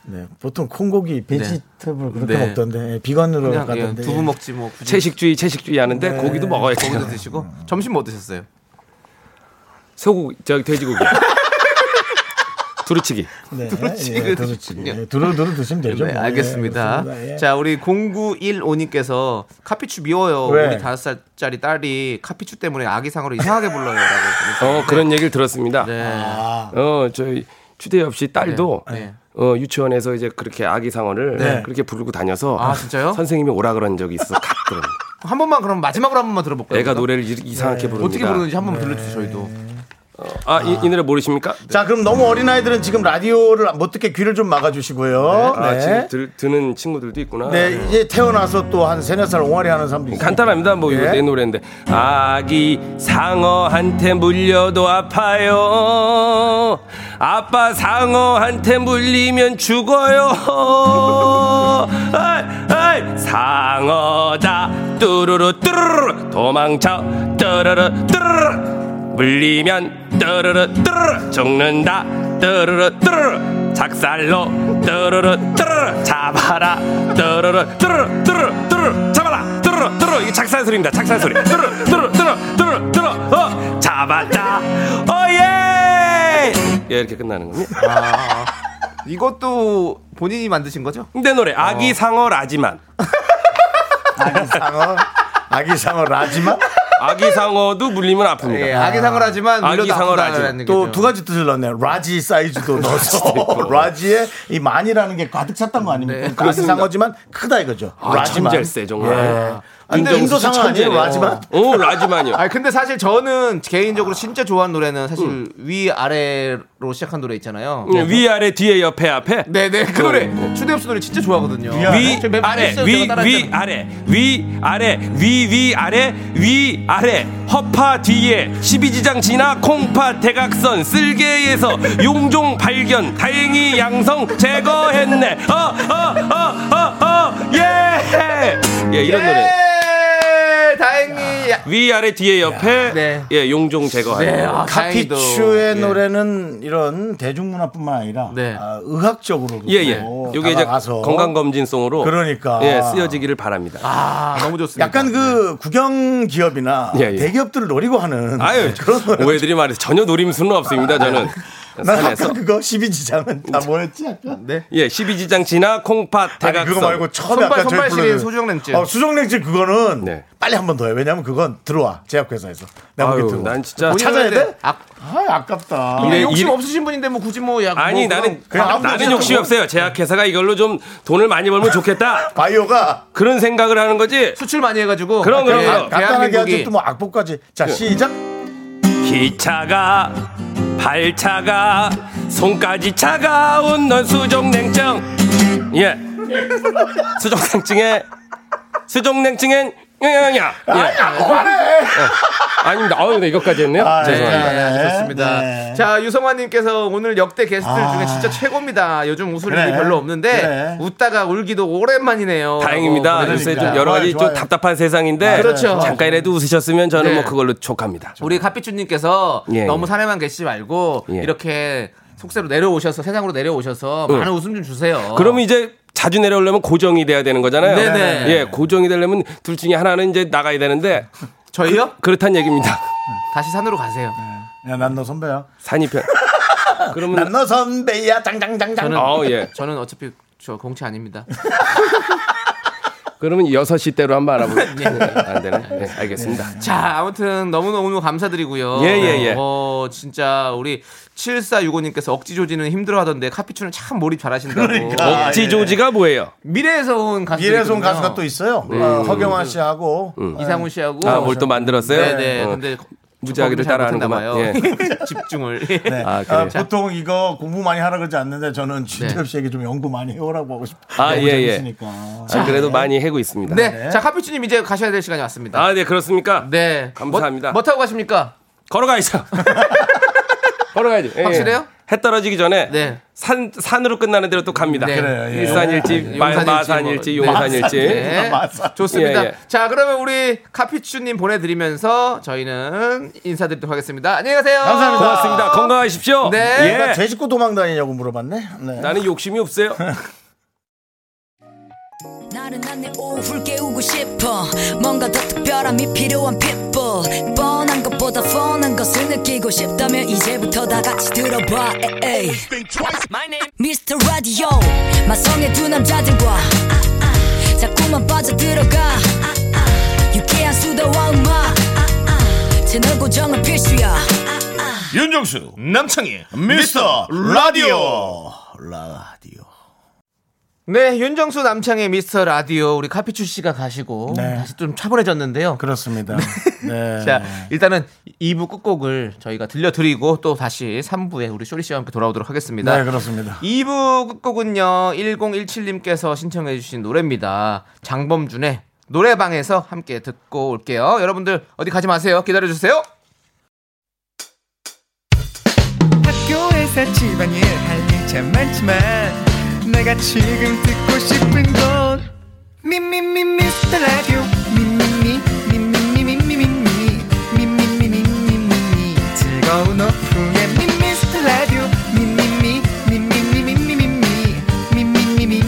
Speaker 1: 네, 보통 콩고기 베지테블 그렇게
Speaker 2: 네.
Speaker 1: 먹던데 예, 비건으로
Speaker 2: 그냥 예,
Speaker 1: 갔던데.
Speaker 2: 두부 먹지 뭐 굳이
Speaker 7: 채식주의 음. 채식주의 하는데 고기도 먹어야 돼요.
Speaker 2: 네. 고기도 드시고 점심 뭐 드셨어요?
Speaker 7: [LAUGHS] 소고기 저 돼지고기. [LAUGHS] 두루치기.
Speaker 1: 네,
Speaker 2: 두루치기
Speaker 1: 예, 두루치기. 예, 두루 두루 드시면 되죠.
Speaker 2: 네,
Speaker 1: 뭐. 예,
Speaker 2: 알겠습니다.
Speaker 1: 그렇습니다. 예.
Speaker 2: 자, 우리 0915님께서 카피추 미워요.
Speaker 1: 왜?
Speaker 2: 우리 다섯 살짜리 딸이 카피추 때문에 아기상으로 이상하게 불러요라고.
Speaker 7: 어 그런 얘기를 들었습니다.
Speaker 2: 네.
Speaker 1: 아,
Speaker 7: 어 저희 추대엽 씨 딸도
Speaker 2: 네.
Speaker 7: 어, 유치원에서 이제 그렇게 아기 상어를
Speaker 1: 네.
Speaker 7: 그렇게 부르고 다녀서
Speaker 2: 아, 진짜요?
Speaker 7: 선생님이 오라 그런 적이 있어 가끔.
Speaker 2: 한 번만 그럼 마지막으로 한 번만 들어볼까요?
Speaker 7: 애가
Speaker 2: 그럼?
Speaker 7: 노래를 이- 이상하게 부릅니다.
Speaker 2: 네.
Speaker 7: 네.
Speaker 2: 어떻게 부르는지 한 번 들려주세요, 저희도.
Speaker 7: 아, 이, 이 노래 모르십니까?
Speaker 1: 자, 그럼 너무 어린 아이들은 지금 라디오를 못 듣게 귀를 좀 막아주시고요. 네.
Speaker 7: 아, 지금 들, 드는 친구들도 있구나.
Speaker 1: 네, 이제 태어나서 또 한 세네 살 옹알이 하는 사람도 있고.
Speaker 7: 간단합니다. 뭐 이거
Speaker 1: 예.
Speaker 7: 내 노래인데 아기 상어한테 물려도 아파요. 아빠 상어한테 물리면 죽어요. 아이, 아이, 상어다 뚜루루 뚜루루 도망쳐 뚜루루 뚜루루 물리면 뚜루루 뚜루루 죽는다 뚜루루 뚜루루 작살로 뚜루루 뚜루루 잡아라 뚜루루 뚜루루 뚜루루 뚜루루 잡아라 뚜루루 뚜루루 이게 작살 소리입니다 작살 소리 뚜루루 뚜루루 뚜루루 뚜루루 뚜루루 어 잡았다 어, 어예 예, 이렇게 끝나는 겁니다
Speaker 2: 이것도 본인이 만드신 거죠?
Speaker 7: 내 노래 아기 상어 라지만
Speaker 1: [LAUGHS] 상어, 아기 상어 라지만
Speaker 7: 아기 상어도 물리면 네. 아픕니다
Speaker 2: 예, 아기상을 하지만
Speaker 7: 아기
Speaker 2: 물려도
Speaker 7: 상어를
Speaker 2: 아프다는
Speaker 7: 하지.
Speaker 2: 얘기죠.
Speaker 1: 또 두 가지 뜻을 넣네요. 라지 사이즈도 넣어서 [LAUGHS] 라지에 이 만이라는 게 가득 찼던 거 아닙니까? 아기 상어지만 크다 이거죠.
Speaker 7: 아, 참 잘세 정말
Speaker 1: 아니,
Speaker 2: 근데
Speaker 1: 근데 인도
Speaker 2: 무슨
Speaker 1: 상어 아니에요?
Speaker 2: 천재네요.
Speaker 1: 라지만?
Speaker 7: 오 라지만이요
Speaker 2: 아니 근데 사실 저는 개인적으로 진짜 좋아하는 노래는 사실 위 아래로 시작한 노래 있잖아요.
Speaker 7: 음. 네, 위 아래 뒤에 옆에 앞에
Speaker 2: 네네 그 노래 추대엽수 노래 진짜 좋아하거든요. 네,
Speaker 1: 네,
Speaker 7: 위
Speaker 2: 저 멤버
Speaker 7: 아래
Speaker 2: 했어요.
Speaker 7: 위 위
Speaker 2: 제가 따라했잖아요.
Speaker 7: 아래 위 아래 위 위 아래 위 아래 허파 뒤에 12지장 지나 콩파 대각선 쓸개에서 용종 발견 다행히 양성 제거했네 어, 어어어어어예예 이런 아, 노래
Speaker 2: 예, 다행히 야-
Speaker 7: 위 아래 뒤에 옆에
Speaker 2: 네.
Speaker 7: 예 용종 제거하네
Speaker 2: 네, 아, 다행히도.
Speaker 1: 카피추의
Speaker 2: 예.
Speaker 1: 노래는 이런 대중문화뿐만 아니라
Speaker 2: 네.
Speaker 1: 아, 의학적으로
Speaker 7: 예, 예. 요게 이제
Speaker 1: 가서
Speaker 7: 건강검진송으로.
Speaker 1: 그러니까.
Speaker 7: 예, 쓰여지기를 바랍니다.
Speaker 2: 아 너무 좋습니다.
Speaker 1: 약간 그 국영 기업이나
Speaker 7: 예, 예.
Speaker 1: 대기업들을 노리고 하는
Speaker 7: 아유,
Speaker 1: 네, [LAUGHS] 그런 노래.
Speaker 7: 오해들이 말해. 전혀 노림수는 없습니다, 저는.
Speaker 1: [LAUGHS] 난
Speaker 7: 산에서.
Speaker 1: 아까 그거 12지장은 다 뭐였지 아까?
Speaker 7: 예, 12지장 지나 콩팥
Speaker 1: 아니,
Speaker 7: 대각선.
Speaker 1: 그거 말고 처음에
Speaker 2: 손발-
Speaker 1: 아까 저희
Speaker 2: 손발 시린
Speaker 1: 불러드린-
Speaker 2: 수정냉증.
Speaker 1: 어, 수정냉증 그거는
Speaker 7: 네.
Speaker 1: 빨리 한 번 더 해. 왜냐면 그건 들어와 제약회사에서. 내가
Speaker 7: 아유,
Speaker 1: 보기 들어와.
Speaker 7: 난 진짜-
Speaker 1: 찾아야 돼?
Speaker 2: 아,
Speaker 1: 아 아깝다.
Speaker 7: 이래-
Speaker 2: 욕심
Speaker 7: 이래-
Speaker 2: 예, 없으신 분인데 뭐 굳이 뭐약
Speaker 7: 아니, 나는,
Speaker 1: 그냥 아무도 네.
Speaker 7: 나는
Speaker 1: 생각
Speaker 7: 욕심이
Speaker 1: 못-
Speaker 7: 없어요. 제약회사가 이걸로 좀 돈을 많이 벌면 좋겠다.
Speaker 1: 바이오가
Speaker 7: 그런 생각을 하는 거지.
Speaker 2: 수출 많이 해가지고 예,
Speaker 7: 그럼, 그럼,
Speaker 2: 대-
Speaker 7: 그럼.
Speaker 1: 간단하게
Speaker 2: 어, 대한민국이
Speaker 1: 하지 또뭐 악보까지. 자 시작.
Speaker 7: 기차가 발차가 손까지 차가운 넌 수족냉증 예 수족냉증에 수족냉증엔 영영영야 예. 예. 아닙니다 아유 근데 이것까지 했네요
Speaker 1: 아,
Speaker 7: 죄송합니다
Speaker 1: 예.
Speaker 2: 네,
Speaker 1: 네,
Speaker 2: 좋습니다.
Speaker 1: 네.
Speaker 2: 자, 유성환님께서 오늘 역대 게스트
Speaker 1: 아.
Speaker 2: 중에 진짜 최고입니다. 요즘 웃을
Speaker 1: 그래.
Speaker 2: 일이 별로 없는데
Speaker 1: 그래.
Speaker 2: 웃다가 울기도 오랜만이네요.
Speaker 7: 다행입니다
Speaker 2: 어, 라고
Speaker 7: 요새 좀
Speaker 2: 보내주셨습니다.
Speaker 7: 여러 가지
Speaker 1: 좋아요, 좋아요.
Speaker 7: 좀 답답한 세상인데
Speaker 2: 그렇죠.
Speaker 7: 잠깐이라도 웃으셨으면 저는
Speaker 2: 네.
Speaker 7: 뭐 그걸로 족합니다
Speaker 2: 우리 카피쭈님께서
Speaker 7: 예,
Speaker 2: 너무
Speaker 7: 예.
Speaker 2: 사내만 계시지 말고
Speaker 7: 예.
Speaker 2: 이렇게 속세로 내려오셔서 세상으로 내려오셔서 많은 웃음 좀 주세요.
Speaker 7: 그러면 이제 자주 내려오려면 고정이 돼야 되는 거잖아요
Speaker 2: 네네.
Speaker 7: 예 고정이 되려면 둘 중에 하나는 이제 나가야 되는데
Speaker 2: 저희요?
Speaker 7: 그렇단 얘기입니다 [LAUGHS]
Speaker 2: 다시 산으로 가세요.
Speaker 1: 야 난 너 선배야.
Speaker 7: 산이 편 그러면
Speaker 1: 난 너
Speaker 7: 아,
Speaker 1: 선배야. 장장장장.
Speaker 2: 저는
Speaker 7: 어, 예.
Speaker 2: 저는 어차피 저 공채 아닙니다.
Speaker 7: 그러면 6시대로 한번
Speaker 2: [LAUGHS]
Speaker 7: 알아보겠습니다. 안 되네. 네,
Speaker 2: [LAUGHS]
Speaker 7: 알겠습니다.
Speaker 2: 자, 아무튼 너무너무 감사드리고요.
Speaker 7: 예, 예, 예.
Speaker 2: 어, 진짜 우리 7465님께서 억지 조지는 힘들어 하던데 카피추는 참 몰입 잘 하신다고.
Speaker 1: 그러니까.
Speaker 7: 억지 조지가 뭐예요?
Speaker 2: 미래에서 온 가수.
Speaker 1: 미래송 가수가 또 있어요. 어, 허경환 씨하고
Speaker 2: 음.
Speaker 1: 어,
Speaker 2: 이상훈 씨하고.
Speaker 7: 아, 뭘 또 만들었어요?
Speaker 2: 네, 네.
Speaker 7: 어.
Speaker 2: 근데
Speaker 7: 무지하기를 따라하는구만.
Speaker 2: 봐요.
Speaker 7: 예.
Speaker 2: [LAUGHS] 집중을.
Speaker 7: [LAUGHS]
Speaker 1: 네.
Speaker 7: 아,
Speaker 1: 아,
Speaker 7: 그래요?
Speaker 1: 보통 이거 공부 많이 하라 그러지 않는데 저는
Speaker 2: 네.
Speaker 1: 준태엽 씨에게 좀 연구 많이 해오라고 하고 싶어요.
Speaker 7: 아,
Speaker 1: 너무
Speaker 7: 예, 예.
Speaker 1: 재밌으니까.
Speaker 7: 아, 그래도 많이 해고 있습니다.
Speaker 2: 네. 자, 카피추님 이제 가셔야 될 시간이 왔습니다.
Speaker 7: 아, 네, 그렇습니까?
Speaker 2: 네.
Speaker 7: 감사합니다.
Speaker 2: 뭐, 뭐 타고 가십니까? [LAUGHS]
Speaker 7: 걸어가야죠. 걸어가야죠. 예, 예.
Speaker 2: 확실해요?
Speaker 7: 해 떨어지기 전에
Speaker 2: 네.
Speaker 7: 산 산으로 끝나는 대로 또 갑니다.
Speaker 2: 네.
Speaker 1: 그래요, 예.
Speaker 7: 일산일지, 마- 마산일지,
Speaker 2: 뭐.
Speaker 7: 용산일지.
Speaker 2: 네.
Speaker 1: 마산.
Speaker 2: 좋습니다.
Speaker 7: 예, 예.
Speaker 2: 자, 그러면 우리 카피추님 보내드리면서 저희는 인사드리도록 하겠습니다. 안녕히 가세요.
Speaker 1: 감사합니다.
Speaker 7: 고맙습니다. 건강하십시오.
Speaker 2: 아. 네.
Speaker 7: 예.
Speaker 1: 내가 제 식구 도망 다니냐고 물어봤네. 네.
Speaker 7: 나는 욕심이 없어요.
Speaker 8: 나른한 내 오후를 깨우고 싶어 뭔가 더 특별함이 필요한 people 뻔한 것보다 뻔한 것을 느끼고 싶다면 이제부터 다 같이 들어봐 에이. Mr. Radio 마성의 두 남자들과 아, 자꾸만 빠져들어가 아, 유쾌한 수다와 음악 아, 채널 고정은 필수야
Speaker 9: 윤정수 남창희
Speaker 1: 미스터 라디오. 라디오.
Speaker 2: 네, 윤정수 남창의 미스터 라디오 우리 카피추 씨가 가시고 다시 좀 차분해졌는데요.
Speaker 1: 그렇습니다. [LAUGHS] 네.
Speaker 2: 자, 일단은 2부 끝곡을 저희가 들려드리고 또 다시 3부에 우리 쇼리 씨와 함께 돌아오도록 하겠습니다.
Speaker 1: 네, 그렇습니다.
Speaker 2: 2부 끝곡은요 1017님께서 신청해주신 노래입니다 장범준의 노래방에서 함께 듣고 올게요 여러분들 어디 가지 마세요 기다려주세요
Speaker 10: 학교에서 집안일 할 일 참 많지만 내가 지금 듣고 싶은 건 미미미 미스터 라디오 미미미 미미미 미미미 미미미 미미미 즐거운 오후에 미스터 라디오 미미미 미미미 미미미 미미미 미미미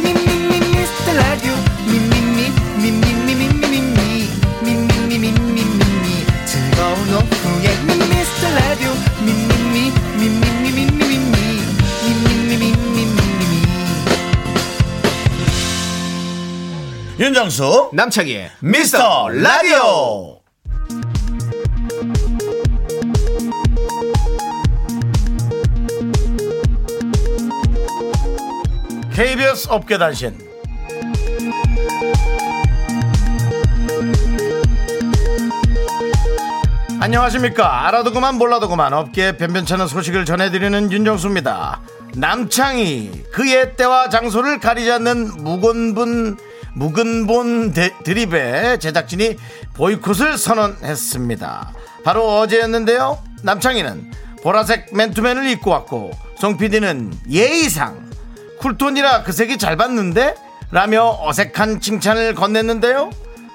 Speaker 10: 미미미 미스터 라디오 미미미 미미미 미미미 미미미 미미미 즐거운 오후에 미스터 라디오 미미미 미미미 미미미 미미미 미미미
Speaker 1: 윤정수
Speaker 2: 남창희의
Speaker 1: 미스터 라디오. KBS 업계 단신. 안녕하십니까. 알아두고만 몰라도고만 업계의 변변찮은 소식을 전해드리는 윤정수입니다. 남창희 그의 때와 장소를 가리지 않는 무건분 무근본 데- 드립에 제작진이 보이콧을 선언했습니다. 바로 어제였는데요. 남창희는 보라색 맨투맨을 입고 왔고 송 PD는 예의상 쿨톤이라 그 색이 잘 봤는데 라며 어색한 칭찬을 건넸는데요.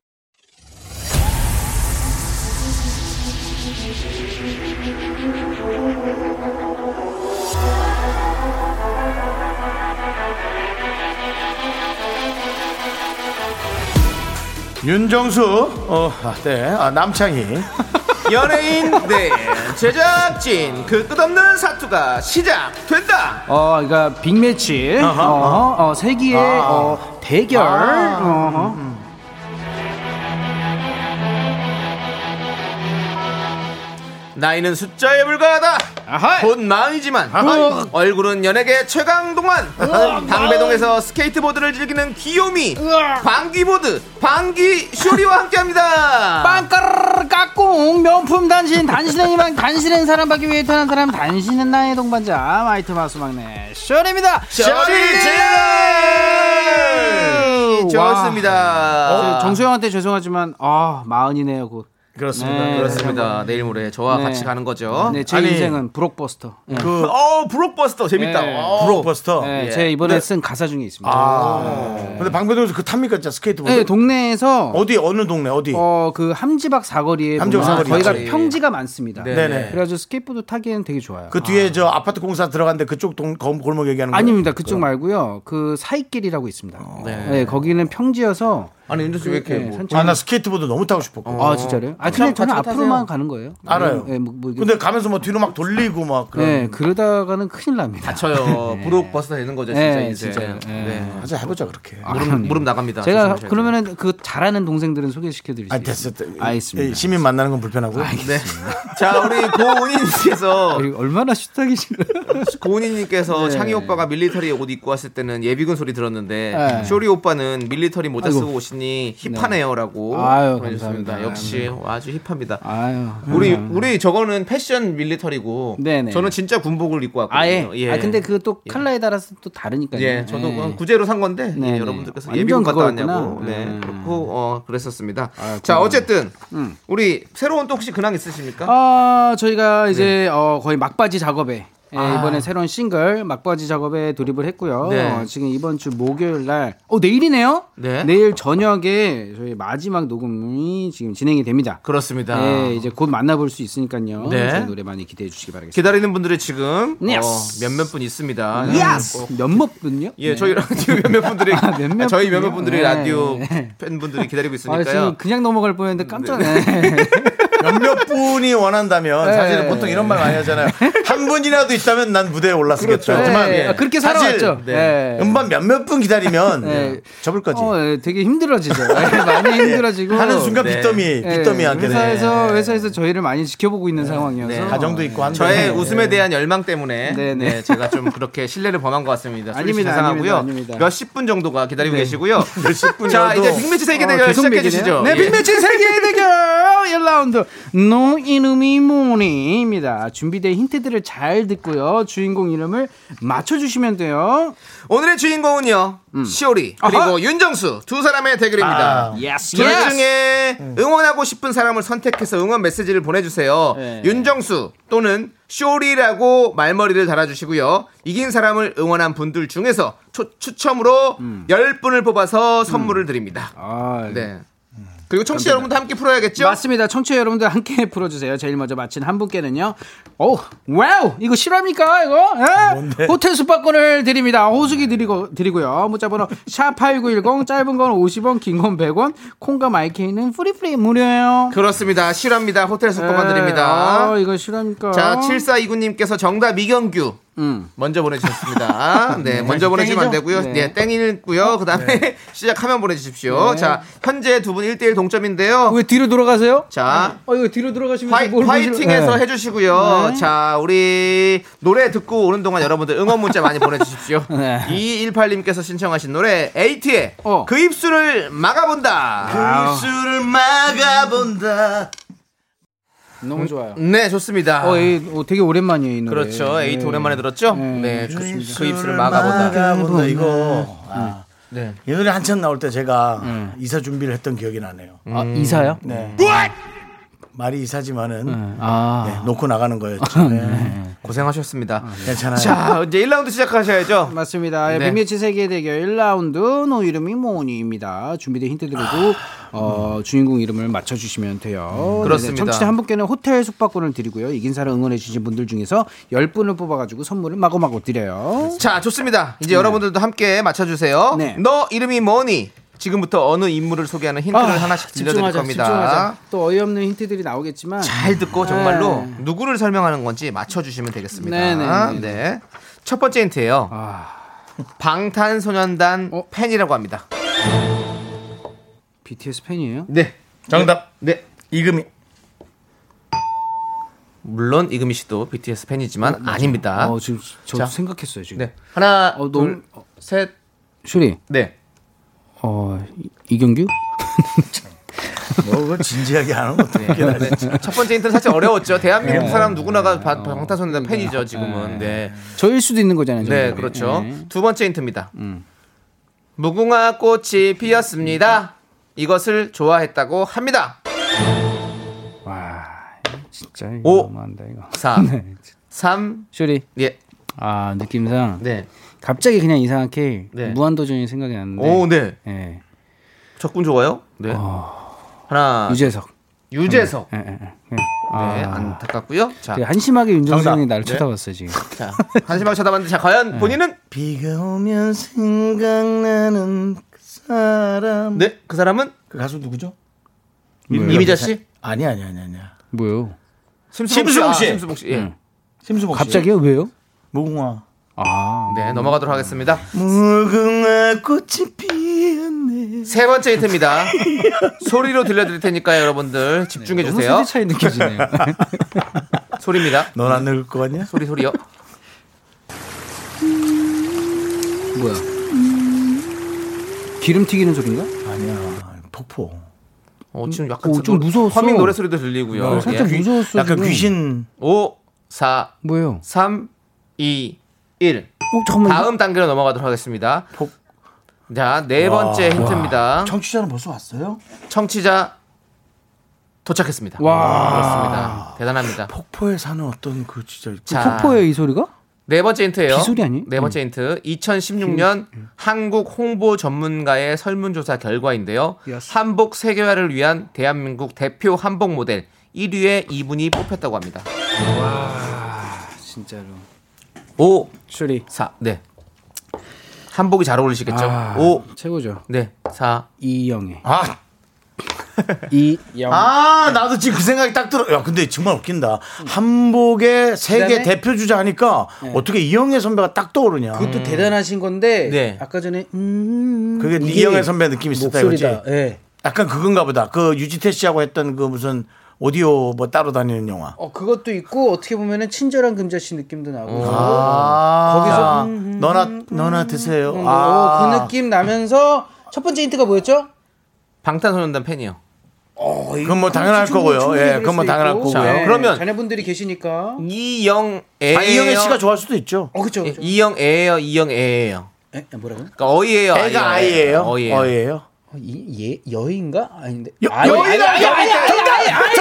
Speaker 1: 윤정수, 어, 아, 네, 아, 남창희.
Speaker 2: [LAUGHS] 연예인 대 제작진 그 끝없는 사투가 시작된다.
Speaker 11: 어, 그러니까 빅매치,
Speaker 2: 아하,
Speaker 11: 어,
Speaker 2: 아하.
Speaker 11: 어, 세기의
Speaker 2: 아.
Speaker 11: 어, 대결.
Speaker 2: 아.
Speaker 11: 어허.
Speaker 2: 나이는 숫자에 불과하다. 곧 마흔이지만
Speaker 10: 아하.
Speaker 2: 얼굴은 연예계 최강 동안
Speaker 10: 우와,
Speaker 2: 방배동에서 스케이트보드를 즐기는 귀요미 방귀보드 방귀 쇼리와 함께합니다.
Speaker 11: 빵까르르 까꿍 명품 단신 단신은 희망 단신은 사랑받기 위해 태어난 사람 단신은 나의 동반자 마이트 마스 막내 쇼리입니다
Speaker 2: 쇼리 제일! 좋습니다.
Speaker 11: 와. 어, 정수영한테 죄송하지만 아 마흔이네요 곧
Speaker 2: 그렇습니다. 그렇습니다. 내일 모레 저와
Speaker 11: 네.
Speaker 2: 같이 가는 거죠.
Speaker 11: 네, 제 인생은 브록버스터 네.
Speaker 2: 그, 어, 브록버스터 재밌다.
Speaker 11: 네.
Speaker 2: 어,
Speaker 1: 브록버스터.
Speaker 11: 네,
Speaker 1: 예.
Speaker 11: 제 이번에
Speaker 1: 근데-
Speaker 11: 쓴 가사 중에 있습니다
Speaker 1: 아. 근데 방배동에서 그 탑니까? 진짜 스케이트보드?
Speaker 11: 네, 동네에서
Speaker 1: 어디, 어느 동네, 어디?
Speaker 11: 어 그 함지박 사거리에
Speaker 1: 함지박
Speaker 11: 보면
Speaker 1: 사거리
Speaker 11: 저희가
Speaker 1: 있죠.
Speaker 11: 평지가 많습니다.
Speaker 1: 네, 네.
Speaker 11: 그래가지고 스케이트보드 타기에는 되게 좋아요.
Speaker 1: 그 뒤에 저 아파트 공사 들어갔는데 그쪽 동, 검- 골목 얘기하는 거.
Speaker 11: 아닙니다. 그쪽 말고요. 그 사이길이라고 있습니다. 네. 거기는 평지여서
Speaker 2: 아니 근데
Speaker 11: 왜 이렇게 뭐-
Speaker 1: 아, 나 스케이트보드 너무 타고
Speaker 2: 어.
Speaker 1: 싶었고.
Speaker 11: 아 진짜요? 아 그냥 저는 앞으로만 가는 거예요.
Speaker 1: 알아요.
Speaker 11: 네, 뭐, 뭐 이게-
Speaker 1: 근데 가면서 뭐 뒤로 막 돌리고 막 그런.
Speaker 11: 네, 그러다가는 큰일 납니다.
Speaker 2: 다쳐요. 네. 브록버스터 되는 거죠, 진짜
Speaker 11: 네,
Speaker 2: 인생.
Speaker 11: 진짜요. 네. 아,
Speaker 1: 하자 해보자 그렇게.
Speaker 2: 무릎, 무릎 나갑니다.
Speaker 11: 제가
Speaker 2: 조심하셔야 돼요.
Speaker 11: 그러면은 그 잘하는 동생들은 소개시켜드릴 수
Speaker 1: 아,
Speaker 11: 있어요.
Speaker 1: 됐어.
Speaker 11: 알겠습니다.
Speaker 1: 시민 만나는 건 불편하고.
Speaker 2: 네. 자, 우리
Speaker 11: [LAUGHS]
Speaker 2: 고은이님께서
Speaker 11: 아, 네. 얼마나 슈타기신가요?
Speaker 2: 고은이님께서
Speaker 11: 네.
Speaker 2: 창희 오빠가 밀리터리 옷 입고 왔을 때는 예비군 소리 들었는데
Speaker 11: 네.
Speaker 2: 쇼리 오빠는 밀리터리 모자
Speaker 11: 아이고.
Speaker 2: 쓰고 오시니 힙하네요라고
Speaker 11: 아유,
Speaker 2: 보내주셨습니다.
Speaker 11: 감사합니다. 네.
Speaker 2: 역시 어, 아주 힙합니다.
Speaker 11: 아유,
Speaker 2: 우리
Speaker 11: 감사합니다.
Speaker 2: 우리 저거는 패션 밀리터리고
Speaker 11: 네네.
Speaker 2: 저는 진짜 군복을 입고 왔거든요.
Speaker 11: 아예.
Speaker 2: 예.
Speaker 11: 아 근데 그 또 칼라에 따라서 또 다르니까요.
Speaker 2: 예, 저도
Speaker 11: 네.
Speaker 2: 그건 구제로 산 건데 예,
Speaker 11: 네네.
Speaker 2: 여러분들께서
Speaker 11: 완전
Speaker 2: 예비군 갔다
Speaker 11: 그거였구나. 아,
Speaker 2: 왔냐고 네, 그렇고 어 그랬었습니다. 자
Speaker 11: 그래요.
Speaker 2: 어쨌든 우리 새로운 또 혹시 근황 있으십니까?
Speaker 11: 음. 아 저희가 이제 어, 거의 막바지 작업에 예,
Speaker 2: 아.
Speaker 11: 이번에 새로운 싱글 막바지 작업에 돌입을 했고요.
Speaker 2: 네.
Speaker 11: 어, 지금 이번 주 목요일 날, 어 내일이네요.
Speaker 2: 네.
Speaker 11: 내일 저녁에 저희 마지막 녹음이 지금 진행이 됩니다.
Speaker 2: 그렇습니다.
Speaker 11: 예, 이제 곧 만나볼 수 있으니까요.
Speaker 2: 네.
Speaker 11: 저희 노래 많이 기대해 주시기 바라겠습니다.
Speaker 2: 기다리는 분들이 지금 어,
Speaker 11: Yes.
Speaker 2: 몇몇 분 있습니다. 꼭
Speaker 11: 아, 몇몇 분요?
Speaker 2: 네. 예, 저희 라디오 몇몇 분들이
Speaker 11: [LAUGHS] 아, 몇몇
Speaker 2: 저희
Speaker 11: 분이요?
Speaker 2: 몇몇 분들이
Speaker 11: 네.
Speaker 2: 라디오 팬분들이 기다리고
Speaker 11: 아,
Speaker 2: 있으니까요.
Speaker 11: 지금 그냥 넘어갈 뻔했는데 깜짝 놀랐네.
Speaker 1: 몇몇 분이 원한다면
Speaker 11: 네.
Speaker 1: 사실은 보통 이런 말 많이
Speaker 11: [LAUGHS]
Speaker 1: 하잖아요. 한 분이라도 있다면 난 무대에 올랐겠죠.
Speaker 11: 그렇죠.
Speaker 1: 하지만 예.
Speaker 11: 네. 아, 그렇게
Speaker 1: 사실
Speaker 11: 살아왔죠. 네.
Speaker 1: 음반 몇몇 분 기다리면
Speaker 11: 네.
Speaker 1: 접을 거지. 네.
Speaker 11: 어, 예, 되게 힘들어지죠. 예,
Speaker 1: [LAUGHS]
Speaker 11: 많이 힘들어지고
Speaker 1: 하는 순간
Speaker 2: 네.
Speaker 1: 빚더미,
Speaker 11: 예,
Speaker 1: 빚더미 하게 되네.
Speaker 11: 회사에서 회사에서 저희를 많이 지켜보고 있는 상황이어서
Speaker 1: 가정도 있고 한데. 네.
Speaker 2: 저의 웃음에 대한 열망 때문에
Speaker 11: 네, 네.
Speaker 2: 네, 제가 좀 그렇게 신뢰를 범한 것 같습니다.
Speaker 11: 아닙니다,
Speaker 2: 아닙니다, 상하고요.
Speaker 11: 아닙니다, 아닙니다.
Speaker 2: 몇십 분 정도가 기다리고
Speaker 11: [LAUGHS]
Speaker 2: 계시고요.
Speaker 1: 몇십 분
Speaker 2: 자,
Speaker 11: 정도.
Speaker 2: 이제 빅매치 세계
Speaker 11: 어,
Speaker 2: 대결
Speaker 11: 계속
Speaker 2: 시작해
Speaker 11: 매기네요.
Speaker 2: 주시죠.
Speaker 11: 네,
Speaker 2: 예.
Speaker 11: 빅매치 세계 대결 1라운드. 너 이름이 뭐니?입니다. 준비된 힌트들을 잘 듣고요. 주인공 이름을 맞춰 주시면 돼요.
Speaker 2: [LAUGHS] 오늘의 주인공은요.
Speaker 11: 음.
Speaker 2: 시오리 그리고 윤정수 두 사람의 대결입니다.
Speaker 11: 아. Yes,
Speaker 2: 둘
Speaker 11: yes.
Speaker 2: 중에
Speaker 11: 네.
Speaker 2: 응원하고 싶은 사람을 선택해서 응원 메시지를 보내주세요.
Speaker 11: 네.
Speaker 2: 윤정수 또는 쇼리라고 말머리를 달아주시고요. 이긴 사람을 응원한 분들 중에서 초- 추첨으로
Speaker 11: 음.
Speaker 2: 열 10분을 뽑아서 선물을 드립니다. 네. 그리고 청취자 여러분도 함께 풀어야겠죠?
Speaker 11: 아, 맞습니다. 청취자 여러분들 함께 [LAUGHS] 풀어 주세요. 제일 먼저 맞힌 한 분께는요. 오, 와우! 이거 실화입니까? 이거? 예? 호텔 숙박권을 드립니다. 호수기 드리고 드리고요. 문자 번호 샵8910 짧은 건 50원, 긴 건 100원. 콩과 마이케이는 프리프리 무료예요.
Speaker 2: 그렇습니다. 실화입니다. 호텔 숙박권
Speaker 11: 예.
Speaker 2: 드립니다.
Speaker 11: 아, 이거 실화입니까?
Speaker 2: 자, 7429님께서 정답 이경규. 먼저
Speaker 11: [LAUGHS]
Speaker 2: 보내주셨습니다. 네,
Speaker 11: 음. 네.
Speaker 2: 먼저 보내주시면 안 되고요.
Speaker 11: 네.
Speaker 2: 네, 땡이고요. 그 다음에 [LAUGHS] 시작하면 보내주십시오.
Speaker 11: 네.
Speaker 2: 자, 현재 두 분 1대1 동점인데요.
Speaker 11: 왜 뒤로 돌아가세요?
Speaker 2: 자,
Speaker 11: 어, 이거 뒤로 들어가시면
Speaker 2: 화이, 화이팅해서 해주시고요.
Speaker 11: 네.
Speaker 2: 자, 우리 노래 듣고 오는 동안 여러분들 응원 문자
Speaker 11: [LAUGHS]
Speaker 2: 많이 보내주십시오.
Speaker 11: 네. 어.
Speaker 2: 2218님께서 신청하신 노래 에이티의 그 입술을 막아본다.
Speaker 1: 그 입술을 막아본다.
Speaker 11: 너무 좋아요.
Speaker 2: 네, 좋습니다.
Speaker 11: 어, 에이, 어, 되게 오랜만이에요, 이 노래.
Speaker 2: 그렇죠. 에이트
Speaker 11: 네.
Speaker 2: 오랜만에 들었죠? 네, 그, 그 입술을 막아보다.
Speaker 1: 막아본다 이거.
Speaker 11: 음.
Speaker 1: 아.
Speaker 2: 네.
Speaker 1: 이 노래 한참 나올 때 제가 이사 준비를 했던 기억이 나네요.
Speaker 11: 아, 이사요?
Speaker 1: 네. 말이 이사지만은
Speaker 11: 아.
Speaker 1: 네, 놓고 나가는 거였죠. [LAUGHS] 네.
Speaker 2: 고생하셨습니다.
Speaker 1: 괜찮아요.
Speaker 2: 자, 이제 1라운드 시작하셔야죠.
Speaker 11: 맞습니다. 예,
Speaker 2: 네.
Speaker 11: 빅매치 세계 대결 1라운드 너 이름이 뭐니입니다. 준비된 힌트 들고 어, 주인공 이름을 맞춰주시면 돼요.
Speaker 2: 아.
Speaker 11: 네,
Speaker 2: 음, 그렇습니다.
Speaker 11: 청취자 한 분께는 호텔 숙박권을 드리고요. 이긴 사람 응원해주신 분들 중에서 10분을 뽑아가지고 선물을 마구마구 드려요.
Speaker 2: 자, 좋습니다. 이제 여러분들도 함께 맞춰주세요.
Speaker 11: 네.
Speaker 2: 너 이름이 뭐니? 지금부터 어느 인물을 아, 소개하는 힌트를 하나씩 들려드릴
Speaker 11: 아, 집중하자,
Speaker 2: 겁니다.
Speaker 11: 집중하자. 또 어이없는 힌트들이 나오겠지만
Speaker 2: 잘 듣고 정말로
Speaker 11: 네.
Speaker 2: 누구를 설명하는 건지 맞춰주시면 되겠습니다.
Speaker 11: 네네네.
Speaker 2: 네. 첫 번째 힌트예요. 방탄소년단 팬이라고 합니다.
Speaker 11: BTS 팬이에요?
Speaker 2: 네.
Speaker 10: 정답.
Speaker 2: 네.
Speaker 10: 이금희.
Speaker 2: 물론 이금희 씨도 BTS 팬이지만 아닙니다.
Speaker 11: 어, 지금 저
Speaker 2: 자.
Speaker 11: 생각했어요 지금.
Speaker 2: 네. 하나,
Speaker 11: 어, 너무-
Speaker 2: 둘, 셋.
Speaker 11: 슈리,
Speaker 2: 네.
Speaker 11: 어 이- 이경규?
Speaker 1: 뭐 그걸 진지하게 하는 것도
Speaker 2: 네.
Speaker 1: 웃기다.
Speaker 2: 네. 첫 번째 힌트는 사실 어려웠죠. 대한민국 사람 누구나가 바- 방탄소년단 팬이죠, 지금은. 어. 네.
Speaker 11: 저일 수도 있는 거잖아요.
Speaker 2: 네, 음.
Speaker 11: 정답이.
Speaker 2: 그렇죠.
Speaker 11: 네.
Speaker 2: 두 번째 힌트입니다. 무궁화 꽃이 피었습니다. 이것을 좋아했다고 합니다.
Speaker 11: 와 진짜
Speaker 2: 오.
Speaker 11: 이거 너무한다 이거.
Speaker 2: 4,
Speaker 11: 네.
Speaker 2: 3,
Speaker 11: 슈리,
Speaker 2: 예.
Speaker 11: 아 느낌상
Speaker 2: 네.
Speaker 11: 갑자기 그냥 이상하게
Speaker 2: 네.
Speaker 11: 무한도전이 생각이 났는데.
Speaker 2: 오, 네.
Speaker 11: 예.
Speaker 2: 적군 좋아요? 네. 하나.
Speaker 11: 유재석.
Speaker 2: 유재석.
Speaker 11: 예, 예, 예. 네.
Speaker 2: 아, 네,
Speaker 11: 아.
Speaker 2: 안타깝고요. 자,
Speaker 11: 되게 한심하게 윤정수
Speaker 1: 정답.
Speaker 11: 형이 날
Speaker 1: 네.
Speaker 11: 쳐다봤어요 지금.
Speaker 2: 자, [LAUGHS] 한심하게 쳐다봤는데, 자,
Speaker 11: 네.
Speaker 2: 과연 본인은?
Speaker 1: 비가 오면 생각나는 그 사람.
Speaker 2: 네, 그 사람은?
Speaker 1: 그 가수 누구죠?
Speaker 2: 이미자 씨?
Speaker 1: 아니 아니 아니 아니야.
Speaker 11: 뭐요?
Speaker 2: 심수봉 씨.
Speaker 1: 심수봉
Speaker 2: 아,
Speaker 1: 씨.
Speaker 2: 심수봉 씨. 예.
Speaker 11: 음.
Speaker 1: 심수봉 씨.
Speaker 11: 갑자기요? 왜요?
Speaker 1: 무궁화.
Speaker 11: 아.
Speaker 2: 네, 넘어가도록 하겠습니다.
Speaker 1: 무궁화 꽃이 피었네.
Speaker 2: 세 번째
Speaker 11: [LAUGHS]
Speaker 2: 힌트입니다. 소리로 들려드릴 테니까요, 여러분들.
Speaker 11: 네, 너무
Speaker 2: 집중해주세요.
Speaker 11: 세대 차이 느껴지네요. [LAUGHS]
Speaker 2: 소리입니다.
Speaker 1: 넌안 늙을 거 같냐?
Speaker 2: 소리, 소리요.
Speaker 11: 뭐야? 기름 튀기는 소린가?
Speaker 1: 아니야. 폭포.
Speaker 2: 어, 지금 약간
Speaker 11: 음. 오, 좀
Speaker 2: 노-
Speaker 11: 무서웠어. 네,
Speaker 2: 허밍 노래 소리도 들리고요. 예.
Speaker 11: 살짝 무서웠어.
Speaker 1: 약간
Speaker 11: 지금.
Speaker 1: 그러니까 귀신.
Speaker 2: 5, 4,
Speaker 11: 아, 뭐예요?
Speaker 2: 3, 2, 1.
Speaker 11: 어 잠깐만.
Speaker 2: 다음 단계로 넘어가도록 하겠습니다.
Speaker 1: 폭-
Speaker 2: 자, 네 번째 힌트입니다.
Speaker 1: 청취자는 벌써 왔어요?
Speaker 2: 청취자 도착했습니다. 그렇습니다. 대단합니다.
Speaker 1: 폭포에 사는 어떤 그 진짜
Speaker 2: 자,
Speaker 11: 폭포예요 이 소리가?
Speaker 2: 네 번째 힌트예요.
Speaker 11: 비소리 아니에요?
Speaker 2: 네
Speaker 1: 음.
Speaker 2: 번째 힌트. 2016년 한국 홍보 전문가의 설문조사 결과인데요. 한복 세계화를 위한 대한민국 대표 한복 모델 1위에 이분이 뽑혔다고 합니다.
Speaker 11: 진짜로.
Speaker 2: 5,
Speaker 11: 슈리
Speaker 2: 4. 네. 한복이 잘 어울리시겠죠?
Speaker 11: 아.
Speaker 2: 오,
Speaker 11: 최고죠.
Speaker 2: 네. 4.
Speaker 11: 이영애.
Speaker 2: 아,
Speaker 11: 이영.
Speaker 1: 아
Speaker 11: 네.
Speaker 1: 나도 지금 그 생각이 딱 들어. 야 근데 정말 웃긴다. 한복의 세계
Speaker 11: 그다음에? 네.
Speaker 1: 대표 주자 하니까 어떻게 이영애 선배가 딱 떠오르냐.
Speaker 11: 그것도 대단하신 건데
Speaker 2: 네.
Speaker 11: 아까 전에 음
Speaker 1: 그게 네
Speaker 11: 이게
Speaker 1: 이영애 선배 느낌이 있었다 이거지.
Speaker 11: 목소리다. 예.
Speaker 1: 약간 그건가 보다. 그 유지태 씨하고 했던 그 무슨 오디오 뭐 따로 다니는 영화.
Speaker 11: 어 그것도 있고 어떻게 보면은 친절한 금자씨 느낌도 나고
Speaker 1: 아
Speaker 11: 거기서
Speaker 1: 너나 너나 드세요.
Speaker 11: 어,
Speaker 1: 아
Speaker 11: 그 느낌 나면서 첫 번째 힌트가 뭐였죠?
Speaker 2: 방탄소년단 팬이요.
Speaker 1: 그건 뭐 당연할
Speaker 11: 충분히,
Speaker 1: 거고요.
Speaker 11: 충분히
Speaker 1: 예,
Speaker 11: 아, 그럴
Speaker 1: 그건 뭐
Speaker 11: 수도
Speaker 1: 당연할
Speaker 11: 있고. 네,
Speaker 1: 거고요. 음.
Speaker 2: 자, 그러면-
Speaker 11: 자녀분들이 계시니까
Speaker 2: 이영애.
Speaker 1: 아, 이영애 씨가 좋아할 수도 있죠.
Speaker 11: 어 그쵸 그쵸
Speaker 2: 이영애예요. 이영애예요.
Speaker 11: 에? 뭐라고요?
Speaker 2: 그러니까 어이예요.
Speaker 1: 애가 아이예요.
Speaker 2: 어이예요.
Speaker 1: 어이예요.
Speaker 11: 어, 이, 예, 여인가? 아닌데 아이, 아이,
Speaker 1: 여이다.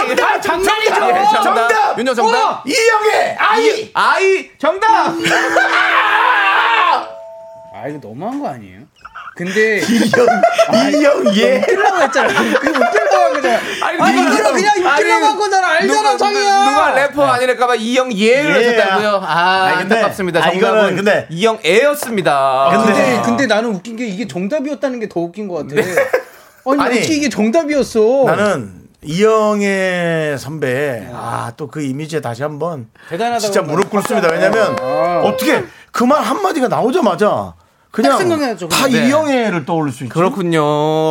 Speaker 2: 정답! 장난이죠! 정답! 정답! 윤정 정답!
Speaker 1: 어, 이영애 아이.
Speaker 2: 아이! 정답!
Speaker 11: 아 이거 너무한 거 아니에요? 근데
Speaker 1: 이영애.
Speaker 11: 웃기려고 예. 했잖아 그게 웃기려고 한 거잖아 아니 이거 그냥 웃기려고 한 거잖아 알잖아 장이야
Speaker 2: 누가 래퍼 아니랄까봐 이영 예를
Speaker 1: 네. 예.
Speaker 2: 하셨다고요? 아,
Speaker 1: 아니, 근데-
Speaker 2: 안타깝습니다.
Speaker 1: 아, 이거는
Speaker 2: 정답은
Speaker 1: 근데- 아,
Speaker 2: 이영 애였습니다.
Speaker 11: 근데 근데 나는 웃긴 게 이게 정답이었다는 게 더 웃긴 것 같아. 아니,
Speaker 1: 아니,
Speaker 11: 어떻게 이게 정답이었어?
Speaker 1: 나는 이영애 선배 아또 그 이미지에 다시 한번
Speaker 11: 대단하다고 아.
Speaker 1: 진짜 무릎 꿇습니다. 왜냐면 어떻게 그 말 한마디가 나오자마자 그냥
Speaker 11: 딱 생각나죠,
Speaker 1: 다
Speaker 2: 근데.
Speaker 1: 이영애를 떠올릴 수 있죠.
Speaker 2: 그렇군요.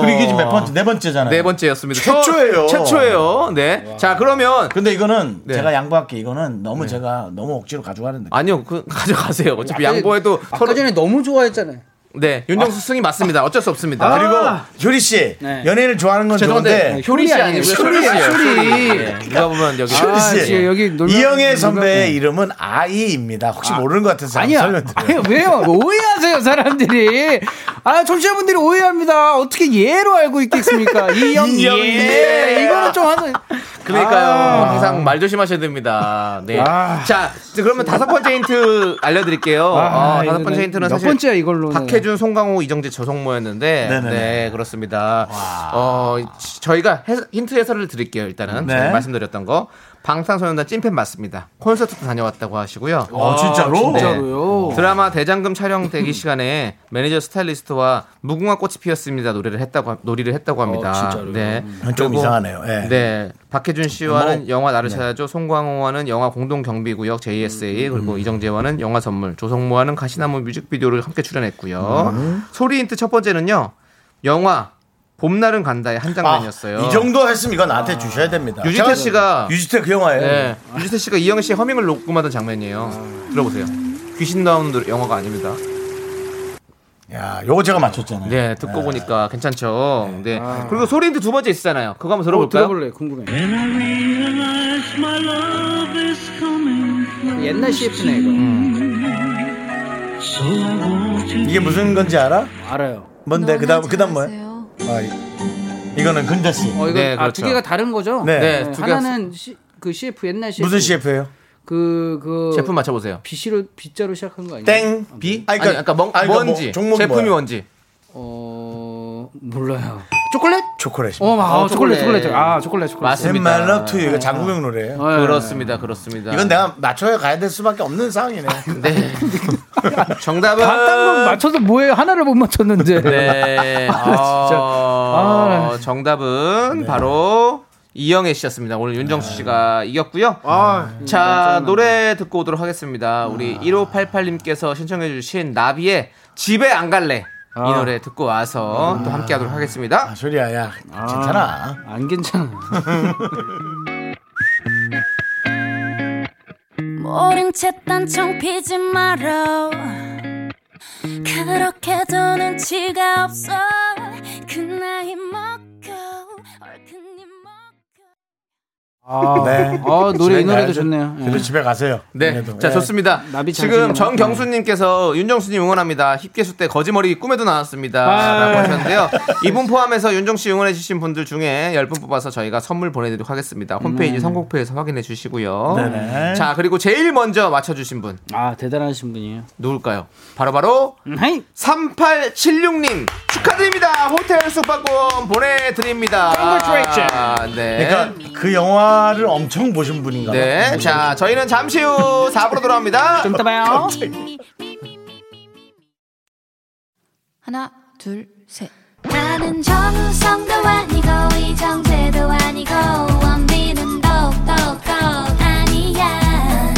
Speaker 1: 그리고 이게 지금 몇 번째 네 번째잖아요.
Speaker 2: 네 번째였습니다.
Speaker 1: 최초예요.
Speaker 2: 첫- 최초예요. 네. 자, 그러면
Speaker 1: 근데 이거는
Speaker 2: 네. 아.
Speaker 1: 제가 양보할게. 이거는 너무 제가 너무 억지로 가져가는 느낌.
Speaker 2: 아니요, 그 가져가세요. 어차피 양보해도
Speaker 11: 아까 전에 너무 좋아했잖아요.
Speaker 2: 네, 윤정수 승이 맞습니다. 어쩔 수 없습니다.
Speaker 1: 아.
Speaker 11: 아.
Speaker 1: 그리고 효리 씨
Speaker 11: 네.
Speaker 1: 연예인을 좋아하는 건
Speaker 2: 죄송한데 네.
Speaker 1: 좋은데
Speaker 2: 효리 씨 아니고요.
Speaker 1: 효리
Speaker 2: 효리
Speaker 1: 씨
Speaker 2: 씨. 네, 누가 보면 여기
Speaker 11: 아,
Speaker 1: 효리 씨 이영애 선배의
Speaker 2: 놀라운-
Speaker 1: 이름은 아이입니다. 혹시 모르는 것 같아서
Speaker 11: 네. 아니야. 아니, 왜요? 뭐 오해하세요, 사람들이. 아, 청취자분들이 오해합니다. 어떻게 예로 알고 있겠습니까? 이영
Speaker 2: 이영
Speaker 11: 예.
Speaker 2: 예.
Speaker 11: 이거는 좀 하는.
Speaker 2: 그러니까요.
Speaker 11: 아.
Speaker 2: 항상 말 조심하셔야 됩니다. 네.
Speaker 11: 아.
Speaker 2: 자, 이제 그러면 다섯 번째 힌트 알려드릴게요.
Speaker 11: 아,
Speaker 2: 어, 다섯 번째
Speaker 11: 이거는
Speaker 2: 힌트는
Speaker 11: 몇
Speaker 2: 사실
Speaker 11: 번째야, 이걸로는.
Speaker 2: 박해준, 송강호, 이정재, 조성모였는데
Speaker 11: 네네네.
Speaker 2: 네 그렇습니다. 어 지- 저희가 해- 힌트 해설을 드릴게요. 일단은
Speaker 11: 네.
Speaker 2: 제가 말씀드렸던 거 방탄소년단 찐팬 맞습니다. 콘서트도 다녀왔다고 하시고요.
Speaker 1: 아,
Speaker 2: 네.
Speaker 11: 와, 어, 아, 진짜로? 진짜로요?
Speaker 2: 드라마 대장금 촬영 대기 시간에 매니저 스타일리스트와 무궁화 꽃이 피었습니다 노래를 했다고 놀이를 했다고 합니다.
Speaker 1: 어, 진짜로요?
Speaker 2: 네.
Speaker 11: 음. 아,
Speaker 1: 좀
Speaker 2: 그리고
Speaker 1: 이상하네요. 예.
Speaker 2: 네. 박해준 씨와는
Speaker 1: 뭐,
Speaker 2: 영화 나를
Speaker 1: 네.
Speaker 2: 찾아줘, 송광호와는 영화 공동 경비구역 JSA 그리고 이정재와는 영화 선물, 조성모와는 가시나무 뮤직비디오를 함께 출연했고요.
Speaker 1: 음.
Speaker 2: 소리 힌트 첫 번째는요. 영화 봄날은 간다의 한 장면이었어요.
Speaker 1: 아,
Speaker 2: 아.
Speaker 1: 이 정도 했으면 이건 나한테 주셔야 됩니다.
Speaker 2: 유지태
Speaker 1: 제가-
Speaker 2: 씨가
Speaker 1: 유지태 그 영화예요.
Speaker 2: 네. 유지태 씨가 이영애 씨 허밍을 녹음하던 장면이에요. 들어보세요. 귀신 나오는 노래- 영화가 아닙니다.
Speaker 1: 야, 요거 제가 맞췄잖아요.
Speaker 2: 네, 듣고 보니까 괜찮죠. 네. 그리고 소리 힌트 두 번째 있잖아요. 그거 한번 들어볼까요?
Speaker 11: 뭐 궁금해.
Speaker 12: 옛날 CF네 이거.
Speaker 11: 음.
Speaker 1: 이게 무슨 건지 알아?
Speaker 11: 알아요.
Speaker 1: 뭔데? 네, 그다음 그다음 뭐야? 아, 이, 거는 근자 씨.
Speaker 11: 어, 이거 아, 두 개가 다른 거죠?
Speaker 1: 네.
Speaker 11: 두 개. 하나는 시, 그 CF 옛날 CF.
Speaker 1: 무슨 CF예요?
Speaker 11: 그, 그.
Speaker 2: 제품 맞춰보세요.
Speaker 11: B씨로, B자로 시작한 거 아니에요?
Speaker 1: 땡.
Speaker 2: 비? 아니,
Speaker 11: 아니, 그러니까-
Speaker 2: 그러니까 뭔,
Speaker 11: 아니, 그러니까 뭐,
Speaker 2: 지
Speaker 11: 종목이
Speaker 2: 제품이
Speaker 11: 뭐야?
Speaker 2: 뭔지.
Speaker 11: 어, 몰라요. 초콜릿?
Speaker 1: 초콜릿.
Speaker 11: 어, 아, 초콜릿, 초콜릿. 아, 초콜릿, 초콜릿.
Speaker 2: 맞습니다. 어.
Speaker 1: 샘말 러투 이거 장국영 노래예요.
Speaker 2: 그렇습니다, 그렇습니다.
Speaker 1: 이건 내가 맞춰야 가야 될 수밖에 없는 상황이네.
Speaker 2: [LAUGHS] 네. 정답은
Speaker 11: 간단 건 맞춰서 뭐예요? 하나를 못 맞췄는데.
Speaker 2: 네.
Speaker 11: 아, 진짜. 아, 네.
Speaker 2: 어, 정답은 바로 이영애 씨였습니다. 오늘
Speaker 11: 아.
Speaker 2: 윤정수 씨가 이겼고요. 자, 노래 듣고 오도록 하겠습니다. 우리
Speaker 11: 아.
Speaker 2: 1588님께서 신청해 주신 나비의 집에 안 갈래.
Speaker 11: 아.
Speaker 2: 이 노래 듣고 와서 또 함께 하도록 하겠습니다.
Speaker 1: 소리야, 야. 괜찮아.
Speaker 11: 안 괜찮아.
Speaker 13: 모른 채딴청 피지 말어 그렇게도 눈치가 없어 그 나이 먹고 얼큰 입
Speaker 11: 아,
Speaker 1: 네.
Speaker 11: 아, 노래,
Speaker 1: 집에
Speaker 11: 이 노래도
Speaker 1: 가야죠.
Speaker 11: 좋네요.
Speaker 1: 그래도
Speaker 11: 예.
Speaker 1: 집에 가세요.
Speaker 2: 네.
Speaker 1: 그래도.
Speaker 2: 자,
Speaker 1: 예.
Speaker 2: 좋습니다.
Speaker 11: 나비 잘
Speaker 2: 지금
Speaker 11: 지내고.
Speaker 2: 정경수님께서 윤정수님 응원합니다. 힙계수 때 거짓머리 꿈에도 나왔습니다.
Speaker 11: 아.
Speaker 2: 라고 하셨는데요. 이분 포함해서 윤정씨 응원해주신 분들 중에 10분 뽑아서 저희가 선물 보내드리도록 하겠습니다. 홈페이지
Speaker 11: 음.
Speaker 2: 선곡표에서 확인해 주시고요.
Speaker 11: 네네.
Speaker 2: 음. 자, 그리고 제일 먼저 맞춰주신 분.
Speaker 11: 아, 대단하신 분이에요.
Speaker 2: 누굴까요? 바로바로
Speaker 11: 음,
Speaker 2: 3876님 축하드립니다. 호텔 숙박권 보내드립니다. 네.
Speaker 1: 그러니까 그 영화를 엄청 보신 분인가 봐요.
Speaker 2: 네. 자, 저희는 잠시 후 4부로 돌아옵니다.
Speaker 11: 좀 이따 봐요.
Speaker 13: 하나 둘셋
Speaker 8: 나는 정우성도 아니고 이정재도 아니고 원빈은 더욱더 아니야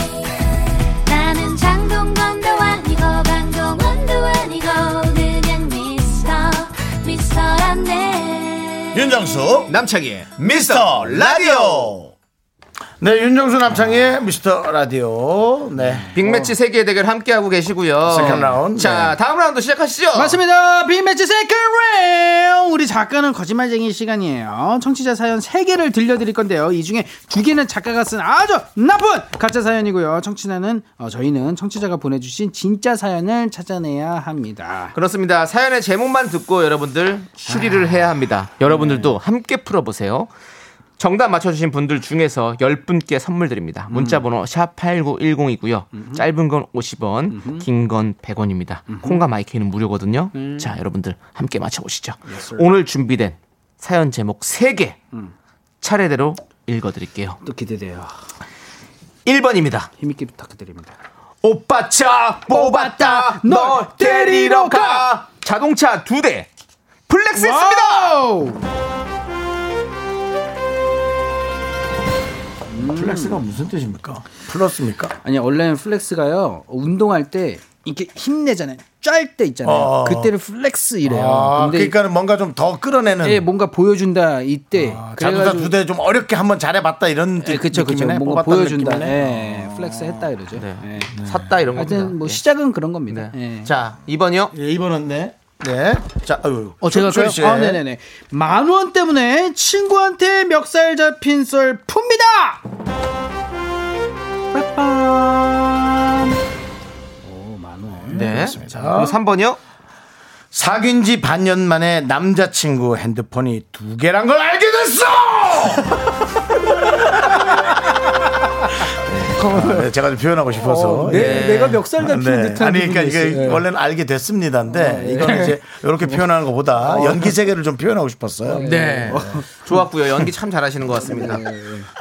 Speaker 8: 나는 장동건도 아니고 강동원도 아니고 그냥 미스터 미스터란데
Speaker 1: 윤정수
Speaker 2: 남창희
Speaker 1: 미스터 라디오. 네, 윤정수 남창희의 미스터 라디오. 네.
Speaker 2: 빅매치 세계 대결 함께 하고 계시고요.
Speaker 1: 세컨 라운드.
Speaker 2: 자, 다음 라운드 시작하시죠.
Speaker 11: 맞습니다. 빅매치 세컨 라운드. 우리 작가는 거짓말쟁이 시간이에요. 청취자 사연 3개를 들려드릴 건데요. 이 중에 2개는 작가가 쓴 아주 나쁜 가짜 사연이고요. 청취자는 어, 저희는 청취자가 보내주신 진짜 사연을 찾아내야 합니다.
Speaker 2: 그렇습니다. 사연의 제목만 듣고 여러분들 추리를 해야 합니다. 여러분들도 함께 풀어보세요. 정답 맞춰주신 분들 중에서 10분께 선물 드립니다.
Speaker 11: 음.
Speaker 2: 문자번호 샵8910이고요. 짧은 건 50원, 긴 건 100원입니다. 콩과 마이크는 무료거든요.
Speaker 11: 음.
Speaker 2: 자, 여러분들 함께 맞춰보시죠.
Speaker 11: Yes, sir. 음.
Speaker 2: 오늘 준비된 사연 제목 3개 차례대로 읽어드릴게요.
Speaker 11: 또 기대돼요.
Speaker 2: 1번입니다.
Speaker 11: 힘있게 부탁드립니다.
Speaker 2: 오빠 차 뽑았다 널 데리러 가 자동차 두 대 플렉스입니다
Speaker 1: 플렉스가 무슨 뜻입니까? 플러스입니까?
Speaker 11: 아니 원래는 플렉스가요 운동할 때 이렇게 힘내잖아요. 짤 때 있잖아요.
Speaker 1: 어.
Speaker 11: 그때를 플렉스 이래요.
Speaker 1: 아, 그러니까는
Speaker 11: 뭔가 좀 더 끌어내는. 예, 뭔가 보여준다 이때.
Speaker 1: 아, 자동차 부대 좀 어렵게 한번 잘해봤다 이런
Speaker 11: 예, 그쵸, 그쵸.
Speaker 1: 느낌이네.
Speaker 11: 뭔가
Speaker 1: 뽑았다는
Speaker 11: 보여준다.
Speaker 1: 느낌이네. 아.
Speaker 11: 예, 플렉스 했다 이러죠.
Speaker 2: 네.
Speaker 11: 예.
Speaker 2: 샀다 이런
Speaker 11: 하여튼
Speaker 2: 겁니다.
Speaker 11: 뭐
Speaker 2: 예.
Speaker 11: 시작은 그런 겁니다. 예.
Speaker 2: 자, 2번이요.
Speaker 1: 예, 2번은 네. 네. 자, 아유.
Speaker 11: 어, 제가
Speaker 1: 조리
Speaker 11: 그요
Speaker 1: 씨.
Speaker 11: 아, 네네네. 만 원 때문에 친구한테 멱살 잡힌 썰 풉니다. 빠밤.
Speaker 2: 네.
Speaker 1: 그렇습니다.
Speaker 11: 아.
Speaker 2: 그럼 3번이요?
Speaker 1: 사귄 지 반년 만에 남자친구 핸드폰이 두 개란 걸 알게 됐어! 아, 네, 제가 좀 표현하고 싶어서.
Speaker 14: 어, 내- 내가 멱살 잡힌 듯한
Speaker 1: 예. 아니, 그러니까
Speaker 14: 부분이
Speaker 1: 이게
Speaker 14: 있어요. 예.
Speaker 1: 원래는 알게 됐습니다인데,
Speaker 14: 예.
Speaker 1: 이거는 이제 이렇게 표현하는 것보다
Speaker 2: 어.
Speaker 1: 연기 세계를 좀 표현하고 싶었어요.
Speaker 2: 네. 좋았고요. 연기 참 잘하시는 것 같습니다.
Speaker 11: 네.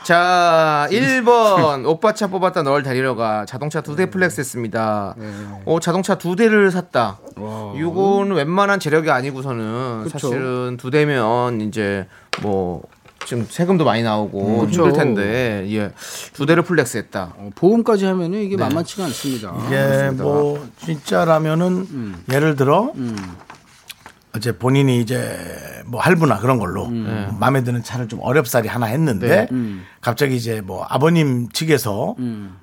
Speaker 2: 자, 1번. 오빠 차 뽑았다 널 데리러 가. 자동차 두 대 플렉스 했습니다.
Speaker 11: 네.
Speaker 2: 어, 자동차 두 대를 샀다. 이거는 웬만한 재력이 아니고서는
Speaker 11: 그쵸.
Speaker 2: 사실은 두 대면 이제 뭐 지금 세금도 많이 나오고
Speaker 11: 음, 그쵸.
Speaker 2: 힘들 텐데 예. 두 대를 플렉스 했다.
Speaker 11: 어, 보험까지 하면요 이게 만만치가 않습니다.
Speaker 1: 이게 뭐 진짜라면은 예를 들어 이제 본인이 이제 뭐 할부나 그런 걸로 마음에 드는 차를 좀 어렵사리 하나 했는데
Speaker 14: 네. 음.
Speaker 1: 갑자기 이제 뭐 아버님 측에서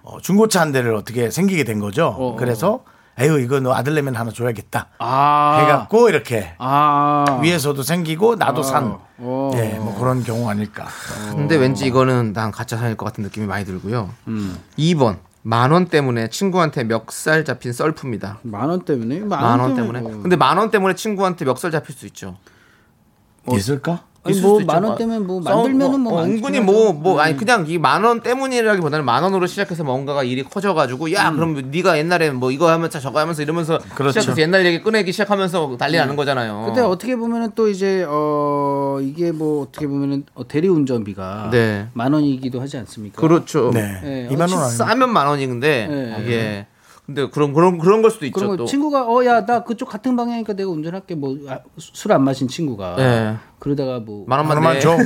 Speaker 1: 어, 중고차 한 대를 어떻게 생기게 된 거죠. 그래서 에휴 이거 너 아들내면 하나 줘야겠다 해갖고 이렇게
Speaker 11: 아.
Speaker 1: 위에서도 생기고 나도 산 예, 뭐 그런 경우 아닐까.
Speaker 2: 근데 왠지 이거는 난 가짜 사일 것 같은 느낌이 많이 들고요.
Speaker 11: 음.
Speaker 2: 2번. 만 원 때문에 친구한테 멱살 잡힌 썰프입니다.
Speaker 11: 만 원 때문에? 만
Speaker 2: 만
Speaker 11: 원
Speaker 2: 원 때문에?
Speaker 11: 때문에
Speaker 2: 근데 만 원 때문에 친구한테 멱살 잡힐 수 있죠.
Speaker 1: 있을까?
Speaker 11: 아니, 뭐, 만원 때문에 뭐 만들면은 뭐
Speaker 2: 어,
Speaker 11: 많긴
Speaker 2: 은근히
Speaker 11: 하죠.
Speaker 2: 뭐,
Speaker 11: 음.
Speaker 2: 뭐, 아니, 그냥 이 만 원 때문이라기보다는 만 원으로 시작해서 뭔가가 일이 커져가지고,
Speaker 11: 음.
Speaker 2: 야, 그럼 네가 옛날에 뭐 이거 하면서 저거 하면서 이러면서
Speaker 11: 그렇죠.
Speaker 2: 시작해서 옛날 얘기 꺼내기 시작하면서 난리 나는 거잖아요.
Speaker 11: 음. 근데 어떻게 보면은 또 이제 어 이게 뭐 어떻게 보면은 어, 대리운전비가
Speaker 2: 네.
Speaker 11: 만 원이기도 하지 않습니까?
Speaker 2: 그렇죠.
Speaker 1: 네.
Speaker 11: 예,
Speaker 2: 이만 원
Speaker 11: 어찌 싸-
Speaker 2: 싸면 만 원인데,
Speaker 11: 네.
Speaker 2: 예. 근데 그런, 그런, 그런 걸 수도 있죠.
Speaker 11: 그런 거
Speaker 2: 또.
Speaker 11: 친구가 어 야 나 그쪽 같은 방향이니까 내가 운전할게 뭐 술 안 마신 친구가
Speaker 2: 예.
Speaker 11: 그러다가 뭐
Speaker 2: 만 원만 만 원만 내. 줘.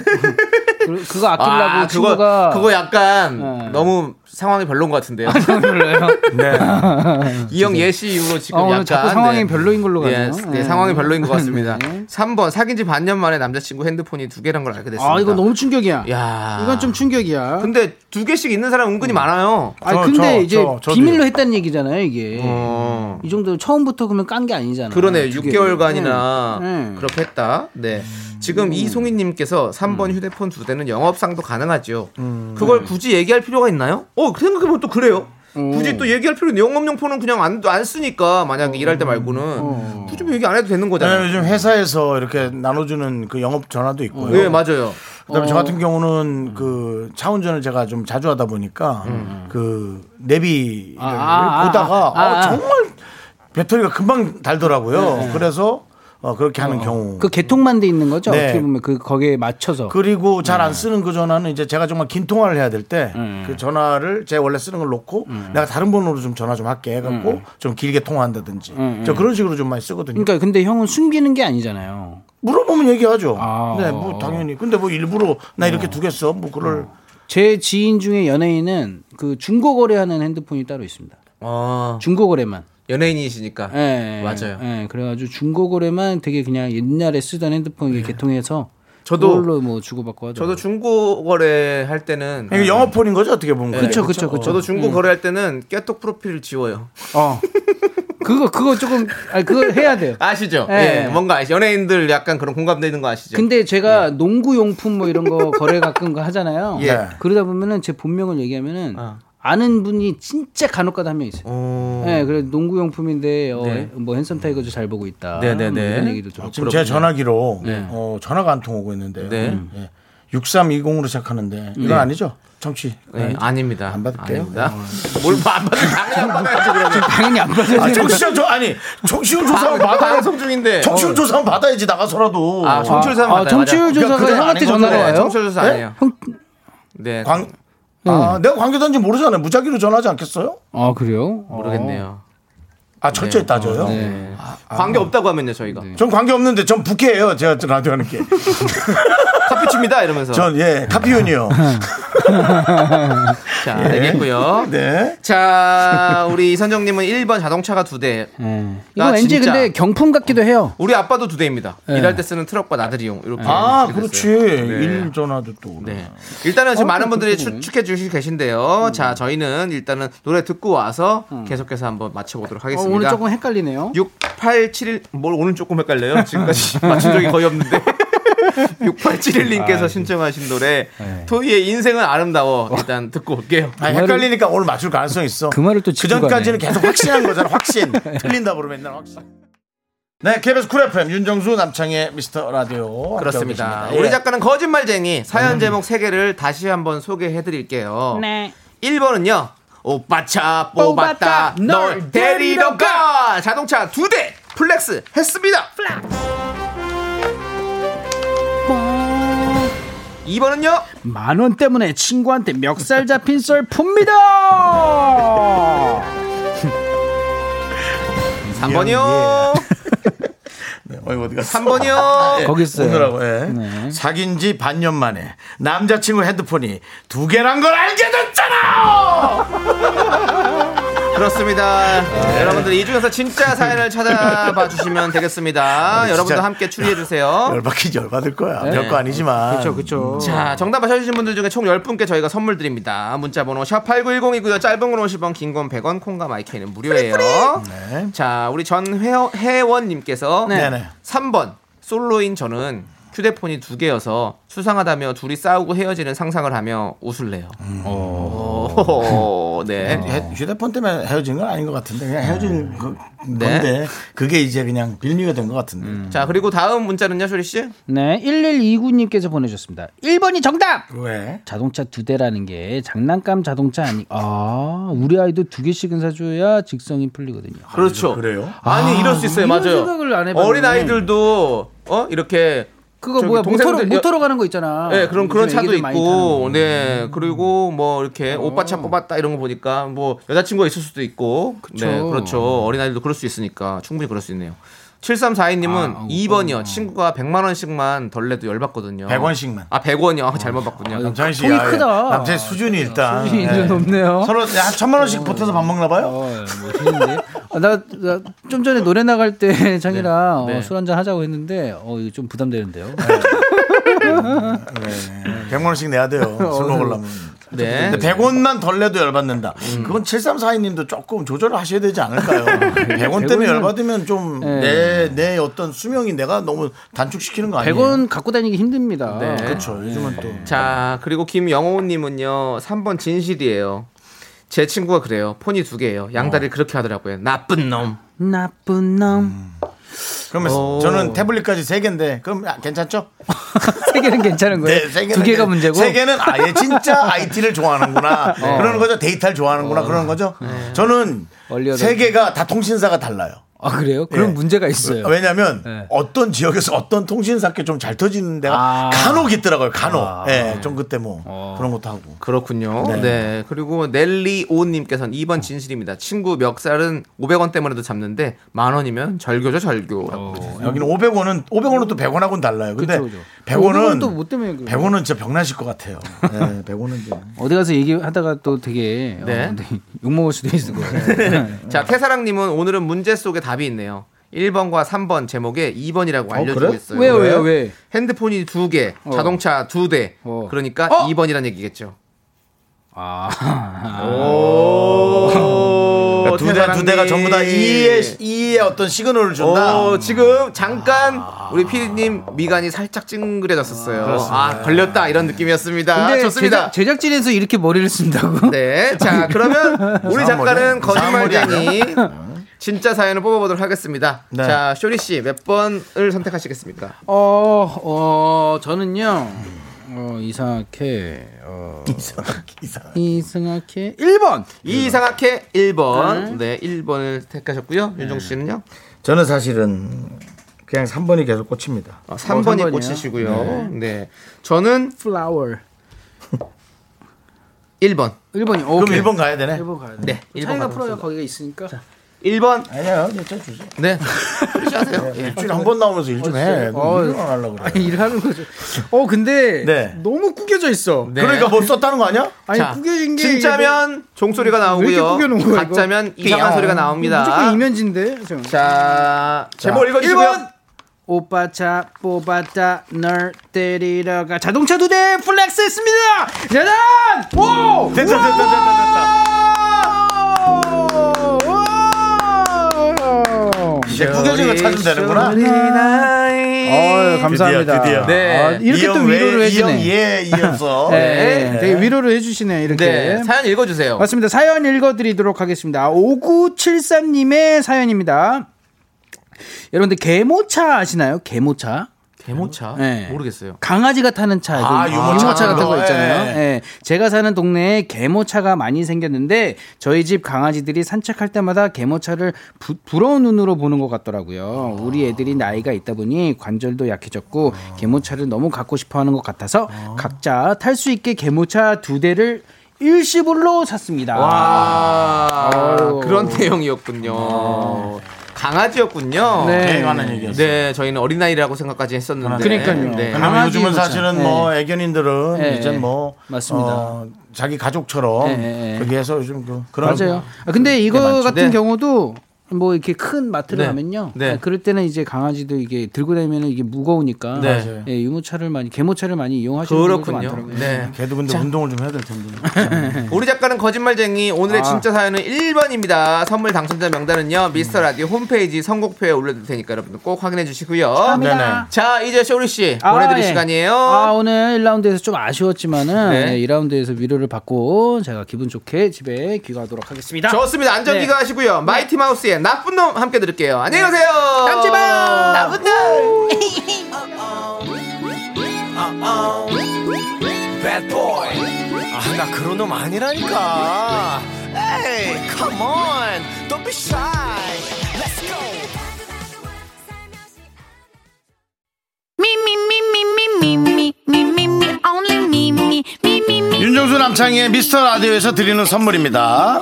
Speaker 11: 그, 그거 아끼려고
Speaker 2: 아, 그거,
Speaker 11: 친구가 네.
Speaker 2: 그거 약간 너무 상황이 별론 것 같은데요.
Speaker 11: [LAUGHS]
Speaker 2: 네. [LAUGHS] 이형 예시 이후로 지금
Speaker 11: 아, 어, 오늘
Speaker 2: 약간 네.
Speaker 11: 자꾸 상황이 별로인 걸로
Speaker 2: 예,
Speaker 11: 가네요.
Speaker 2: 네,
Speaker 11: 네.
Speaker 2: 상황이 별로인 것 같습니다.
Speaker 11: [LAUGHS] 네.
Speaker 2: 3번 사귄 지 반년 만에 남자친구 핸드폰이 두 개란 걸 알게 됐습니다.
Speaker 11: 아 이거 너무 충격이야.
Speaker 2: 야.
Speaker 11: 이건 좀 음. 충격이야.
Speaker 2: 근데 두 개씩 있는 사람 은근히 많아요.
Speaker 11: 아니 근데 이제 비밀로 했다는 얘기잖아요 이게 이 정도 처음부터 그러면 깐 게 음. 아니잖아.
Speaker 2: 어. 그러네.
Speaker 11: 두
Speaker 2: 6개월간이나
Speaker 11: 개. 네. 음.
Speaker 2: 그렇게 했다. 네. 지금 이송희 님께서 3번 휴대폰 두 대는 영업상도 가능하죠.
Speaker 11: 음.
Speaker 2: 그걸
Speaker 11: 네.
Speaker 2: 굳이 얘기할 필요가 있나요? 어, 생각해보면 또 그래요. 굳이 또 얘기할 필요는 영업용폰은 그냥 안, 안 쓰니까 만약에 일할 때 말고는 굳이 뭐 얘기 안 해도 되는
Speaker 1: 왜냐면
Speaker 2: 거잖아요.
Speaker 1: 요즘 회사에서 이렇게 나눠주는 그 영업 전화도 있고요.
Speaker 2: 네, 맞아요.
Speaker 1: 그다음에 저
Speaker 2: 어.
Speaker 1: 같은 경우는 그 차운전을 제가 좀 자주 하다 보니까 그 내비를
Speaker 14: 아, 아,
Speaker 1: 보다가
Speaker 14: 아, 아,
Speaker 1: 어,
Speaker 14: 아.
Speaker 1: 정말 배터리가 금방 달더라고요.
Speaker 11: 네, 네.
Speaker 1: 그래서 어, 그렇게 하는 경우.
Speaker 11: 그 개통만 돼 있는 거죠.
Speaker 1: 네.
Speaker 11: 어떻게 보면 그 거기에 맞춰서.
Speaker 1: 그리고 잘 안 쓰는 그 전화는 이제 제가 정말 긴 통화를 해야 될 때 그 전화를 제 원래 쓰는 걸 놓고 내가 다른 번호로 좀 전화 좀 할게 해갖고
Speaker 11: 음.
Speaker 1: 좀 길게 통화한다든지
Speaker 11: 음,
Speaker 1: 저
Speaker 11: 음.
Speaker 1: 그런 식으로 좀 많이 쓰거든요.
Speaker 11: 그러니까 근데 형은 숨기는 게 아니잖아요.
Speaker 1: 물어보면 얘기하죠. 네, 뭐 당연히. 근데 뭐 일부러 나 이렇게 두겠어. 뭐 그럴
Speaker 11: 제 지인 중에 연예인은 그 중고 거래하는 핸드폰이 따로 있습니다.
Speaker 2: 어,
Speaker 11: 중고 거래만.
Speaker 2: 연예인이시니까.
Speaker 11: 예, 예,
Speaker 2: 맞아요.
Speaker 11: 예, 그래가지고 중고 거래만 되게 그냥 옛날에 쓰던 핸드폰 이 개통해서
Speaker 2: 네. 저도-
Speaker 11: 그걸로 뭐 주고받고 하죠.
Speaker 2: 저도 중고 거래 할 때는
Speaker 11: 이거
Speaker 1: 그러니까 영어폰인 거죠 어떻게 보면
Speaker 11: 그쵸, 그쵸, 그쵸.
Speaker 2: 네, 저도 중고
Speaker 11: 음.
Speaker 2: 거래 할 때는 깨톡 프로필을 지워요.
Speaker 11: 어. 그거 그거 조금 아니 그거 해야 돼요.
Speaker 2: 아시죠?
Speaker 11: 예.
Speaker 2: 예. 뭔가 아시- 연예인들 약간 그런 공감되는 거 아시죠?
Speaker 11: 근데 제가 농구 용품 뭐 이런 거 거래 가끔 거 하잖아요.
Speaker 2: 네. 예.
Speaker 11: 그러다 보면은 제 본명을 얘기하면은 아는 분이 진짜 간혹가다 한 명 있어요. 네, 그래 농구 용품인데 어,
Speaker 1: 네.
Speaker 11: 뭐 핸섬 타이거즈 잘 보고 있다.
Speaker 2: 네,
Speaker 11: 뭐 이런 얘기도
Speaker 2: 아,
Speaker 11: 좀
Speaker 1: 지금
Speaker 11: 들어보고요.
Speaker 1: 제 전화기로
Speaker 11: 네.
Speaker 1: 어, 전화가 안 통 오고 있는데요.
Speaker 11: 네.
Speaker 1: 음, 예. 6320으로 시작하는데 이건
Speaker 2: 네.
Speaker 1: 아니죠? 청취.
Speaker 2: 네, 아닙니다.
Speaker 1: 안 받을게요. 네.
Speaker 2: 아닙니다. 뭘안 받을
Speaker 11: 당연히 안 받아요.
Speaker 1: 아, 정치적 조 아니 정치율 조사만
Speaker 2: 방-
Speaker 1: 받아
Speaker 2: 방송 중인데.
Speaker 1: 정치율
Speaker 2: 어.
Speaker 1: 조사만 받아야지 나가서라도
Speaker 2: 아, 정치율 조사 받아요. 맞아요. 그러니까 그건 아닌 건데. 정치율 조사 아니에요. 네.
Speaker 1: 광 아, 내가 관계자인지 모르잖아요. 무작위로 전화하지 않겠어요?
Speaker 11: 아 그래요?
Speaker 2: 모르겠네요.
Speaker 1: 아 철저히 따져요.
Speaker 2: 네.
Speaker 1: 아.
Speaker 2: 관계 없다고 하면요, 저희가.
Speaker 1: 전 관계 없는데 전 부캐예요. 제가 라디오 하는 게.
Speaker 2: 카피칩니다 이러면서.
Speaker 1: 전 예, 카피윤이요.
Speaker 2: 자,
Speaker 11: 예.
Speaker 2: 알겠고요.
Speaker 1: 네.
Speaker 2: 자, 우리 이선정님은 1번 자동차가 두 대.
Speaker 11: 이거
Speaker 2: 나
Speaker 11: 왠지
Speaker 2: 진짜.
Speaker 11: 근데 경품 같기도 해요.
Speaker 2: 우리 아빠도 두 대입니다.
Speaker 11: 예.
Speaker 2: 일할 때 쓰는 트럭과 나들이용 이렇게.
Speaker 1: 아,
Speaker 2: 이렇게
Speaker 1: 그렇지.
Speaker 2: 됐어요. 네.
Speaker 1: 일 전화도 또.
Speaker 2: 네. 일단은 지금
Speaker 1: 아,
Speaker 2: 많은 분들이
Speaker 1: 그렇군요. 음.
Speaker 2: 추측해 주시 계신데요. 자, 저희는 일단은 노래 듣고 와서 계속해서 한번 맞춰보도록
Speaker 11: 어,
Speaker 2: 하겠습니다.
Speaker 11: 오늘 조금 헷갈리네요.
Speaker 2: 6871, 뭘 오늘
Speaker 1: [LAUGHS]
Speaker 2: 조금 헷갈려요? 지금까지 맞춘 적이 거의 없는데.
Speaker 1: 아, 예.
Speaker 2: 6871님께서 신청하신 노래,
Speaker 1: 네.
Speaker 2: 토이의 인생은 아름다워.
Speaker 1: 어.
Speaker 2: 일단 듣고 올게요.
Speaker 1: 아, 헷갈리니까 오늘 맞출 가능성 있어. 그
Speaker 11: 말을 또
Speaker 1: 전까지는 계속 확신한 거잖아.
Speaker 2: [LAUGHS]
Speaker 1: 확신. 틀린다 그러면 맨날 확신. 네, KBS 쿨 FM 윤정수 남창의 미스터 라디오. 예.
Speaker 2: 그렇습니다. 예. 음. 우리 작가는 거짓말쟁이 사연 제목 세개를 다시 한번 소개해 드릴게요.
Speaker 11: 네.
Speaker 2: 1번은요. 오빠 차 뽑았다.
Speaker 11: 뽑았다.
Speaker 2: 널 데리러 가. 자동차 두 대 플렉스 했습니다. 2번은요.
Speaker 11: 만 원 때문에 친구한테 멱살 잡힌 썰 풉니다.
Speaker 2: 3번이요.
Speaker 1: 네, 어디 갔어?
Speaker 2: 3번이요. [LAUGHS] 네.
Speaker 11: 거기 있어요.
Speaker 1: 오느라고, 예. 사귄 지 반년 만에 남자친구 핸드폰이 두 개란 걸 알게
Speaker 2: [LAUGHS]
Speaker 1: 됐잖아!
Speaker 2: 그렇습니다. 여러분들 이 중에서 진짜 사연을 찾아봐 주시면 되겠습니다.
Speaker 1: 진짜.
Speaker 2: 아, 여러분도 함께 추리해 주세요.
Speaker 1: 열받긴 열받을 거야.
Speaker 2: 네.
Speaker 1: 별거 아니지만.
Speaker 11: 그쵸, 그쵸.
Speaker 2: 자, 정답 맞춰주신 분들 중에 총 10분께 저희가 선물 드립니다. 문자번호 샵8910이고요. 짧은 건 50원, 긴 건 100원, 콩과 마이크는 무료예요. 자, 우리 전회원님께서
Speaker 1: 네. 네네.
Speaker 2: 3번, 솔로인 저는 휴대폰이 두 개여서 수상하다며 둘이 싸우고 헤어지는 상상을 하며 웃을래요. 어. 오. 네.
Speaker 1: 헤- 휴대폰 때문에 헤어진 건 아닌 것 같은데 그냥 헤어진 그-
Speaker 2: 네.
Speaker 1: 건데 그게 이제 그냥 빌미가 된 것 같은데.
Speaker 2: 자, 그리고 다음 문자는요, 쇼리 씨?
Speaker 11: 네, 1129님께서 보내주셨습니다. 1번이 정답!
Speaker 1: 왜?
Speaker 11: 자동차 두 대라는 게 장난감 자동차 아니, 아, 우리 아이도 두 개씩은 사줘야 직성이 풀리거든요.
Speaker 2: 그렇죠.
Speaker 1: 그래요?
Speaker 2: 아니, 이럴 수 있어요.
Speaker 11: 이런
Speaker 2: 맞아요.
Speaker 11: 생각을 안 해봤네.
Speaker 2: 어린 아이들도 어? 이렇게
Speaker 11: 그거
Speaker 2: 저기
Speaker 11: 뭐야, 모터로,
Speaker 2: 동생들-
Speaker 11: 모터로 가는 거 있잖아.
Speaker 2: 네, 그런 그런
Speaker 11: 요즘
Speaker 2: 차도
Speaker 11: 애기들 많이 어.
Speaker 2: 있고, 네, 그리고 뭐 이렇게 오빠 차 뽑았다 이런 거 보니까 뭐 여자친구가 있을 수도 있고, 네, 그렇죠. 어린 아이들도 그럴 수 있으니까 충분히 그럴 수 있네요. 7342님은
Speaker 11: 아,
Speaker 2: 2번이요. 친구가 100만 원씩만 덜 내도 열받거든요.
Speaker 1: 100원씩만.
Speaker 2: 아, 100원이요. [LAUGHS] 잘못 봤군요.
Speaker 1: 남창희 씨.
Speaker 11: 통이
Speaker 1: 아, 예.
Speaker 11: 크다.
Speaker 1: 남창희 수준이 일단.
Speaker 11: 타는 거.
Speaker 1: 예.
Speaker 11: 아, 네. 이제 없네요.
Speaker 1: 서로 한 천만 원씩 보태서 밥 먹나 봐요?
Speaker 11: 어, 아, 나, 나 좀 전에 노래 나갈 때 [LAUGHS] 장이랑
Speaker 2: 네.
Speaker 11: 어, 술 한잔 하자고 했는데, 어, 이거 좀 부담되는데요.
Speaker 1: 100만 예. 원씩 내야 돼요. 술 먹으려면.
Speaker 2: 네.
Speaker 1: 근데 100원만 덜 내도 열받는다. 그건 7342님도 조금 조절을 하셔야 되지 않을까요? 100원 때문에
Speaker 11: 100원은
Speaker 1: 열받으면 좀 내 내 어떤 수명이 내가 너무 단축시키는 거 아니에요?
Speaker 11: 100원 갖고 다니기 힘듭니다. [LAUGHS]
Speaker 2: 네.
Speaker 1: 그렇죠. 요즘은 또
Speaker 2: 자, 그리고 김영호님은요, 3번 진실이에요. 제 친구가 그래요. 폰이 두 개예요. 양다리 를 그렇게 하더라고요. 나쁜 놈.
Speaker 11: 나쁜 놈.
Speaker 1: 그러면
Speaker 11: 어.
Speaker 2: 오.
Speaker 1: 저는 태블릿까지 세 개인데 그럼 아, 괜찮죠?
Speaker 11: 세 개는 괜찮은 거예요.
Speaker 1: 네, 세 개는
Speaker 11: 두 개가
Speaker 1: 괜-
Speaker 11: 문제고. 어.
Speaker 1: 세 개는 아예 진짜
Speaker 11: [LAUGHS]
Speaker 1: IT를 좋아하는구나 그러는 거죠. 데이터를 좋아하는구나 그러는 거죠. 저는
Speaker 11: 네. 얼리어를-
Speaker 1: 세 개가 다 통신사가 달라요.
Speaker 11: 아 그래요? 그런
Speaker 1: 예.
Speaker 11: 문제가 있어요.
Speaker 1: 왜냐하면
Speaker 11: 네.
Speaker 1: 어떤 지역에서 어떤 통신사께 좀 잘 터지는 데가
Speaker 11: 아. 어.
Speaker 1: 간혹 있더라고요. 간혹. 예, 좀 그때 뭐 그런 것도 하고.
Speaker 2: 그렇군요. 네. 그리고 넬리오님께서는 2번 진실입니다. 친구 멱살은 500원 때문에도 잡는데 만 원이면 절교죠, 절교.
Speaker 11: 어.
Speaker 1: 여기는 500원은 500원은 또 100원하고는 달라요. 근데
Speaker 11: 그쵸, 그쵸.
Speaker 1: 100원은
Speaker 11: 500원은 또뭐 때문에 그래요?
Speaker 1: 100원은 진짜 병나실 것
Speaker 11: [LAUGHS]
Speaker 1: 같아요. 네, 100원은 좀.
Speaker 11: 어디 가서 얘기하다가 또 되게 어,
Speaker 2: 네.
Speaker 11: 근데 [LAUGHS] 욕 먹을 수도 있을 거예요.
Speaker 2: 자, 태사랑님은 오늘은 문제 속에 답이 있네요. 1번과 3번 제목에 2번이라고 알려주고
Speaker 1: 그래?
Speaker 2: 있어요.
Speaker 11: 왜요, 왜요, 왜?
Speaker 2: 핸드폰이 두 개,
Speaker 11: 어.
Speaker 2: 자동차 두 대.
Speaker 11: 어.
Speaker 2: 그러니까
Speaker 11: 어?
Speaker 2: 2번이라는 얘기겠죠.
Speaker 11: 아,
Speaker 2: 오.
Speaker 1: 그러니까 두, 대, 두 대가 전부 다 이의 이의 어떤 시그널을 준다.
Speaker 2: 오, 지금 잠깐 우리 피디님 미간이 살짝 찡그려졌었어요. 아, 걸렸다 이런 느낌이었습니다.
Speaker 11: 근데
Speaker 2: 아, 좋습니다.
Speaker 11: 제작, 제작진에서 이렇게 머리를 쓴다고?
Speaker 2: 네, 자 그러면 우리 작가는
Speaker 1: 사물이야.
Speaker 2: 거짓말쟁이 진짜 사연을 뽑아보도록 하겠습니다.
Speaker 1: 네.
Speaker 2: 자 쇼리 씨 몇 번을 선택하시겠습니까?
Speaker 11: 어, 어, 저는요 어, 이상하게 어,
Speaker 1: 이상하게, 이상하게.
Speaker 11: 이상하게 1번
Speaker 2: 이상하게 1번, 네 1번을 택하셨고요. 윤종 씨는요
Speaker 1: 저는 사실은 그냥 3번이 계속 꽂힙니다.
Speaker 2: 어, 3번이
Speaker 11: 삼 번이요?
Speaker 2: 꽂히시고요. 네. 저는
Speaker 11: flower
Speaker 2: 1번.
Speaker 11: 1번이
Speaker 1: 그럼
Speaker 11: 오케이.
Speaker 1: 1번 가야 되네.
Speaker 11: 1번 가야 돼.
Speaker 2: 네, 1번
Speaker 11: 차이가
Speaker 2: 가도록
Speaker 11: 풀어요
Speaker 2: 하겠습니다.
Speaker 11: 거기가 있으니까.
Speaker 2: 1번.
Speaker 1: 아니요, 일주일 주세요. 네,
Speaker 2: 네. 하세요.
Speaker 1: 일주일에 한 번 나오면서
Speaker 11: 어,
Speaker 1: 일 좀 해. 뭐 일을 안 하려고 그래.
Speaker 11: 아니 [LAUGHS] 일하는 거죠. 어 근데 너무 구겨져 있어.
Speaker 1: 그러니까 뭐 썼다는 거 아니야?
Speaker 11: 아니 구겨진 게
Speaker 2: 진짜면 종소리가
Speaker 11: 왜 이렇게
Speaker 2: 나오고요.
Speaker 11: 구겨놓은 거야, 이거?
Speaker 2: 가짜면 이상한
Speaker 11: 삐용.
Speaker 2: 소리가 나옵니다.
Speaker 11: 무조건 이면진데. 자,
Speaker 2: 자, 제목 읽어주시고요.
Speaker 11: 1번. 오빠 차 뽑았다 널 때리러 가 자동차 두 대 플렉스 했습니다 짜잔 오
Speaker 10: 됐다, 됐다,
Speaker 1: 이제 구겨진 거 찾으면 되는구나.
Speaker 11: 어유 감사합니다.
Speaker 1: 드디어, 드디어.
Speaker 11: 네. 아, 이렇게 또
Speaker 1: 이형 왜,
Speaker 11: 위로를 해주네.
Speaker 1: 이형 예, 이어서.
Speaker 11: [LAUGHS] 네.
Speaker 1: 네.
Speaker 11: 되게 위로를 해주시네 이렇게.
Speaker 2: 네, 사연 읽어주세요.
Speaker 11: 맞습니다. 사연 읽어드리도록 하겠습니다. 5973님의 사연입니다. 여러분들 개모차 아시나요? 개모차.
Speaker 2: 개모차?
Speaker 11: 네.
Speaker 2: 모르겠어요.
Speaker 11: 강아지가 타는 차,
Speaker 2: 아,
Speaker 11: 그
Speaker 2: 유모차.
Speaker 11: 유모차, 같은 거
Speaker 2: 예.
Speaker 11: 있잖아요. 예. 제가 사는 동네에 개모차가 많이 생겼는데 저희 집 강아지들이 산책할 때마다 개모차를 부, 부러운 눈으로 보는 것 같더라고요. 우리 애들이 나이가 있다 보니 관절도 약해졌고 개모차를 너무 갖고 싶어하는 것 같아서 각자 탈 수 있게 개모차 두 대를 일시불로 샀습니다.
Speaker 2: 와,
Speaker 11: 아. 아유. 아.
Speaker 2: 그런 내용이었군요. 강아지였군요.
Speaker 11: 네. 개에 관한 얘기였어요.
Speaker 2: 네, 저희는 어린아이라고 생각까지 했었는데.
Speaker 11: 그러니까요.
Speaker 2: 네.
Speaker 1: 왜냐면 요즘은 사실은 뭐 애견인들은
Speaker 2: 예,
Speaker 1: 이제
Speaker 2: 예.
Speaker 1: 뭐
Speaker 11: 네. 맞습니다.
Speaker 1: 어, 자기 가족처럼
Speaker 11: 예, 예, 예.
Speaker 1: 그렇게 해서 요즘 그 그런
Speaker 11: 맞아요. 아, 근데 이거
Speaker 1: 많죠.
Speaker 11: 같은
Speaker 1: 네.
Speaker 11: 경우도 뭐 이렇게 큰 마트를
Speaker 1: 네.
Speaker 11: 가면요.
Speaker 1: 네.
Speaker 11: 아, 그럴 때는 이제 강아지도 이게 들고 다니면 이게 무거우니까
Speaker 2: 네. 맞아요.
Speaker 11: 예, 유모차를 많이 개모차를 많이 이용하시는 분들도
Speaker 2: 그렇군요.
Speaker 11: 많더라고요.
Speaker 2: 네.
Speaker 1: 걔도 근데 운동을 좀 해야 될 텐데.
Speaker 2: 우리 작가는 거짓말쟁이 오늘의
Speaker 11: 아.
Speaker 2: 진짜 사연은 1번입니다. 선물 당첨자 명단은요. 미스터 라디오 홈페이지 선곡표에 올려둘 테니까 여러분들 꼭 확인해 주시고요.
Speaker 11: 감사합니다. 네네.
Speaker 2: 자, 이제 쇼리 씨
Speaker 11: 아,
Speaker 2: 보내드릴
Speaker 11: 예.
Speaker 2: 시간이에요.
Speaker 11: 아, 오늘 1라운드에서 좀 아쉬웠지만은
Speaker 2: 네.
Speaker 11: 예, 2라운드에서 위로를 받고 제가 기분 좋게 집에 귀가하도록 하겠습니다.
Speaker 2: 좋습니다.
Speaker 11: 네.
Speaker 2: 안전기가 하시고요. 마이티 마우스의 나쁜 놈 함께 들을게요. 안녕히 가세요.
Speaker 11: 다음 주에 봐요.
Speaker 2: 나쁜
Speaker 15: Bad boy. 아, 나 그런 놈 아니라니까. Hey, come on. Don't be shy. Let's go.
Speaker 10: 윤정수 남창희의 미스터 라디오에서 드리는 선물입니다.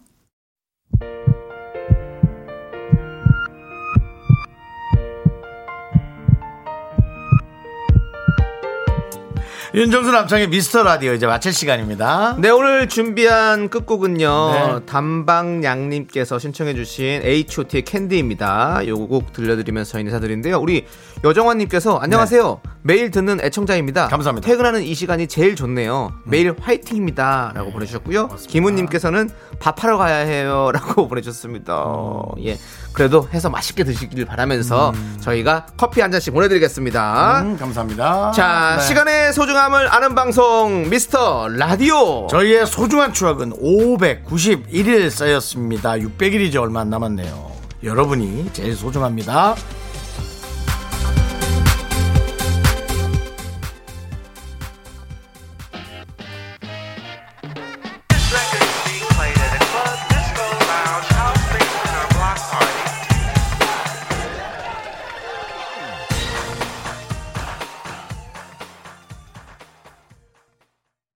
Speaker 1: 윤정수 남창의 미스터 라디오 이제 마칠 시간입니다.
Speaker 2: 네 오늘 준비한 끝곡은요 담방양님께서 신청해주신 H.O.T의 캔디입니다. 요곡 들려드리면서 인사드리는데요. 우리 여정환님께서 안녕하세요. 매일 듣는 애청자입니다. 네. 감사합니다. 퇴근하는 이 시간이 제일 좋네요. 매일 화이팅입니다라고 네, 보내주셨고요. 김훈님께서는 밥하러 가야 해요라고 [LAUGHS] 보내주셨습니다. 예 그래도 해서 맛있게 드시길 바라면서 저희가 커피 한 잔씩 보내드리겠습니다.
Speaker 1: 음, 감사합니다.
Speaker 2: 자,
Speaker 1: 네.
Speaker 2: 시간의 소중함을 아는 방송 미스터 라디오.
Speaker 1: 저희의 소중한 추억은 591일 쌓였습니다. 600일이죠. 얼마 안 남았네요. 여러분이 제일 소중합니다.